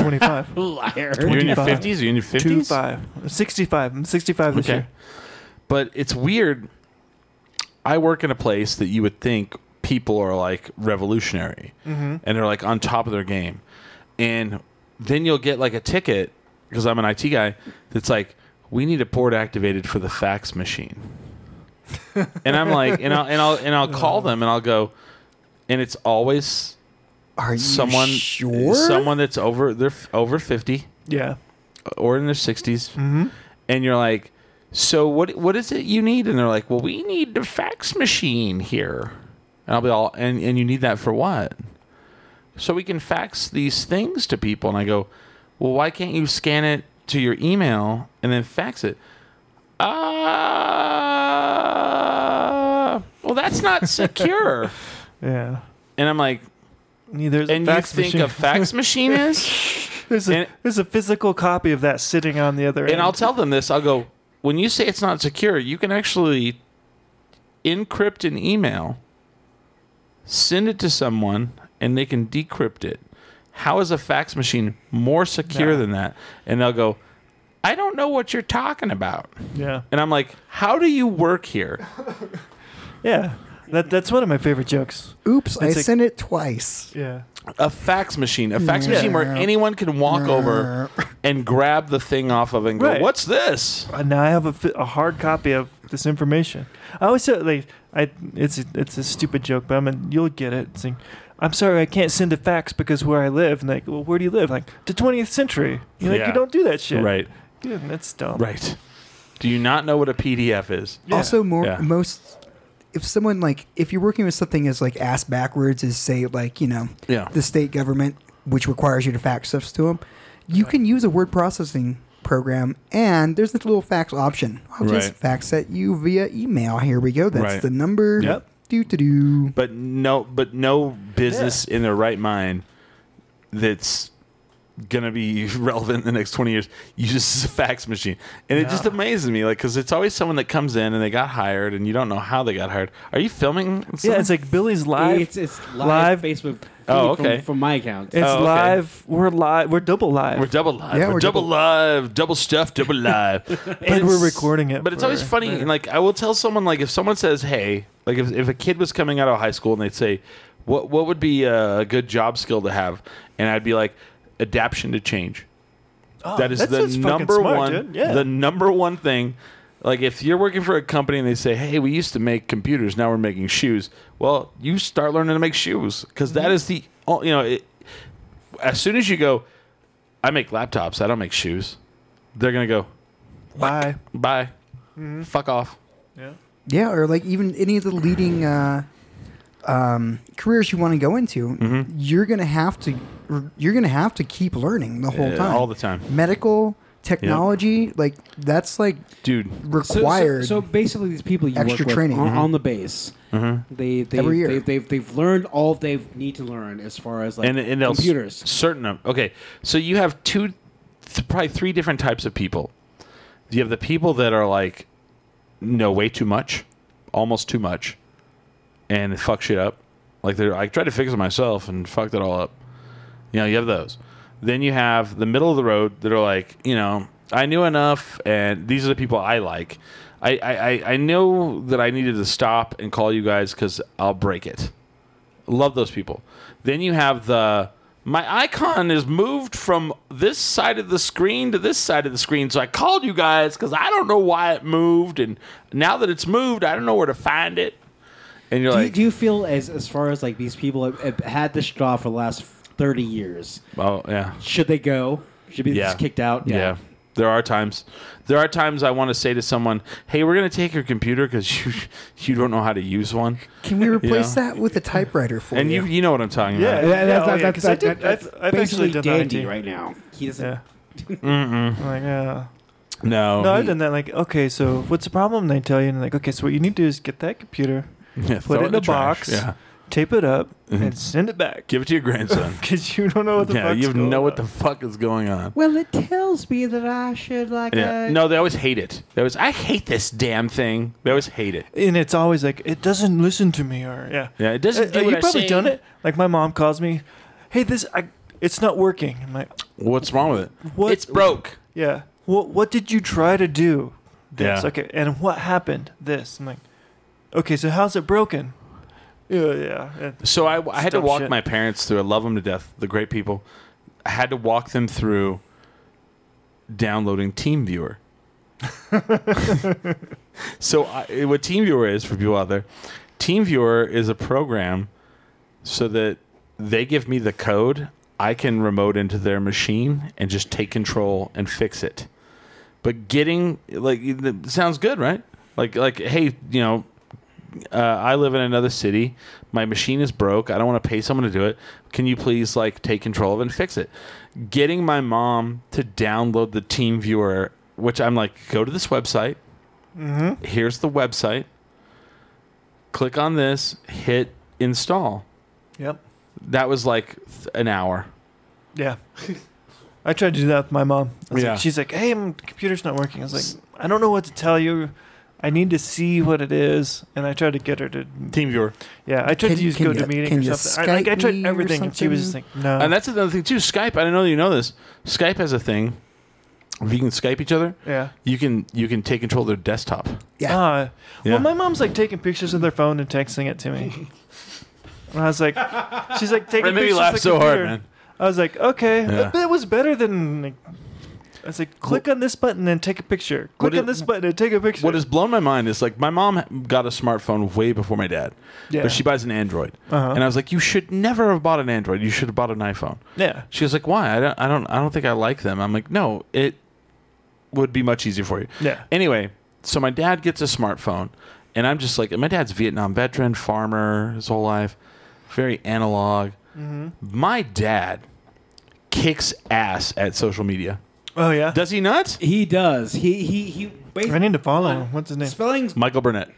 [SPEAKER 4] 25.
[SPEAKER 3] Liar.
[SPEAKER 2] You're in your
[SPEAKER 4] 25.
[SPEAKER 2] 50s. You're in your 50s.
[SPEAKER 4] 25. 65. I'm 65 this
[SPEAKER 2] Okay.
[SPEAKER 4] year.
[SPEAKER 2] But it's weird. I work in a place that you would think people are like revolutionary
[SPEAKER 5] Mm-hmm.
[SPEAKER 2] and they're like on top of their game. And then you'll get like a ticket because I'm an IT guy that's like, we need a port activated for the fax machine. and I'm like, and I'll, and I'll, and I'll call them and I'll go, and it's always
[SPEAKER 5] Are you
[SPEAKER 2] someone,
[SPEAKER 5] sure?
[SPEAKER 2] someone that's over, they're f- over 50
[SPEAKER 4] Yeah.
[SPEAKER 2] or in their 60s
[SPEAKER 4] Mm-hmm.
[SPEAKER 2] and you're like so what what is it you need and they're like well we need the fax machine here and i'll be all and, and you need that for what so we can fax these things to people and i go well why can't you scan it to your email and then fax it uh, well that's not secure
[SPEAKER 4] Yeah.
[SPEAKER 2] and i'm like
[SPEAKER 4] Neither is
[SPEAKER 2] and
[SPEAKER 4] a
[SPEAKER 2] you
[SPEAKER 4] fax
[SPEAKER 2] think
[SPEAKER 4] machine.
[SPEAKER 2] a fax machine is
[SPEAKER 4] there's, a,
[SPEAKER 2] and-
[SPEAKER 4] there's a physical copy of that sitting on the other end.
[SPEAKER 2] And I'll tell them this. I'll go, when you say it's not secure, you can actually encrypt an email, send it to someone, and they can decrypt it. How is a fax machine more secure
[SPEAKER 4] No.
[SPEAKER 2] than that? And they'll go, I don't know what you're talking about.
[SPEAKER 4] yeah.
[SPEAKER 2] And I'm like, how do you work here?
[SPEAKER 4] Yeah. That, that's one of my favorite jokes.
[SPEAKER 5] Oops, I
[SPEAKER 4] It's like-
[SPEAKER 5] sent it twice.
[SPEAKER 4] Yeah.
[SPEAKER 2] A fax machine, a fax
[SPEAKER 5] Yeah.
[SPEAKER 2] machine where anyone can walk over and grab the thing off of it and go,
[SPEAKER 4] Right.
[SPEAKER 2] what's this?
[SPEAKER 4] And Uh, now I have a, fi- a hard copy of this information. I always say, like, I, it's, a, it's a stupid joke, but I'm a, you'll get it. It's like, I'm sorry, I can't send a fax because where I live. And like, well, where do you live? Like, the 20th century. You're like,
[SPEAKER 2] Yeah.
[SPEAKER 4] you don't do that shit.
[SPEAKER 2] Right,
[SPEAKER 4] Dude, that's dumb.
[SPEAKER 2] right. Do you not know what a PDF is?
[SPEAKER 4] Yeah.
[SPEAKER 5] Also, more
[SPEAKER 2] Yeah.
[SPEAKER 5] most if someone like if you're working with something as like ass backwards as say like you know
[SPEAKER 2] Yeah.
[SPEAKER 5] the state government, which requires you to fax stuff to them, you can use a word processing program, and there's this little fax option. I'll just
[SPEAKER 2] Right.
[SPEAKER 5] fax at you via email. Here we go. That's
[SPEAKER 2] Right.
[SPEAKER 5] the number.
[SPEAKER 2] Yep.
[SPEAKER 5] Do to do.
[SPEAKER 2] but no but no business in their right mind that's gonna be relevant in the next 20 years uses a fax machine and it just amazes me like because it's always someone that comes in and they got hired and you don't know how they got hired are you filming
[SPEAKER 4] Yeah,
[SPEAKER 2] something?
[SPEAKER 4] it's like Billy's live.
[SPEAKER 3] It's, it's live,
[SPEAKER 4] Live.
[SPEAKER 3] Facebook feed
[SPEAKER 2] Oh, okay.
[SPEAKER 3] from, from my account.
[SPEAKER 4] It's
[SPEAKER 2] Oh, okay.
[SPEAKER 4] live. We're live. We're double live.
[SPEAKER 2] we're double live
[SPEAKER 5] Yeah,
[SPEAKER 2] we're,
[SPEAKER 5] we're
[SPEAKER 2] double,
[SPEAKER 5] double-
[SPEAKER 2] live double stuff double live
[SPEAKER 4] but we're recording it.
[SPEAKER 2] But it's
[SPEAKER 4] for-
[SPEAKER 2] always funny. And like I will tell someone like if someone says, "Hey," like if, if a kid was coming out of high school and they'd say, "What what would be a good job skill to have?" and I'd be like, "Adaption to change."
[SPEAKER 4] Oh,
[SPEAKER 2] that is
[SPEAKER 4] that's
[SPEAKER 2] the
[SPEAKER 4] just fucking
[SPEAKER 2] number
[SPEAKER 4] smart,
[SPEAKER 2] one.
[SPEAKER 4] dude. Yeah.
[SPEAKER 2] The number one thing. Like if you're working for a company and they say, "Hey, we used to make computers, now we're making shoes." Well, you start learning to make shoes because
[SPEAKER 4] Mm-hmm.
[SPEAKER 2] is the oh, you know. It, as soon as you go, I make laptops. I don't make shoes. They're gonna go
[SPEAKER 4] Why?
[SPEAKER 2] bye,
[SPEAKER 4] Mm-hmm.
[SPEAKER 2] fuck off.
[SPEAKER 5] Yeah, or like even any of the leading uh, um, careers you want to go into,
[SPEAKER 2] Mm-hmm.
[SPEAKER 5] you're gonna have to you're gonna have to keep learning the whole
[SPEAKER 2] Yeah,
[SPEAKER 5] time.
[SPEAKER 2] all the time.
[SPEAKER 5] Medical technology, like that's like
[SPEAKER 2] dude.
[SPEAKER 3] So- so-
[SPEAKER 5] required.
[SPEAKER 3] So, basically, these people you
[SPEAKER 5] Extra
[SPEAKER 3] work with
[SPEAKER 5] training. Mm-hmm.
[SPEAKER 3] on, on the base,
[SPEAKER 2] Mm-hmm.
[SPEAKER 3] they they
[SPEAKER 5] Every year.
[SPEAKER 3] they they've, they've learned all they need to learn as far as like
[SPEAKER 2] and and they'll s-
[SPEAKER 3] computers.
[SPEAKER 2] certain of okay. So you have two, th- probably three different types of people. You have the people that are like, no, way too much, almost too much, and fuck shit up. Like they're I tried to fix it myself and fucked it all up. You know, you have those. Then you have the middle of the road that are like, you know, I knew enough, and these are the people I like. I, I, I- I know that I needed to stop and call you guys because I'll break it. Love those people. Then you have the my icon is moved from this side of the screen to this side of the screen. So I called you guys because I don't know why it moved, and now that it's moved, I don't know where to find it. And you're
[SPEAKER 3] Do, you,
[SPEAKER 2] like,
[SPEAKER 3] do you feel as as far as like these people have, have had this straw for the last thirty years?
[SPEAKER 2] oh yeah,
[SPEAKER 3] Should they go? Should be
[SPEAKER 2] yeah,
[SPEAKER 3] just kicked out?
[SPEAKER 2] Yeah. There are times, there are times I want to say to someone, "Hey, we're gonna take your computer because you you don't know how to use one,"
[SPEAKER 5] Can we replace
[SPEAKER 2] Yeah.
[SPEAKER 5] that with a typewriter for
[SPEAKER 2] and
[SPEAKER 5] you?
[SPEAKER 2] you you know what I'm talking
[SPEAKER 4] Yeah.
[SPEAKER 2] about.
[SPEAKER 3] That-
[SPEAKER 4] Yeah,
[SPEAKER 3] that's-
[SPEAKER 4] oh, yeah,
[SPEAKER 3] that's-
[SPEAKER 4] 'cause I did-
[SPEAKER 3] that's-
[SPEAKER 4] I've- I've
[SPEAKER 3] basically
[SPEAKER 4] actually done that
[SPEAKER 3] Dandy
[SPEAKER 4] too.
[SPEAKER 3] right now. He doesn't.
[SPEAKER 4] Yeah. I'm like, yeah.
[SPEAKER 2] No,
[SPEAKER 4] No, I've done that. Like, okay, so what's the problem? And they tell you, and like, okay, so what you need to do is get that computer,
[SPEAKER 2] Yeah,
[SPEAKER 4] Put
[SPEAKER 2] throw
[SPEAKER 4] it in
[SPEAKER 2] the
[SPEAKER 4] a box.
[SPEAKER 2] trash. Yeah.
[SPEAKER 4] tape it up,
[SPEAKER 2] Mhm.
[SPEAKER 4] and send it back.
[SPEAKER 2] Give it to your grandson.
[SPEAKER 4] Because you don't know what the
[SPEAKER 2] yeah,
[SPEAKER 4] fuck's
[SPEAKER 2] you
[SPEAKER 4] going
[SPEAKER 2] know what the
[SPEAKER 4] on.
[SPEAKER 2] fuck is going on.
[SPEAKER 3] Well, it tells me that I should like.
[SPEAKER 2] Yeah.
[SPEAKER 3] uh,
[SPEAKER 2] No, they always hate it. They always, I hate this damn thing. They always hate it.
[SPEAKER 4] and it's always like it doesn't listen to me, or yeah,
[SPEAKER 2] Yeah, it doesn't do
[SPEAKER 4] Uh, uh,
[SPEAKER 2] what
[SPEAKER 4] you
[SPEAKER 2] I
[SPEAKER 4] probably
[SPEAKER 2] say.
[SPEAKER 4] done it. Like my mom calls me, hey, this I, it's not working. I'm like,
[SPEAKER 2] What's wrong with it?
[SPEAKER 4] What-
[SPEAKER 2] It's broke.
[SPEAKER 4] yeah, what what did you try to do? This
[SPEAKER 2] Yeah.
[SPEAKER 4] okay, and what happened? This I'm like, okay, so how's it broken? Yeah, yeah, yeah.
[SPEAKER 2] So I, I had to
[SPEAKER 4] Dumb
[SPEAKER 2] walk
[SPEAKER 4] shit.
[SPEAKER 2] my parents through. I love them to death. The great people. I had to walk them through downloading TeamViewer. so I, what TeamViewer is for people out there, TeamViewer is a program so that they give me the code. I can remote into their machine and just take control and fix it. But getting like it sounds good, right? Like like hey, you know, uh, I live in another city. My machine is broke. I don't want to pay someone to do it. Can you please like take control of it and fix it? Getting my mom to download the Team Viewer, which I'm like, go to this website.
[SPEAKER 4] Mm-hmm.
[SPEAKER 2] Here's the website. Click on this. Hit install.
[SPEAKER 4] Yep.
[SPEAKER 2] That was like th- an hour.
[SPEAKER 4] Yeah. I tried to do that with my mom. I was
[SPEAKER 2] Yeah.
[SPEAKER 4] like, she's like, hey, my computer's not working. I was like, I don't know what to tell you. I need to see what it is. And I tried to get her to.
[SPEAKER 2] Team Viewer.
[SPEAKER 4] Yeah, I tried
[SPEAKER 5] Can-
[SPEAKER 4] to use
[SPEAKER 5] can you-
[SPEAKER 4] GoToMeeting
[SPEAKER 5] can you
[SPEAKER 4] or something. I, like, I
[SPEAKER 5] Skype me
[SPEAKER 4] tried
[SPEAKER 5] or
[SPEAKER 4] everything. And she was just like, no.
[SPEAKER 2] And that's another thing too. Skype. I don't know that you know this. Skype has a thing. If you can Skype each other,
[SPEAKER 4] yeah.
[SPEAKER 2] you can you can take control of their desktop.
[SPEAKER 5] Yeah.
[SPEAKER 4] Ah.
[SPEAKER 2] Yeah.
[SPEAKER 4] Well, my mom's like taking pictures of their phone and texting it to me. and I was like, she's like taking
[SPEAKER 2] It made me
[SPEAKER 4] pictures
[SPEAKER 2] laugh
[SPEAKER 4] of the
[SPEAKER 2] so hard,
[SPEAKER 4] computer.
[SPEAKER 2] man.
[SPEAKER 4] I was like, okay,
[SPEAKER 2] Yeah.
[SPEAKER 4] but it was better than. Like, I was like, click on this button and take a picture.
[SPEAKER 2] What
[SPEAKER 4] Click
[SPEAKER 2] is-
[SPEAKER 4] on this button and take a picture.
[SPEAKER 2] What has blown my mind is like my mom got a smartphone way before my dad,
[SPEAKER 4] Yeah.
[SPEAKER 2] but she buys an Android,
[SPEAKER 4] Uh-huh.
[SPEAKER 2] and I was like, "You should never have bought an Android. You should have bought an iPhone."
[SPEAKER 4] Yeah.
[SPEAKER 2] She was like, "Why? I don't, I don't, I don't think I like them." I'm like, "No, it would be much easier for you."
[SPEAKER 4] Yeah.
[SPEAKER 2] Anyway, so my dad gets a smartphone, and I'm just like, my dad's a Vietnam veteran, farmer his whole life, very analog. My dad kicks ass at social media.
[SPEAKER 4] Oh yeah.
[SPEAKER 2] Does he not?
[SPEAKER 3] He does. He he he. Basically,
[SPEAKER 4] I need to follow him. What's his name?
[SPEAKER 3] Spellings.
[SPEAKER 2] Michael Burnett.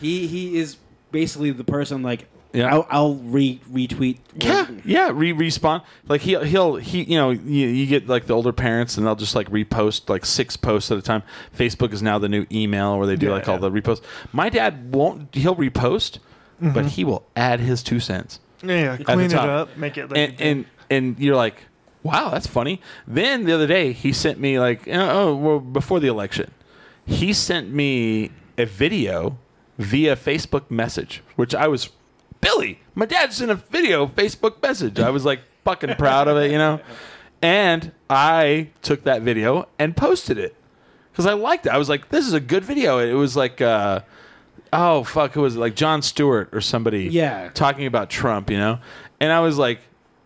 [SPEAKER 3] He he is basically the person like.
[SPEAKER 2] Yeah.
[SPEAKER 3] I'll, I'll re retweet.
[SPEAKER 2] Yeah, yeah, re respawn. Like he he'll he you know you, you get like the older parents and they'll just like repost like six posts at a time. Facebook is now the new email where they do
[SPEAKER 4] Yeah,
[SPEAKER 2] like all
[SPEAKER 4] yeah.
[SPEAKER 2] the reposts. My dad won't he'll repost, but he will add his two cents.
[SPEAKER 4] Yeah,
[SPEAKER 2] the
[SPEAKER 4] clean it
[SPEAKER 2] top.
[SPEAKER 4] up, make it like
[SPEAKER 2] and and and you're like, wow, that's funny. Then the other day he sent me like uh, oh well before the election, he sent me a video via Facebook message, which I was Billy. My dad sent a video Facebook message. I was like fucking proud of it, you know. And I took that video and posted it because I liked it. I was like, this is a good video. It was like. Uh, oh fuck who was it like john stewart or somebody
[SPEAKER 3] Yeah.
[SPEAKER 2] talking about trump you know and i was like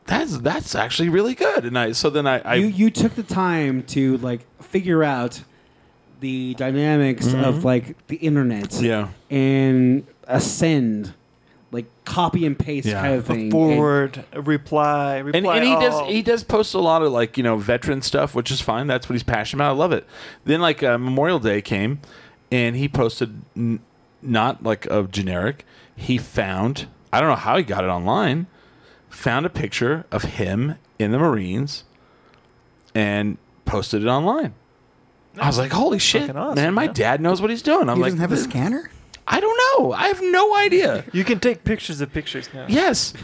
[SPEAKER 2] that's that's actually really good and i so then i, I
[SPEAKER 3] you you took the time to like figure out the dynamics
[SPEAKER 4] Mm-hmm.
[SPEAKER 3] of like the internet.
[SPEAKER 2] yeah
[SPEAKER 3] And ascend, like copy and paste
[SPEAKER 2] Yeah.
[SPEAKER 3] kind of thing.
[SPEAKER 4] a
[SPEAKER 3] and-
[SPEAKER 4] forward a reply, a
[SPEAKER 2] and,
[SPEAKER 4] reply.
[SPEAKER 2] and he
[SPEAKER 4] all.
[SPEAKER 2] does he does post a lot of like you know veteran stuff which is fine that's what he's passionate about i love it then like uh, memorial day came and he posted n- not like a generic he found i don't know how he got it online found a picture of him in the marines and posted it online I was like, "Holy shit,
[SPEAKER 4] Fucking awesome,
[SPEAKER 2] man! My
[SPEAKER 4] yeah.
[SPEAKER 2] dad knows what he's doing." I'm
[SPEAKER 5] He
[SPEAKER 2] like,
[SPEAKER 5] doesn't have a
[SPEAKER 2] "This-
[SPEAKER 5] scanner.
[SPEAKER 2] I don't know. I have no idea.
[SPEAKER 4] You can take pictures of pictures now.
[SPEAKER 2] Yes,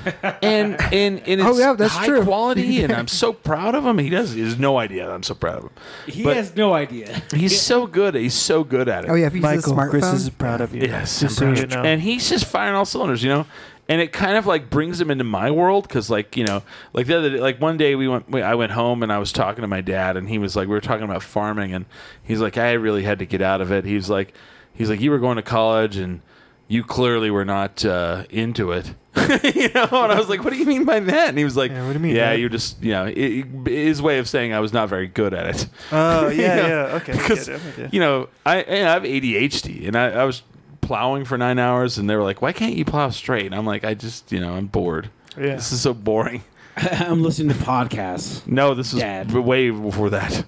[SPEAKER 2] and and and it's
[SPEAKER 5] Oh, yeah, that's
[SPEAKER 2] high
[SPEAKER 5] true.
[SPEAKER 2] quality, and I'm so proud of him. He does. He has no idea. I'm so proud of him.
[SPEAKER 3] He
[SPEAKER 2] But-
[SPEAKER 3] has no idea.
[SPEAKER 2] He's so good. He's so good at it.
[SPEAKER 5] Oh yeah, if you use a
[SPEAKER 4] Michael,
[SPEAKER 5] smartphone.
[SPEAKER 4] Chris is proud of you.
[SPEAKER 2] Yes,
[SPEAKER 4] just so
[SPEAKER 2] I'm
[SPEAKER 4] you
[SPEAKER 2] proud.
[SPEAKER 4] know.
[SPEAKER 2] and he's just firing all cylinders, you know. And it kind of like brings him into my world because, like, you know, like the other day, like one day we went, we, I went home and I was talking to my dad, and he was like, we were talking about farming, and he's like, I really had to get out of it. He's like, he's like, you were going to college, and you clearly were not uh, into it, you know. And I was like, what do you mean by that? And he was like,
[SPEAKER 4] Yeah, what do you mean,
[SPEAKER 2] Yeah,
[SPEAKER 4] Dad?"
[SPEAKER 2] you just, you know, it, it- his way of saying I was not very good at it
[SPEAKER 4] Oh yeah,
[SPEAKER 2] Yeah.
[SPEAKER 4] yeah. Okay. I
[SPEAKER 2] because
[SPEAKER 4] get it, I get it.
[SPEAKER 2] you know I I have ADHD and I, I was plowing for nine hours and they were like, why can't you plow straight? And I'm like, I just you know I'm bored.
[SPEAKER 4] Yeah.
[SPEAKER 2] This is so boring.
[SPEAKER 3] I'm listening to podcasts.
[SPEAKER 2] No, this was
[SPEAKER 3] Dad.
[SPEAKER 2] b- way before that.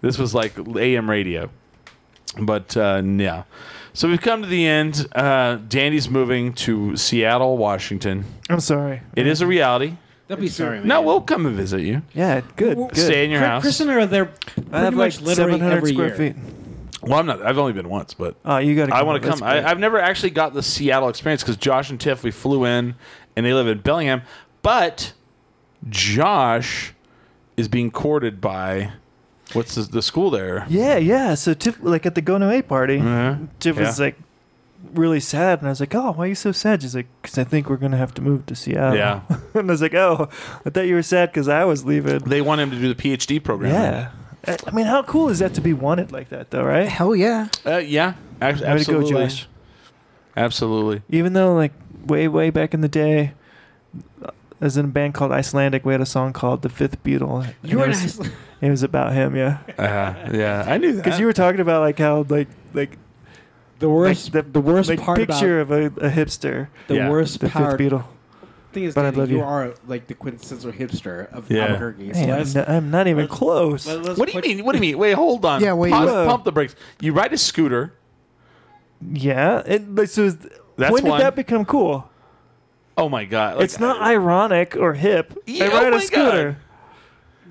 [SPEAKER 2] This was like AM radio. But uh, yeah, so we've come to the end. Uh, Dandy's moving to Seattle, Washington.
[SPEAKER 4] I'm sorry.
[SPEAKER 2] It is a
[SPEAKER 3] Mm-hmm.
[SPEAKER 2] reality.
[SPEAKER 3] Don't be sorry, man.
[SPEAKER 2] No, we'll come and visit you.
[SPEAKER 4] Yeah. Good.
[SPEAKER 3] Well,
[SPEAKER 4] good.
[SPEAKER 2] Stay in your
[SPEAKER 3] Cr-
[SPEAKER 2] house.
[SPEAKER 3] Chris and I are there
[SPEAKER 4] I
[SPEAKER 3] pretty
[SPEAKER 4] have like
[SPEAKER 3] much literally
[SPEAKER 4] 700
[SPEAKER 3] every
[SPEAKER 4] square
[SPEAKER 3] year.
[SPEAKER 4] feet.
[SPEAKER 2] Well, I'm not. I've only been once, but
[SPEAKER 4] Oh, you gotta.
[SPEAKER 2] I want to
[SPEAKER 4] That's
[SPEAKER 2] come. I,
[SPEAKER 4] great.
[SPEAKER 2] I've never actually got the Seattle experience because Josh and Tiff, we flew in and they live in Bellingham. But Josh is being courted by what's the, the school there?
[SPEAKER 4] yeah, yeah. So Tiff, like at the Go No A party,
[SPEAKER 2] Uh-huh.
[SPEAKER 4] Tiff was
[SPEAKER 2] Yeah.
[SPEAKER 4] like really sad, and I was like, "Oh, why are you so sad?" She's like, "Cause I think we're gonna have to move to Seattle."
[SPEAKER 2] Uh-huh. Yeah.
[SPEAKER 4] and I was like, "Oh, I thought you were sad because I was leaving."
[SPEAKER 2] They want him to do the PhD program.
[SPEAKER 4] Yeah. I I mean, how cool is that to be wanted like that, though, right?
[SPEAKER 5] Hell yeah.
[SPEAKER 2] Uh, yeah. Ab-
[SPEAKER 4] Way to go,
[SPEAKER 2] absolutely.
[SPEAKER 4] Josh.
[SPEAKER 2] Absolutely.
[SPEAKER 4] Even though, like, way, way back in the day, uh, as in a band called Icelandic, we had a song celd The Fifth Beatle. and
[SPEAKER 3] You were
[SPEAKER 4] it
[SPEAKER 3] in
[SPEAKER 4] was,
[SPEAKER 3] Iceland.
[SPEAKER 4] It was about him, yeah.
[SPEAKER 2] Uh, yeah. I knew that.
[SPEAKER 4] Because you were talking about, like, how, like, like,
[SPEAKER 3] The worst,
[SPEAKER 4] the-
[SPEAKER 3] the, worst
[SPEAKER 4] like
[SPEAKER 3] part
[SPEAKER 4] picture of a, a hipster,
[SPEAKER 3] about the
[SPEAKER 2] Yeah.
[SPEAKER 3] worst
[SPEAKER 4] The
[SPEAKER 3] part.
[SPEAKER 4] Fifth Beatle.
[SPEAKER 3] thing is,
[SPEAKER 4] but I
[SPEAKER 3] Danny,
[SPEAKER 4] love
[SPEAKER 3] you,
[SPEAKER 4] you.
[SPEAKER 3] are like the quintessential hipster of
[SPEAKER 2] Yeah.
[SPEAKER 3] Albuquerque. So
[SPEAKER 4] Man,
[SPEAKER 3] let's-
[SPEAKER 4] no- I'm not even
[SPEAKER 3] let's-
[SPEAKER 4] close.
[SPEAKER 3] let- let's
[SPEAKER 2] what do you
[SPEAKER 3] put-
[SPEAKER 2] mean? What do you mean? Wait, hold on.
[SPEAKER 5] Yeah, wait,
[SPEAKER 2] Pump,
[SPEAKER 4] what-
[SPEAKER 2] pump the brakes. You ride a scooter.
[SPEAKER 4] yeah. It, like, so is-
[SPEAKER 2] That's
[SPEAKER 4] when
[SPEAKER 2] one.
[SPEAKER 4] did that become cool?
[SPEAKER 2] Oh my god! Like,
[SPEAKER 4] it's not
[SPEAKER 2] I,
[SPEAKER 4] ironic or hip.
[SPEAKER 2] Yeah,
[SPEAKER 4] I
[SPEAKER 2] oh
[SPEAKER 4] ride
[SPEAKER 2] my
[SPEAKER 4] a scooter.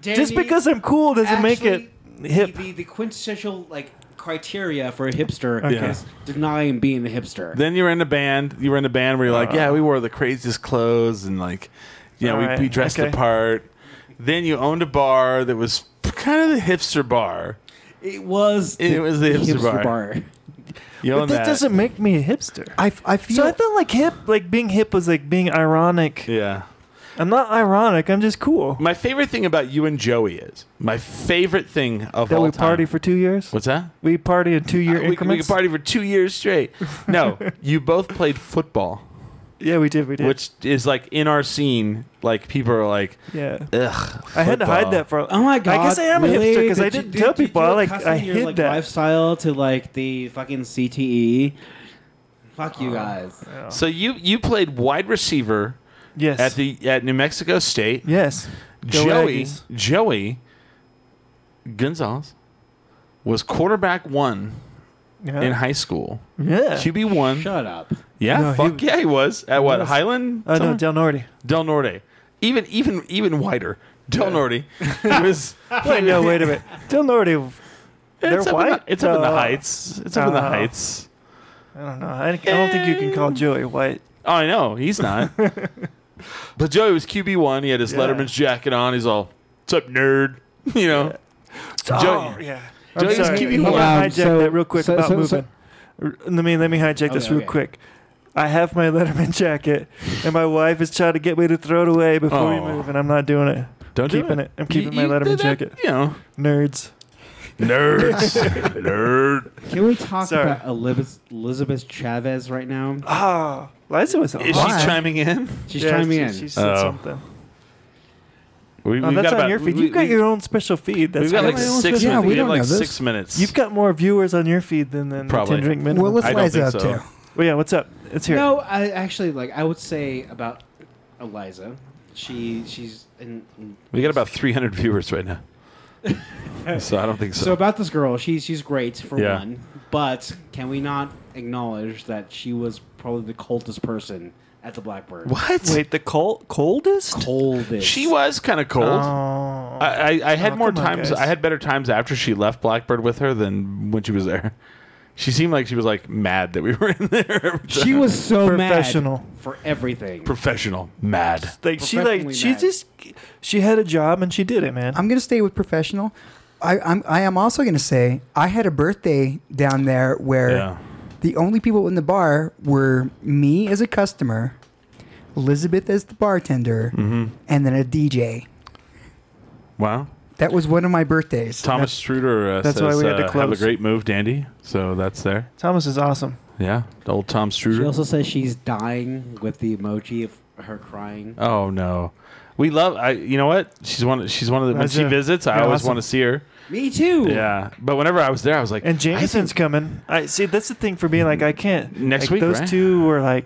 [SPEAKER 3] Danny,
[SPEAKER 4] Just because I'm cool doesn't make
[SPEAKER 3] actually,
[SPEAKER 4] it hip.
[SPEAKER 3] The, the, the quintessential like criteria for a hipster
[SPEAKER 2] Okay.
[SPEAKER 3] is denying being a hipster.
[SPEAKER 2] Then you were in a band. You were in a band where you're like,
[SPEAKER 4] Uh.
[SPEAKER 2] yeah, we wore the craziest clothes and like, you know, we,
[SPEAKER 4] Alright,
[SPEAKER 2] we dressed
[SPEAKER 4] okay.
[SPEAKER 2] the part. Then you owned a bar that was kind of the hipster bar.
[SPEAKER 3] it was
[SPEAKER 2] It was the hipster bar. You
[SPEAKER 4] But
[SPEAKER 2] owned
[SPEAKER 4] that
[SPEAKER 2] that.
[SPEAKER 4] doesn't make me a hipster.
[SPEAKER 5] I, f- I feel.
[SPEAKER 4] So I felt like hip, like being hip was like being ironic.
[SPEAKER 2] yeah.
[SPEAKER 4] I'm not ironic. I'm just cool.
[SPEAKER 2] My favorite thing about you and Joey is my favorite thing of
[SPEAKER 4] That
[SPEAKER 2] all
[SPEAKER 4] we
[SPEAKER 2] time.
[SPEAKER 4] party for two years.
[SPEAKER 2] What's that?
[SPEAKER 4] We party in two year
[SPEAKER 2] we, we could
[SPEAKER 4] increments.
[SPEAKER 2] party for two years straight. No, you both played football,
[SPEAKER 4] Yeah, we did. We did.
[SPEAKER 2] which is like in our scene. Like people are like,
[SPEAKER 4] yeah,
[SPEAKER 2] ugh.
[SPEAKER 4] I had to hide
[SPEAKER 2] football.
[SPEAKER 4] that for.
[SPEAKER 3] Oh my god!
[SPEAKER 4] I guess I am
[SPEAKER 3] really?
[SPEAKER 4] a hipster because I
[SPEAKER 3] Did you-
[SPEAKER 4] didn't
[SPEAKER 3] did-
[SPEAKER 4] tell
[SPEAKER 3] did you
[SPEAKER 4] people. I like
[SPEAKER 3] accustom
[SPEAKER 4] I
[SPEAKER 3] your,
[SPEAKER 4] hid
[SPEAKER 3] like,
[SPEAKER 4] that.
[SPEAKER 3] lifestyle to like the fucking CTE. Fuck you guys.
[SPEAKER 2] So you you played wide receiver
[SPEAKER 4] Yes.
[SPEAKER 2] at the at New Mexico State.
[SPEAKER 4] yes. Go
[SPEAKER 2] Joey
[SPEAKER 4] Aggies.
[SPEAKER 2] Joey Gonzalez was quarterback one
[SPEAKER 4] Yeah.
[SPEAKER 2] in high school.
[SPEAKER 4] yeah.
[SPEAKER 2] QB one.
[SPEAKER 3] Shut up.
[SPEAKER 2] Yeah,
[SPEAKER 4] No, he
[SPEAKER 2] fuck
[SPEAKER 4] was-
[SPEAKER 2] yeah, he was at what
[SPEAKER 4] was-
[SPEAKER 2] Highland?
[SPEAKER 4] oh
[SPEAKER 2] somewhere?
[SPEAKER 4] no, Del Norte.
[SPEAKER 2] Del Norte. Even even even wider. Del Norte. It was.
[SPEAKER 4] Wait, no, wait a minute. Del Norte. They're
[SPEAKER 2] it's up in
[SPEAKER 4] white. Uh-huh.
[SPEAKER 2] the- it's up in the
[SPEAKER 4] No.
[SPEAKER 2] heights. It's up in the
[SPEAKER 4] No.
[SPEAKER 2] heights.
[SPEAKER 4] I don't know. I, I don't think you can call Joey white.
[SPEAKER 2] Oh, I know he's not. but Joey was QB one. He had his
[SPEAKER 4] Yeah.
[SPEAKER 2] Letterman's jacket on. He's all, "What's up, nerd?" You know.
[SPEAKER 4] Oh,
[SPEAKER 2] Joey-
[SPEAKER 4] yeah.
[SPEAKER 2] Joey
[SPEAKER 4] I'm
[SPEAKER 2] was
[SPEAKER 4] sorry.
[SPEAKER 2] giving
[SPEAKER 4] I
[SPEAKER 2] one.
[SPEAKER 4] want
[SPEAKER 3] Um,
[SPEAKER 4] to hijack
[SPEAKER 3] so-
[SPEAKER 4] that real quick
[SPEAKER 3] so-
[SPEAKER 4] about
[SPEAKER 3] so- so-
[SPEAKER 4] moving. R- Let me let me hijack this
[SPEAKER 3] Okay,
[SPEAKER 4] real
[SPEAKER 3] okay.
[SPEAKER 4] quick. I have my Letterman jacket, and my wife is trying to get me to throw it away before we
[SPEAKER 2] Oh.
[SPEAKER 4] move, and I'm not doing it.
[SPEAKER 2] Don't do
[SPEAKER 4] Keeping it. I'm keeping my
[SPEAKER 2] did
[SPEAKER 4] Letterman
[SPEAKER 2] that,
[SPEAKER 4] jacket.
[SPEAKER 2] You know,
[SPEAKER 4] Nerds.
[SPEAKER 2] nerds, nerd.
[SPEAKER 3] Can we talk
[SPEAKER 4] Sorry.
[SPEAKER 3] about Elizabeth, Elizabeth Chavez right now?
[SPEAKER 4] Ah, Liza was a
[SPEAKER 2] Is
[SPEAKER 4] hot.
[SPEAKER 2] she chiming in?
[SPEAKER 3] She's
[SPEAKER 4] Yeah,
[SPEAKER 3] chiming
[SPEAKER 4] she,
[SPEAKER 3] in.
[SPEAKER 4] She said
[SPEAKER 2] Oh.
[SPEAKER 4] something.
[SPEAKER 2] We,
[SPEAKER 4] No, Oh, that's on your feed. You've got your own special feed. That's
[SPEAKER 2] We've got
[SPEAKER 4] great.
[SPEAKER 2] like
[SPEAKER 5] I don't
[SPEAKER 2] six.
[SPEAKER 5] know. Yeah,
[SPEAKER 2] minutes.
[SPEAKER 5] we
[SPEAKER 2] we have
[SPEAKER 5] don't
[SPEAKER 2] like
[SPEAKER 5] know this.
[SPEAKER 2] six minutes.
[SPEAKER 4] You've got more viewers on your feed than than
[SPEAKER 2] Probably.
[SPEAKER 4] Ten Drink Minimum.
[SPEAKER 5] well, what's
[SPEAKER 2] I don't
[SPEAKER 5] Liza up
[SPEAKER 2] think so.
[SPEAKER 5] to?
[SPEAKER 4] well, yeah. What's up? It's here.
[SPEAKER 3] No, I actually like. I would say about Eliza. She she's in,
[SPEAKER 2] we got about 300 viewers right now. so I don't think so.
[SPEAKER 3] so about this girl. She's she's great for
[SPEAKER 2] Yeah.
[SPEAKER 3] one, but can we not acknowledge that she was probably the coldest person at the Blackbird?
[SPEAKER 2] what?
[SPEAKER 4] Wait, the col- coldest.
[SPEAKER 3] Coldest.
[SPEAKER 2] She was kind of cold.
[SPEAKER 4] Oh.
[SPEAKER 2] I, I, I had
[SPEAKER 4] Oh,
[SPEAKER 2] more
[SPEAKER 4] come on,
[SPEAKER 2] times.
[SPEAKER 4] guys.
[SPEAKER 2] I had better times after she left Blackbird with her than when she was there. She seemed like she was like mad that we were in there. every
[SPEAKER 3] She
[SPEAKER 2] time.
[SPEAKER 3] was so mad
[SPEAKER 4] Professional.
[SPEAKER 3] for everything.
[SPEAKER 2] professional, mad.
[SPEAKER 4] Like she like
[SPEAKER 3] Professionally
[SPEAKER 4] she
[SPEAKER 3] mad.
[SPEAKER 4] just she had a job and she did it, man.
[SPEAKER 5] I'm gonna stay with professional. I, I'm I am also gonna say I had a birthday down there where
[SPEAKER 2] Yeah.
[SPEAKER 5] the only people in the bar were me as a customer, Elizabeth as the bartender,
[SPEAKER 2] Mm-hmm.
[SPEAKER 5] and then a DJ.
[SPEAKER 2] Wow.
[SPEAKER 5] That was one of my birthdays.
[SPEAKER 2] Thomas Struder uh,
[SPEAKER 4] that's
[SPEAKER 2] says,
[SPEAKER 4] why we had to
[SPEAKER 2] uh, have a
[SPEAKER 4] close.
[SPEAKER 2] great move, Dandy. So that's there.
[SPEAKER 4] Thomas is awesome.
[SPEAKER 2] Yeah, the old Tom
[SPEAKER 3] She
[SPEAKER 2] Struder.
[SPEAKER 3] also says she's dying with the emoji of her crying.
[SPEAKER 2] oh no, we love. I you know what? She's one. She's one of the when
[SPEAKER 4] That's
[SPEAKER 2] she
[SPEAKER 4] a-
[SPEAKER 2] visits. I
[SPEAKER 4] yeah,
[SPEAKER 2] always
[SPEAKER 4] awesome.
[SPEAKER 2] want to see her.
[SPEAKER 3] Me too.
[SPEAKER 2] Yeah, but whenever I was there, I was like,
[SPEAKER 4] And
[SPEAKER 2] I think-
[SPEAKER 4] Jameson's coming. I see that's the thing for me, like I can't
[SPEAKER 2] Next
[SPEAKER 4] like,
[SPEAKER 2] week,
[SPEAKER 4] those
[SPEAKER 2] right?
[SPEAKER 4] two were like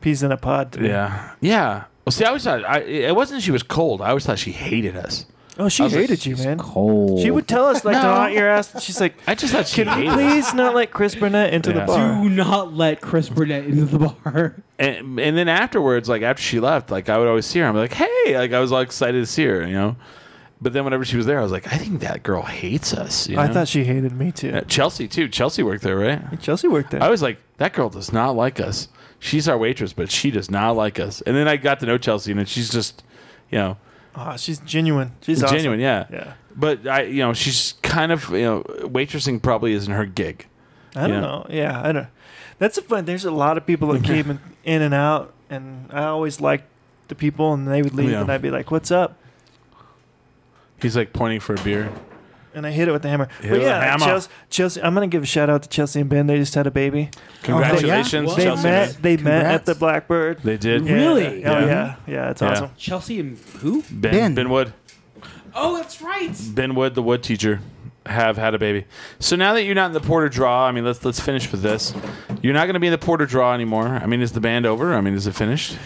[SPEAKER 4] peas in a pod to me.
[SPEAKER 2] Yeah, yeah. Well, see, I always thought I, it wasn't. She was cold. I always thought she hated us.
[SPEAKER 4] Oh, she
[SPEAKER 2] I was like,
[SPEAKER 4] hated you, man.
[SPEAKER 3] Cold.
[SPEAKER 4] She would tell us like to
[SPEAKER 2] No.
[SPEAKER 4] haunt your ass. She's like,
[SPEAKER 2] I just thought she
[SPEAKER 4] "Can
[SPEAKER 2] hated
[SPEAKER 4] we
[SPEAKER 2] us.
[SPEAKER 4] please not let Chris Burnett into
[SPEAKER 2] Yeah.
[SPEAKER 4] the bar?"
[SPEAKER 3] Do not let Chris Burnett into the bar.
[SPEAKER 2] and, and then afterwards, like after she left, like I would always see her. I'm like, hey, like I was all excited to see her, you know. But then whenever she was there, I was like, I think that girl hates us. you
[SPEAKER 4] I
[SPEAKER 2] know?
[SPEAKER 4] thought she hated me too.
[SPEAKER 2] Yeah, Chelsea too. Chelsea worked there, right?
[SPEAKER 4] Chelsea worked there.
[SPEAKER 2] I was like, that girl does not like us. She's our waitress, but she does not like us. And then I got to know Chelsea, and then she's just, you know,
[SPEAKER 4] oh, she's genuine. She's awesome.
[SPEAKER 2] genuine. Yeah.
[SPEAKER 4] Yeah.
[SPEAKER 2] But I, you know, she's kind of, you know, waitressing probably isn't her gig.
[SPEAKER 4] I don't
[SPEAKER 2] Yeah.
[SPEAKER 4] know. Yeah, I don't. That's a fun. There's a lot of people that came in, in and out, and I always liked the people, and they would leave,
[SPEAKER 2] Yeah.
[SPEAKER 4] and I'd be like, "What's up?"
[SPEAKER 2] He's like pointing for a beer.
[SPEAKER 4] Oh, And I hit it with the hammer.
[SPEAKER 2] Hit it
[SPEAKER 4] but
[SPEAKER 2] with
[SPEAKER 4] yeah,
[SPEAKER 2] a hammer.
[SPEAKER 4] Chelsea, Chelsea. I'm gonna give a shout out to Chelsea and Ben. They just had a baby.
[SPEAKER 2] Congratulations,
[SPEAKER 3] Oh,
[SPEAKER 4] They
[SPEAKER 2] Chelsea.
[SPEAKER 4] met. They met at
[SPEAKER 5] Congrats.
[SPEAKER 4] the Blackbird.
[SPEAKER 2] They did.
[SPEAKER 4] Yeah.
[SPEAKER 3] Really?
[SPEAKER 4] Oh
[SPEAKER 2] Yeah.
[SPEAKER 4] yeah. Yeah, it's
[SPEAKER 2] Yeah.
[SPEAKER 4] awesome.
[SPEAKER 3] Chelsea and who?
[SPEAKER 2] Ben, ben.
[SPEAKER 5] Ben.
[SPEAKER 2] Wood.
[SPEAKER 3] Oh, that's right.
[SPEAKER 2] Ben Wood, the Wood teacher, have had a baby. So now that you're not in the Porter Draw, I mean, let's let's finish with this. You're not going to be in the Porter Draw anymore. I mean, is the band over? I mean, is it finished?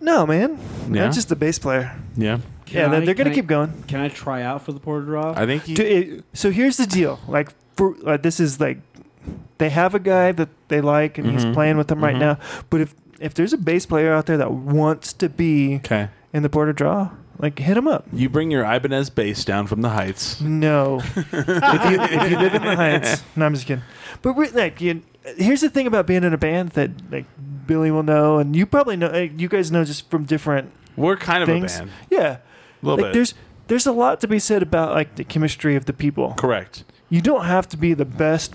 [SPEAKER 4] No man.
[SPEAKER 2] Yeah.
[SPEAKER 4] Not just the bass player.
[SPEAKER 2] Yeah.
[SPEAKER 4] yeah,
[SPEAKER 3] Can
[SPEAKER 4] they're,
[SPEAKER 3] I-
[SPEAKER 4] they're gonna
[SPEAKER 3] can I-
[SPEAKER 4] keep going.
[SPEAKER 3] Can I try out for the Porter Draw?
[SPEAKER 2] I think he,
[SPEAKER 4] Do it- so here's the deal. Like, for, uh, this is like, they have a guy that they like, and
[SPEAKER 2] Mhm.
[SPEAKER 4] he's playing with them right
[SPEAKER 2] Mhm.
[SPEAKER 4] now. But if if there's a bass player out there that wants to be
[SPEAKER 2] Okay.
[SPEAKER 4] in the Porter Draw, like hit him up.
[SPEAKER 2] You bring your Ibanez bass down from the heights.
[SPEAKER 4] No, if, you, if you live in the Heights, no, I'm just kidding. But we're, like, you, here's the thing about being in a band that like Billy will know, and you probably know. Like, you guys know just from different
[SPEAKER 2] We're kind of
[SPEAKER 4] things.
[SPEAKER 2] a band.
[SPEAKER 4] Yeah,
[SPEAKER 2] A little
[SPEAKER 4] like
[SPEAKER 2] bit.
[SPEAKER 4] there's there's a lot to be said about like the chemistry of the people.
[SPEAKER 2] Correct.
[SPEAKER 4] you don't have to be the best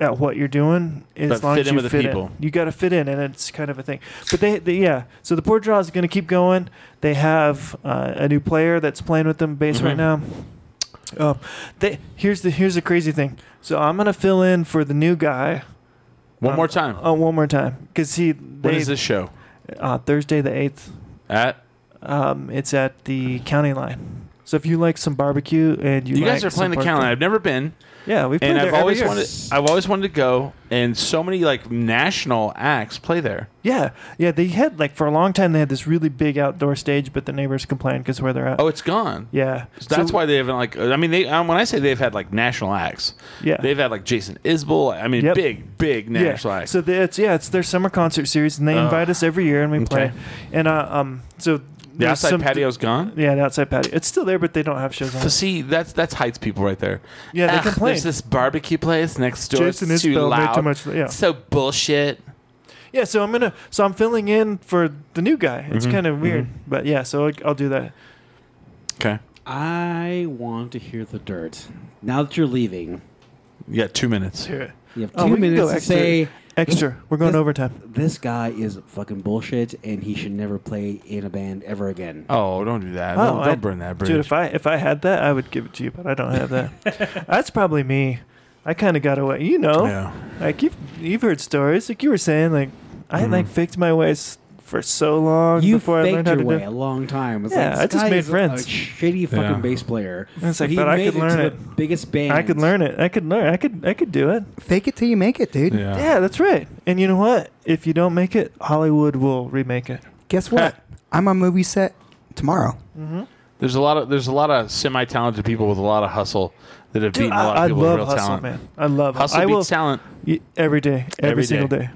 [SPEAKER 4] at what you're doing as
[SPEAKER 2] But
[SPEAKER 4] long
[SPEAKER 2] fit
[SPEAKER 4] as
[SPEAKER 2] in
[SPEAKER 4] you
[SPEAKER 2] with the
[SPEAKER 4] fit
[SPEAKER 2] people.
[SPEAKER 4] in. You got to fit in, and it's kind of a thing. But they, they yeah. So the port draw is going to keep going. They have uh, a new player that's playing with them bass
[SPEAKER 2] Mhm.
[SPEAKER 4] right now.
[SPEAKER 2] Mm-hmm.
[SPEAKER 4] Um, they here's the here's the crazy thing. So I'm gonna fill in for the new guy.
[SPEAKER 2] One
[SPEAKER 4] um,
[SPEAKER 2] more time.
[SPEAKER 4] Oh, one more time, because he.
[SPEAKER 2] When
[SPEAKER 4] They,
[SPEAKER 2] is this show?
[SPEAKER 4] Uh, Thursday the eighth.
[SPEAKER 2] At
[SPEAKER 4] Um, it's at the county line. So if you like some barbecue and you,
[SPEAKER 2] you, guys
[SPEAKER 4] like
[SPEAKER 2] are playing
[SPEAKER 4] some
[SPEAKER 2] the county.
[SPEAKER 4] barbecue-
[SPEAKER 2] I've never been,
[SPEAKER 4] yeah, we've played
[SPEAKER 2] and
[SPEAKER 4] there
[SPEAKER 2] I've
[SPEAKER 4] every
[SPEAKER 2] always
[SPEAKER 4] year.
[SPEAKER 2] wanted. I've always wanted to go, and so many like national acts play there.
[SPEAKER 4] Yeah, yeah. They had like for a long time they had this really big outdoor stage, but the neighbors complained because where they're at.
[SPEAKER 2] Oh, it's gone.
[SPEAKER 4] yeah.
[SPEAKER 2] So that's
[SPEAKER 4] So-
[SPEAKER 2] why they haven't like. I mean, they um, when I say they've had like national acts,
[SPEAKER 4] Yeah.
[SPEAKER 2] they've had like Jason Isbell. I mean,
[SPEAKER 4] Yep.
[SPEAKER 2] big, big
[SPEAKER 4] yeah.
[SPEAKER 2] national acts.
[SPEAKER 4] So the, it's yeah, it's their summer concert series, and they
[SPEAKER 2] Ugh.
[SPEAKER 4] invite us every year, and we play.
[SPEAKER 2] Okay.
[SPEAKER 4] And uh, um, so
[SPEAKER 2] the
[SPEAKER 4] there's
[SPEAKER 2] outside
[SPEAKER 4] some-
[SPEAKER 2] patio's gone.
[SPEAKER 4] Yeah, the outside patio. It's still there, but they don't have shows on.
[SPEAKER 2] F- See, that's that's Heights people right there.
[SPEAKER 4] Yeah, they
[SPEAKER 2] Ugh,
[SPEAKER 4] complain.
[SPEAKER 2] There's this barbecue place next door.
[SPEAKER 4] Jason
[SPEAKER 2] it's too
[SPEAKER 4] Isbell made
[SPEAKER 2] loud.
[SPEAKER 4] too much. Yeah,
[SPEAKER 2] So bullshit.
[SPEAKER 4] yeah. So I'm gonna. So I'm filling in for the new guy. It's
[SPEAKER 2] Mhm,
[SPEAKER 4] kind of weird,
[SPEAKER 2] mhm.
[SPEAKER 4] but yeah. So I- I'll do that.
[SPEAKER 2] Okay,
[SPEAKER 3] I want to hear the dirt. Now that you're leaving,
[SPEAKER 2] you got two minutes.
[SPEAKER 3] you have two
[SPEAKER 4] Oh, we can go
[SPEAKER 3] minutes to
[SPEAKER 4] extra.
[SPEAKER 3] say
[SPEAKER 4] Extra. We're going
[SPEAKER 3] This-
[SPEAKER 4] overtime.
[SPEAKER 3] this guy is fucking bullshit and he should never play in a band ever again.
[SPEAKER 2] Oh, don't do that.
[SPEAKER 4] Oh,
[SPEAKER 2] don't, don't
[SPEAKER 4] I-
[SPEAKER 2] burn that bridge.
[SPEAKER 4] Dude, if I if I had that, I would give it to you, but I don't have that. That's probably me. I kind of got away, you know.
[SPEAKER 2] Yeah.
[SPEAKER 4] Like you've you've heard stories, like you were saying, like I
[SPEAKER 2] Mhm.
[SPEAKER 4] like faked my ways for so long
[SPEAKER 3] you
[SPEAKER 4] before I
[SPEAKER 3] faked
[SPEAKER 4] learned how
[SPEAKER 3] your
[SPEAKER 4] to
[SPEAKER 3] way a
[SPEAKER 4] do.
[SPEAKER 3] long time. It's
[SPEAKER 4] Yeah,
[SPEAKER 3] like,
[SPEAKER 4] I
[SPEAKER 3] this
[SPEAKER 4] just
[SPEAKER 3] guy
[SPEAKER 4] made
[SPEAKER 3] is
[SPEAKER 4] friends.
[SPEAKER 3] A shitty fucking
[SPEAKER 2] Yeah.
[SPEAKER 3] bass player.
[SPEAKER 4] And it's like,
[SPEAKER 3] he
[SPEAKER 4] but I
[SPEAKER 3] made
[SPEAKER 4] could learn
[SPEAKER 3] to
[SPEAKER 4] it.
[SPEAKER 3] The biggest band.
[SPEAKER 4] I could learn it. I could learn. I could I could do it.
[SPEAKER 5] Fake it till you make it, dude.
[SPEAKER 2] Yeah.
[SPEAKER 4] Yeah, that's right. And you know what? If you don't make it, Hollywood will remake it.
[SPEAKER 5] Guess what? I'm on movie set tomorrow.
[SPEAKER 2] There's a lot of there's a lot of semi-talented people with a lot of hustle that have
[SPEAKER 4] Dude,
[SPEAKER 2] beaten a lot of
[SPEAKER 4] I, I
[SPEAKER 2] people with
[SPEAKER 4] love
[SPEAKER 2] real
[SPEAKER 4] hustle,
[SPEAKER 2] talent.
[SPEAKER 4] man. I love it.
[SPEAKER 2] Hustle
[SPEAKER 4] I
[SPEAKER 2] beats
[SPEAKER 4] will
[SPEAKER 2] talent.
[SPEAKER 4] y- every day, every,
[SPEAKER 2] Every
[SPEAKER 4] single
[SPEAKER 2] day.
[SPEAKER 4] day.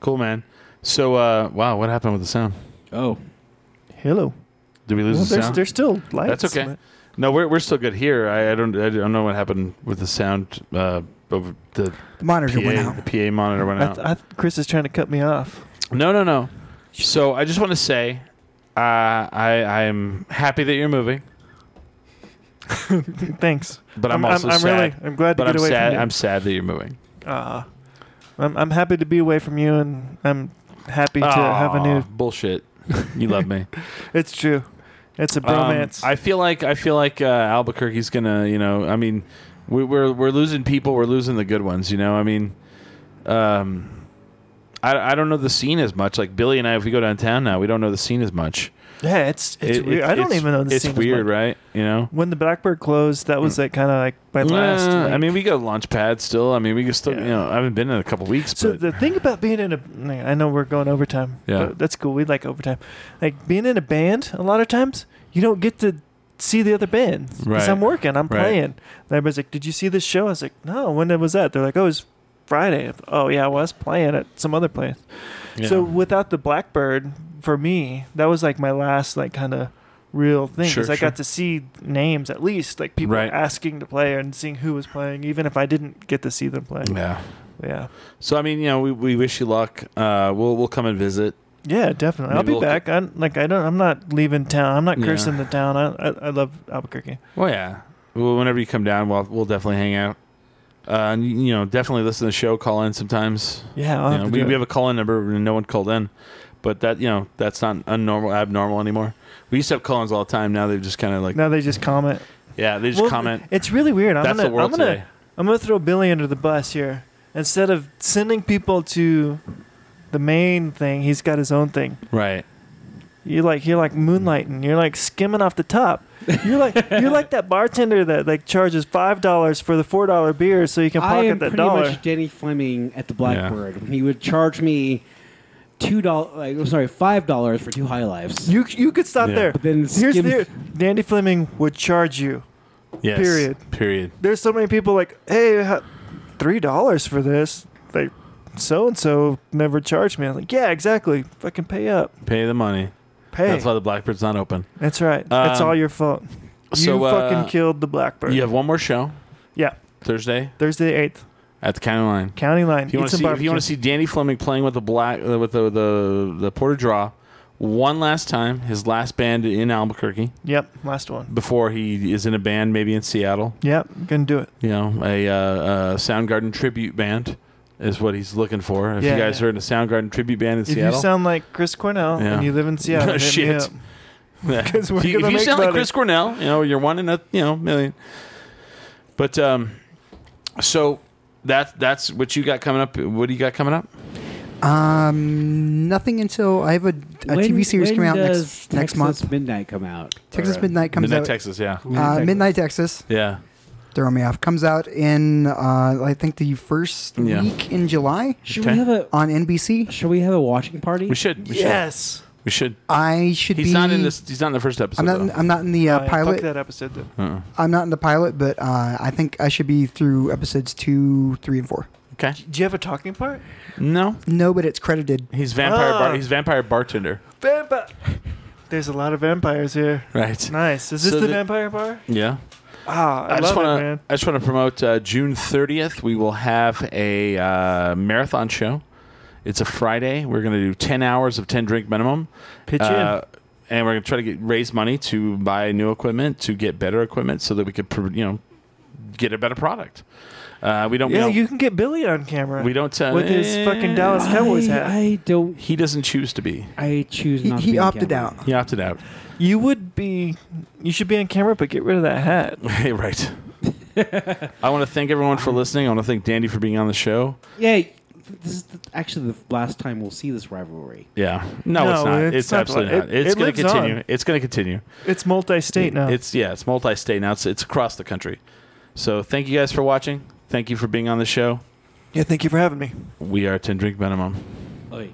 [SPEAKER 2] Cool, man. So, uh, wow, what happened with the sound?
[SPEAKER 3] Oh,
[SPEAKER 4] Hello.
[SPEAKER 2] Did we lose
[SPEAKER 4] Well,
[SPEAKER 2] the
[SPEAKER 4] there's,
[SPEAKER 2] sound?
[SPEAKER 4] there's still lights.
[SPEAKER 2] That's okay.
[SPEAKER 4] but-
[SPEAKER 2] No, we're, we're still good here. I, I don't I don't know what happened with the sound uh, over the
[SPEAKER 5] The monitor went
[SPEAKER 2] PA,
[SPEAKER 5] out.
[SPEAKER 2] the PA monitor went
[SPEAKER 4] I
[SPEAKER 2] out.
[SPEAKER 4] th- I th- Chris is trying to cut me off.
[SPEAKER 2] No, no, no. So I just want to say, uh, I I'm happy that you're moving,
[SPEAKER 4] Thanks.
[SPEAKER 2] but I'm, also
[SPEAKER 4] I'm, I'm
[SPEAKER 2] sad.
[SPEAKER 4] really I'm glad to
[SPEAKER 2] but
[SPEAKER 4] get
[SPEAKER 2] I'm
[SPEAKER 4] away
[SPEAKER 2] sad.
[SPEAKER 4] from you.
[SPEAKER 2] I'm sad that you're moving.
[SPEAKER 4] Aw. I'm I'm happy to be away from you, and I'm happy to have a
[SPEAKER 2] Aw,
[SPEAKER 4] new.
[SPEAKER 2] bullshit. You love me.
[SPEAKER 4] It's true. It's a
[SPEAKER 2] Um,
[SPEAKER 4] bromance.
[SPEAKER 2] I feel like I feel like uh, Albuquerque's gonna. You know, I mean, we, we're we're losing people. We're losing the good ones. You know, I mean, um, I I don't know the scene as much. Like Billy and I, if we go downtown now, we don't know the scene as much.
[SPEAKER 4] yeah, it's it's
[SPEAKER 2] It-
[SPEAKER 4] weird.
[SPEAKER 2] it's-
[SPEAKER 4] I don't
[SPEAKER 2] it's-
[SPEAKER 4] even know the
[SPEAKER 2] It's
[SPEAKER 4] scene as
[SPEAKER 2] weird,
[SPEAKER 4] much.
[SPEAKER 2] right? You know.
[SPEAKER 4] When the Blackbird closed, that was like kind of like my last.
[SPEAKER 2] Uh, I
[SPEAKER 4] like-
[SPEAKER 2] mean, we go to Launchpad still. I mean, we can still,
[SPEAKER 4] Yeah.
[SPEAKER 2] you know, I haven't been in a couple weeks.
[SPEAKER 4] So
[SPEAKER 2] but
[SPEAKER 4] the thing about being in a, I know we're going overtime.
[SPEAKER 2] Yeah.
[SPEAKER 4] but that's cool. We like overtime. Like being in a band, a lot of times you don't get to see the other band because
[SPEAKER 2] Right.
[SPEAKER 4] I'm working, I'm
[SPEAKER 2] Right.
[SPEAKER 4] playing. And everybody's like, "Did you see this show?" I was like, "No." When was that? They're like, "Oh, it was Friday." Oh yeah, well, I was playing at some other place.
[SPEAKER 2] yeah.
[SPEAKER 4] So without the Blackbird, for me, that was like my last like kind of real thing
[SPEAKER 2] Sure,
[SPEAKER 4] because I
[SPEAKER 2] sure.
[SPEAKER 4] got to see names at least like people
[SPEAKER 2] Right.
[SPEAKER 4] asking to play and seeing who was playing, even if I didn't get to see them play.
[SPEAKER 2] yeah.
[SPEAKER 4] yeah.
[SPEAKER 2] So I mean, you know, we, we wish you luck. Uh, we'll we'll come and visit.
[SPEAKER 4] Yeah, definitely.
[SPEAKER 2] Maybe we'll
[SPEAKER 4] I'll be back. I'm like I don't. I'm not leaving town. I'm not
[SPEAKER 2] Yeah.
[SPEAKER 4] cursing the town. I, I I love Albuquerque.
[SPEAKER 2] Well, yeah. Well, whenever you come down, we'll we'll definitely hang out. Uh, and, you know, definitely listen to the show. Call in sometimes.
[SPEAKER 4] Yeah, I'll
[SPEAKER 2] You
[SPEAKER 4] have
[SPEAKER 2] know,
[SPEAKER 4] to
[SPEAKER 2] we,
[SPEAKER 4] do
[SPEAKER 2] we
[SPEAKER 4] it.
[SPEAKER 2] have a call in number and no one called in, but that you know that's not unnormal abnormal anymore. We used to have call-ins all the time. Now they've just kind of like
[SPEAKER 4] now they just comment.
[SPEAKER 2] yeah they just
[SPEAKER 4] Well,
[SPEAKER 2] comment.
[SPEAKER 4] It's really weird. I'm
[SPEAKER 2] That's
[SPEAKER 4] gonna,
[SPEAKER 2] the world
[SPEAKER 4] I'm gonna,
[SPEAKER 2] today.
[SPEAKER 4] I'm gonna throw Billy under the bus here. Instead of sending people to the main thing, he's got his own thing.
[SPEAKER 2] Right.
[SPEAKER 4] You're like you're like moonlighting. You're like skimming off the top. You're like you're like that bartender that like charges five dollars for the four dollar beer so you can
[SPEAKER 3] I am
[SPEAKER 4] pocket
[SPEAKER 3] pretty
[SPEAKER 4] that dollar.
[SPEAKER 3] much Danny Fleming at the Blackbird. He would charge me two dollars. Like, I'm sorry, five dollars for two high lives.
[SPEAKER 4] You you could stop
[SPEAKER 2] Yeah.
[SPEAKER 4] there.
[SPEAKER 3] But then
[SPEAKER 4] here's
[SPEAKER 3] skim-
[SPEAKER 4] the Dandy Fleming would charge you.
[SPEAKER 2] Yes.
[SPEAKER 4] Period.
[SPEAKER 2] Period.
[SPEAKER 4] There's so many people like, hey, ha- three dollars for this. Like, so and so never charged me. I'm like, yeah, exactly. Fucking pay up.
[SPEAKER 2] Pay the money.
[SPEAKER 4] Pay.
[SPEAKER 2] That's why the Blackbird's not open.
[SPEAKER 4] That's right. it's
[SPEAKER 2] Um,
[SPEAKER 4] all your fault. You
[SPEAKER 2] so, uh,
[SPEAKER 4] fucking killed the blackbird.
[SPEAKER 2] You have one more show
[SPEAKER 4] Yeah.
[SPEAKER 2] Thursday
[SPEAKER 4] Thursday eighth,
[SPEAKER 2] at the County Line.
[SPEAKER 4] County Line.
[SPEAKER 2] If you
[SPEAKER 4] Eat
[SPEAKER 2] want to
[SPEAKER 4] some
[SPEAKER 2] see, if you want to see
[SPEAKER 4] barbecue.
[SPEAKER 2] Danny Fleming playing with the black uh, with the, the the Porter Draw one last time, his last band in Albuquerque
[SPEAKER 4] Yep. Last one.
[SPEAKER 2] before he is in a band maybe in Seattle.
[SPEAKER 4] Yep. Gonna do it.
[SPEAKER 2] You know, a uh, uh, Soundgarden tribute band is what he's looking for. If
[SPEAKER 4] Yeah,
[SPEAKER 2] you guys
[SPEAKER 4] yeah.
[SPEAKER 2] are in a Soundgarden tribute band in
[SPEAKER 4] If
[SPEAKER 2] Seattle,
[SPEAKER 4] you sound like Chris Cornell
[SPEAKER 2] Yeah.
[SPEAKER 4] and you live in Seattle, hit me
[SPEAKER 2] Shit.
[SPEAKER 4] up.
[SPEAKER 2] Yeah.
[SPEAKER 4] 'Cause we're
[SPEAKER 2] if you,
[SPEAKER 4] gonna
[SPEAKER 2] if you
[SPEAKER 4] make
[SPEAKER 2] sound like
[SPEAKER 4] money.
[SPEAKER 2] Chris Cornell, you know you're one in a you know million. But um, so that that's what you got coming up. What do you got coming up?
[SPEAKER 5] Um, nothing until I have a, a TV series coming out next next month.
[SPEAKER 3] Midnight come out.
[SPEAKER 5] Texas
[SPEAKER 2] Alright.
[SPEAKER 5] Midnight comes
[SPEAKER 2] Midnight
[SPEAKER 5] out.
[SPEAKER 2] Texas, yeah,
[SPEAKER 5] uh, Midnight Texas.
[SPEAKER 2] yeah.
[SPEAKER 5] Throw me off. Comes out in uh, I think the first
[SPEAKER 2] Yeah.
[SPEAKER 5] week in July
[SPEAKER 3] Should
[SPEAKER 2] Okay.
[SPEAKER 3] we have a
[SPEAKER 5] on NBC.
[SPEAKER 3] Should we have a watching party?
[SPEAKER 2] We should. We
[SPEAKER 4] Yes.
[SPEAKER 2] should. We should.
[SPEAKER 5] I should
[SPEAKER 2] He's
[SPEAKER 5] be.
[SPEAKER 2] not in this. He's not in the first episode.
[SPEAKER 5] I'm not. In, I'm not in the
[SPEAKER 4] Oh,
[SPEAKER 5] uh,
[SPEAKER 4] yeah,
[SPEAKER 5] pilot.
[SPEAKER 4] Fuck that episode. Though.
[SPEAKER 2] though. Uh-uh.
[SPEAKER 5] I'm not in the pilot, but uh, I think I should be through episodes two, three, and four.
[SPEAKER 2] Okay.
[SPEAKER 4] Do you have a talking part?
[SPEAKER 2] No,
[SPEAKER 5] No, but it's credited.
[SPEAKER 2] he's vampire.
[SPEAKER 4] Ah.
[SPEAKER 2] Bar- he's vampire bartender.
[SPEAKER 4] Vampire. There's a lot of vampires here.
[SPEAKER 2] Right.
[SPEAKER 4] Nice. Is this
[SPEAKER 2] So
[SPEAKER 4] the,
[SPEAKER 2] the-
[SPEAKER 4] vampire bar?
[SPEAKER 2] Yeah.
[SPEAKER 4] Ah, I,
[SPEAKER 2] I, just
[SPEAKER 4] love
[SPEAKER 2] want
[SPEAKER 4] it, man.
[SPEAKER 2] to. I just want to promote uh, June 30th. We will have a uh, marathon show. It's a Friday. We're going to do 10 hours of 10 drink minimum.
[SPEAKER 4] Pitch
[SPEAKER 2] Uh, and we're going to try to get raise money to buy new equipment, to get better equipment, so that we could, pr- you know, get a better product. Uh, we don't.
[SPEAKER 4] in. Yeah,
[SPEAKER 2] we don't,
[SPEAKER 4] you can get Billy on camera.
[SPEAKER 2] We don't. Uh,
[SPEAKER 4] With his fucking Dallas
[SPEAKER 3] I,
[SPEAKER 4] Cowboys hat.
[SPEAKER 3] I don't.
[SPEAKER 2] He doesn't choose to be.
[SPEAKER 3] I choose
[SPEAKER 5] He,
[SPEAKER 3] not. to
[SPEAKER 5] he
[SPEAKER 3] be on
[SPEAKER 5] opted
[SPEAKER 3] camera.
[SPEAKER 5] out.
[SPEAKER 2] He opted out.
[SPEAKER 4] You would be. You should be on camera, but get rid of that hat.
[SPEAKER 2] Hey, right. I want to thank everyone for listening. I want to thank Dandy for being on the show.
[SPEAKER 3] Yeah, this is the, actually the last time we'll see this rivalry.
[SPEAKER 2] Yeah. No,
[SPEAKER 4] No,
[SPEAKER 2] it's not.
[SPEAKER 4] it's
[SPEAKER 2] It's,
[SPEAKER 4] not
[SPEAKER 2] absolutely
[SPEAKER 4] like-
[SPEAKER 2] not.
[SPEAKER 4] it-
[SPEAKER 2] It's
[SPEAKER 4] it
[SPEAKER 2] going
[SPEAKER 4] lives
[SPEAKER 2] to continue.
[SPEAKER 4] on.
[SPEAKER 2] It's going to continue.
[SPEAKER 4] It's multi-state now.
[SPEAKER 2] It's yeah, it's multi-state now. It's it's across the country. So thank you guys for watching. Thank you for being on the show.
[SPEAKER 4] yeah. Thank you for having me.
[SPEAKER 2] We are Ten Drink Minimum.
[SPEAKER 3] Oy.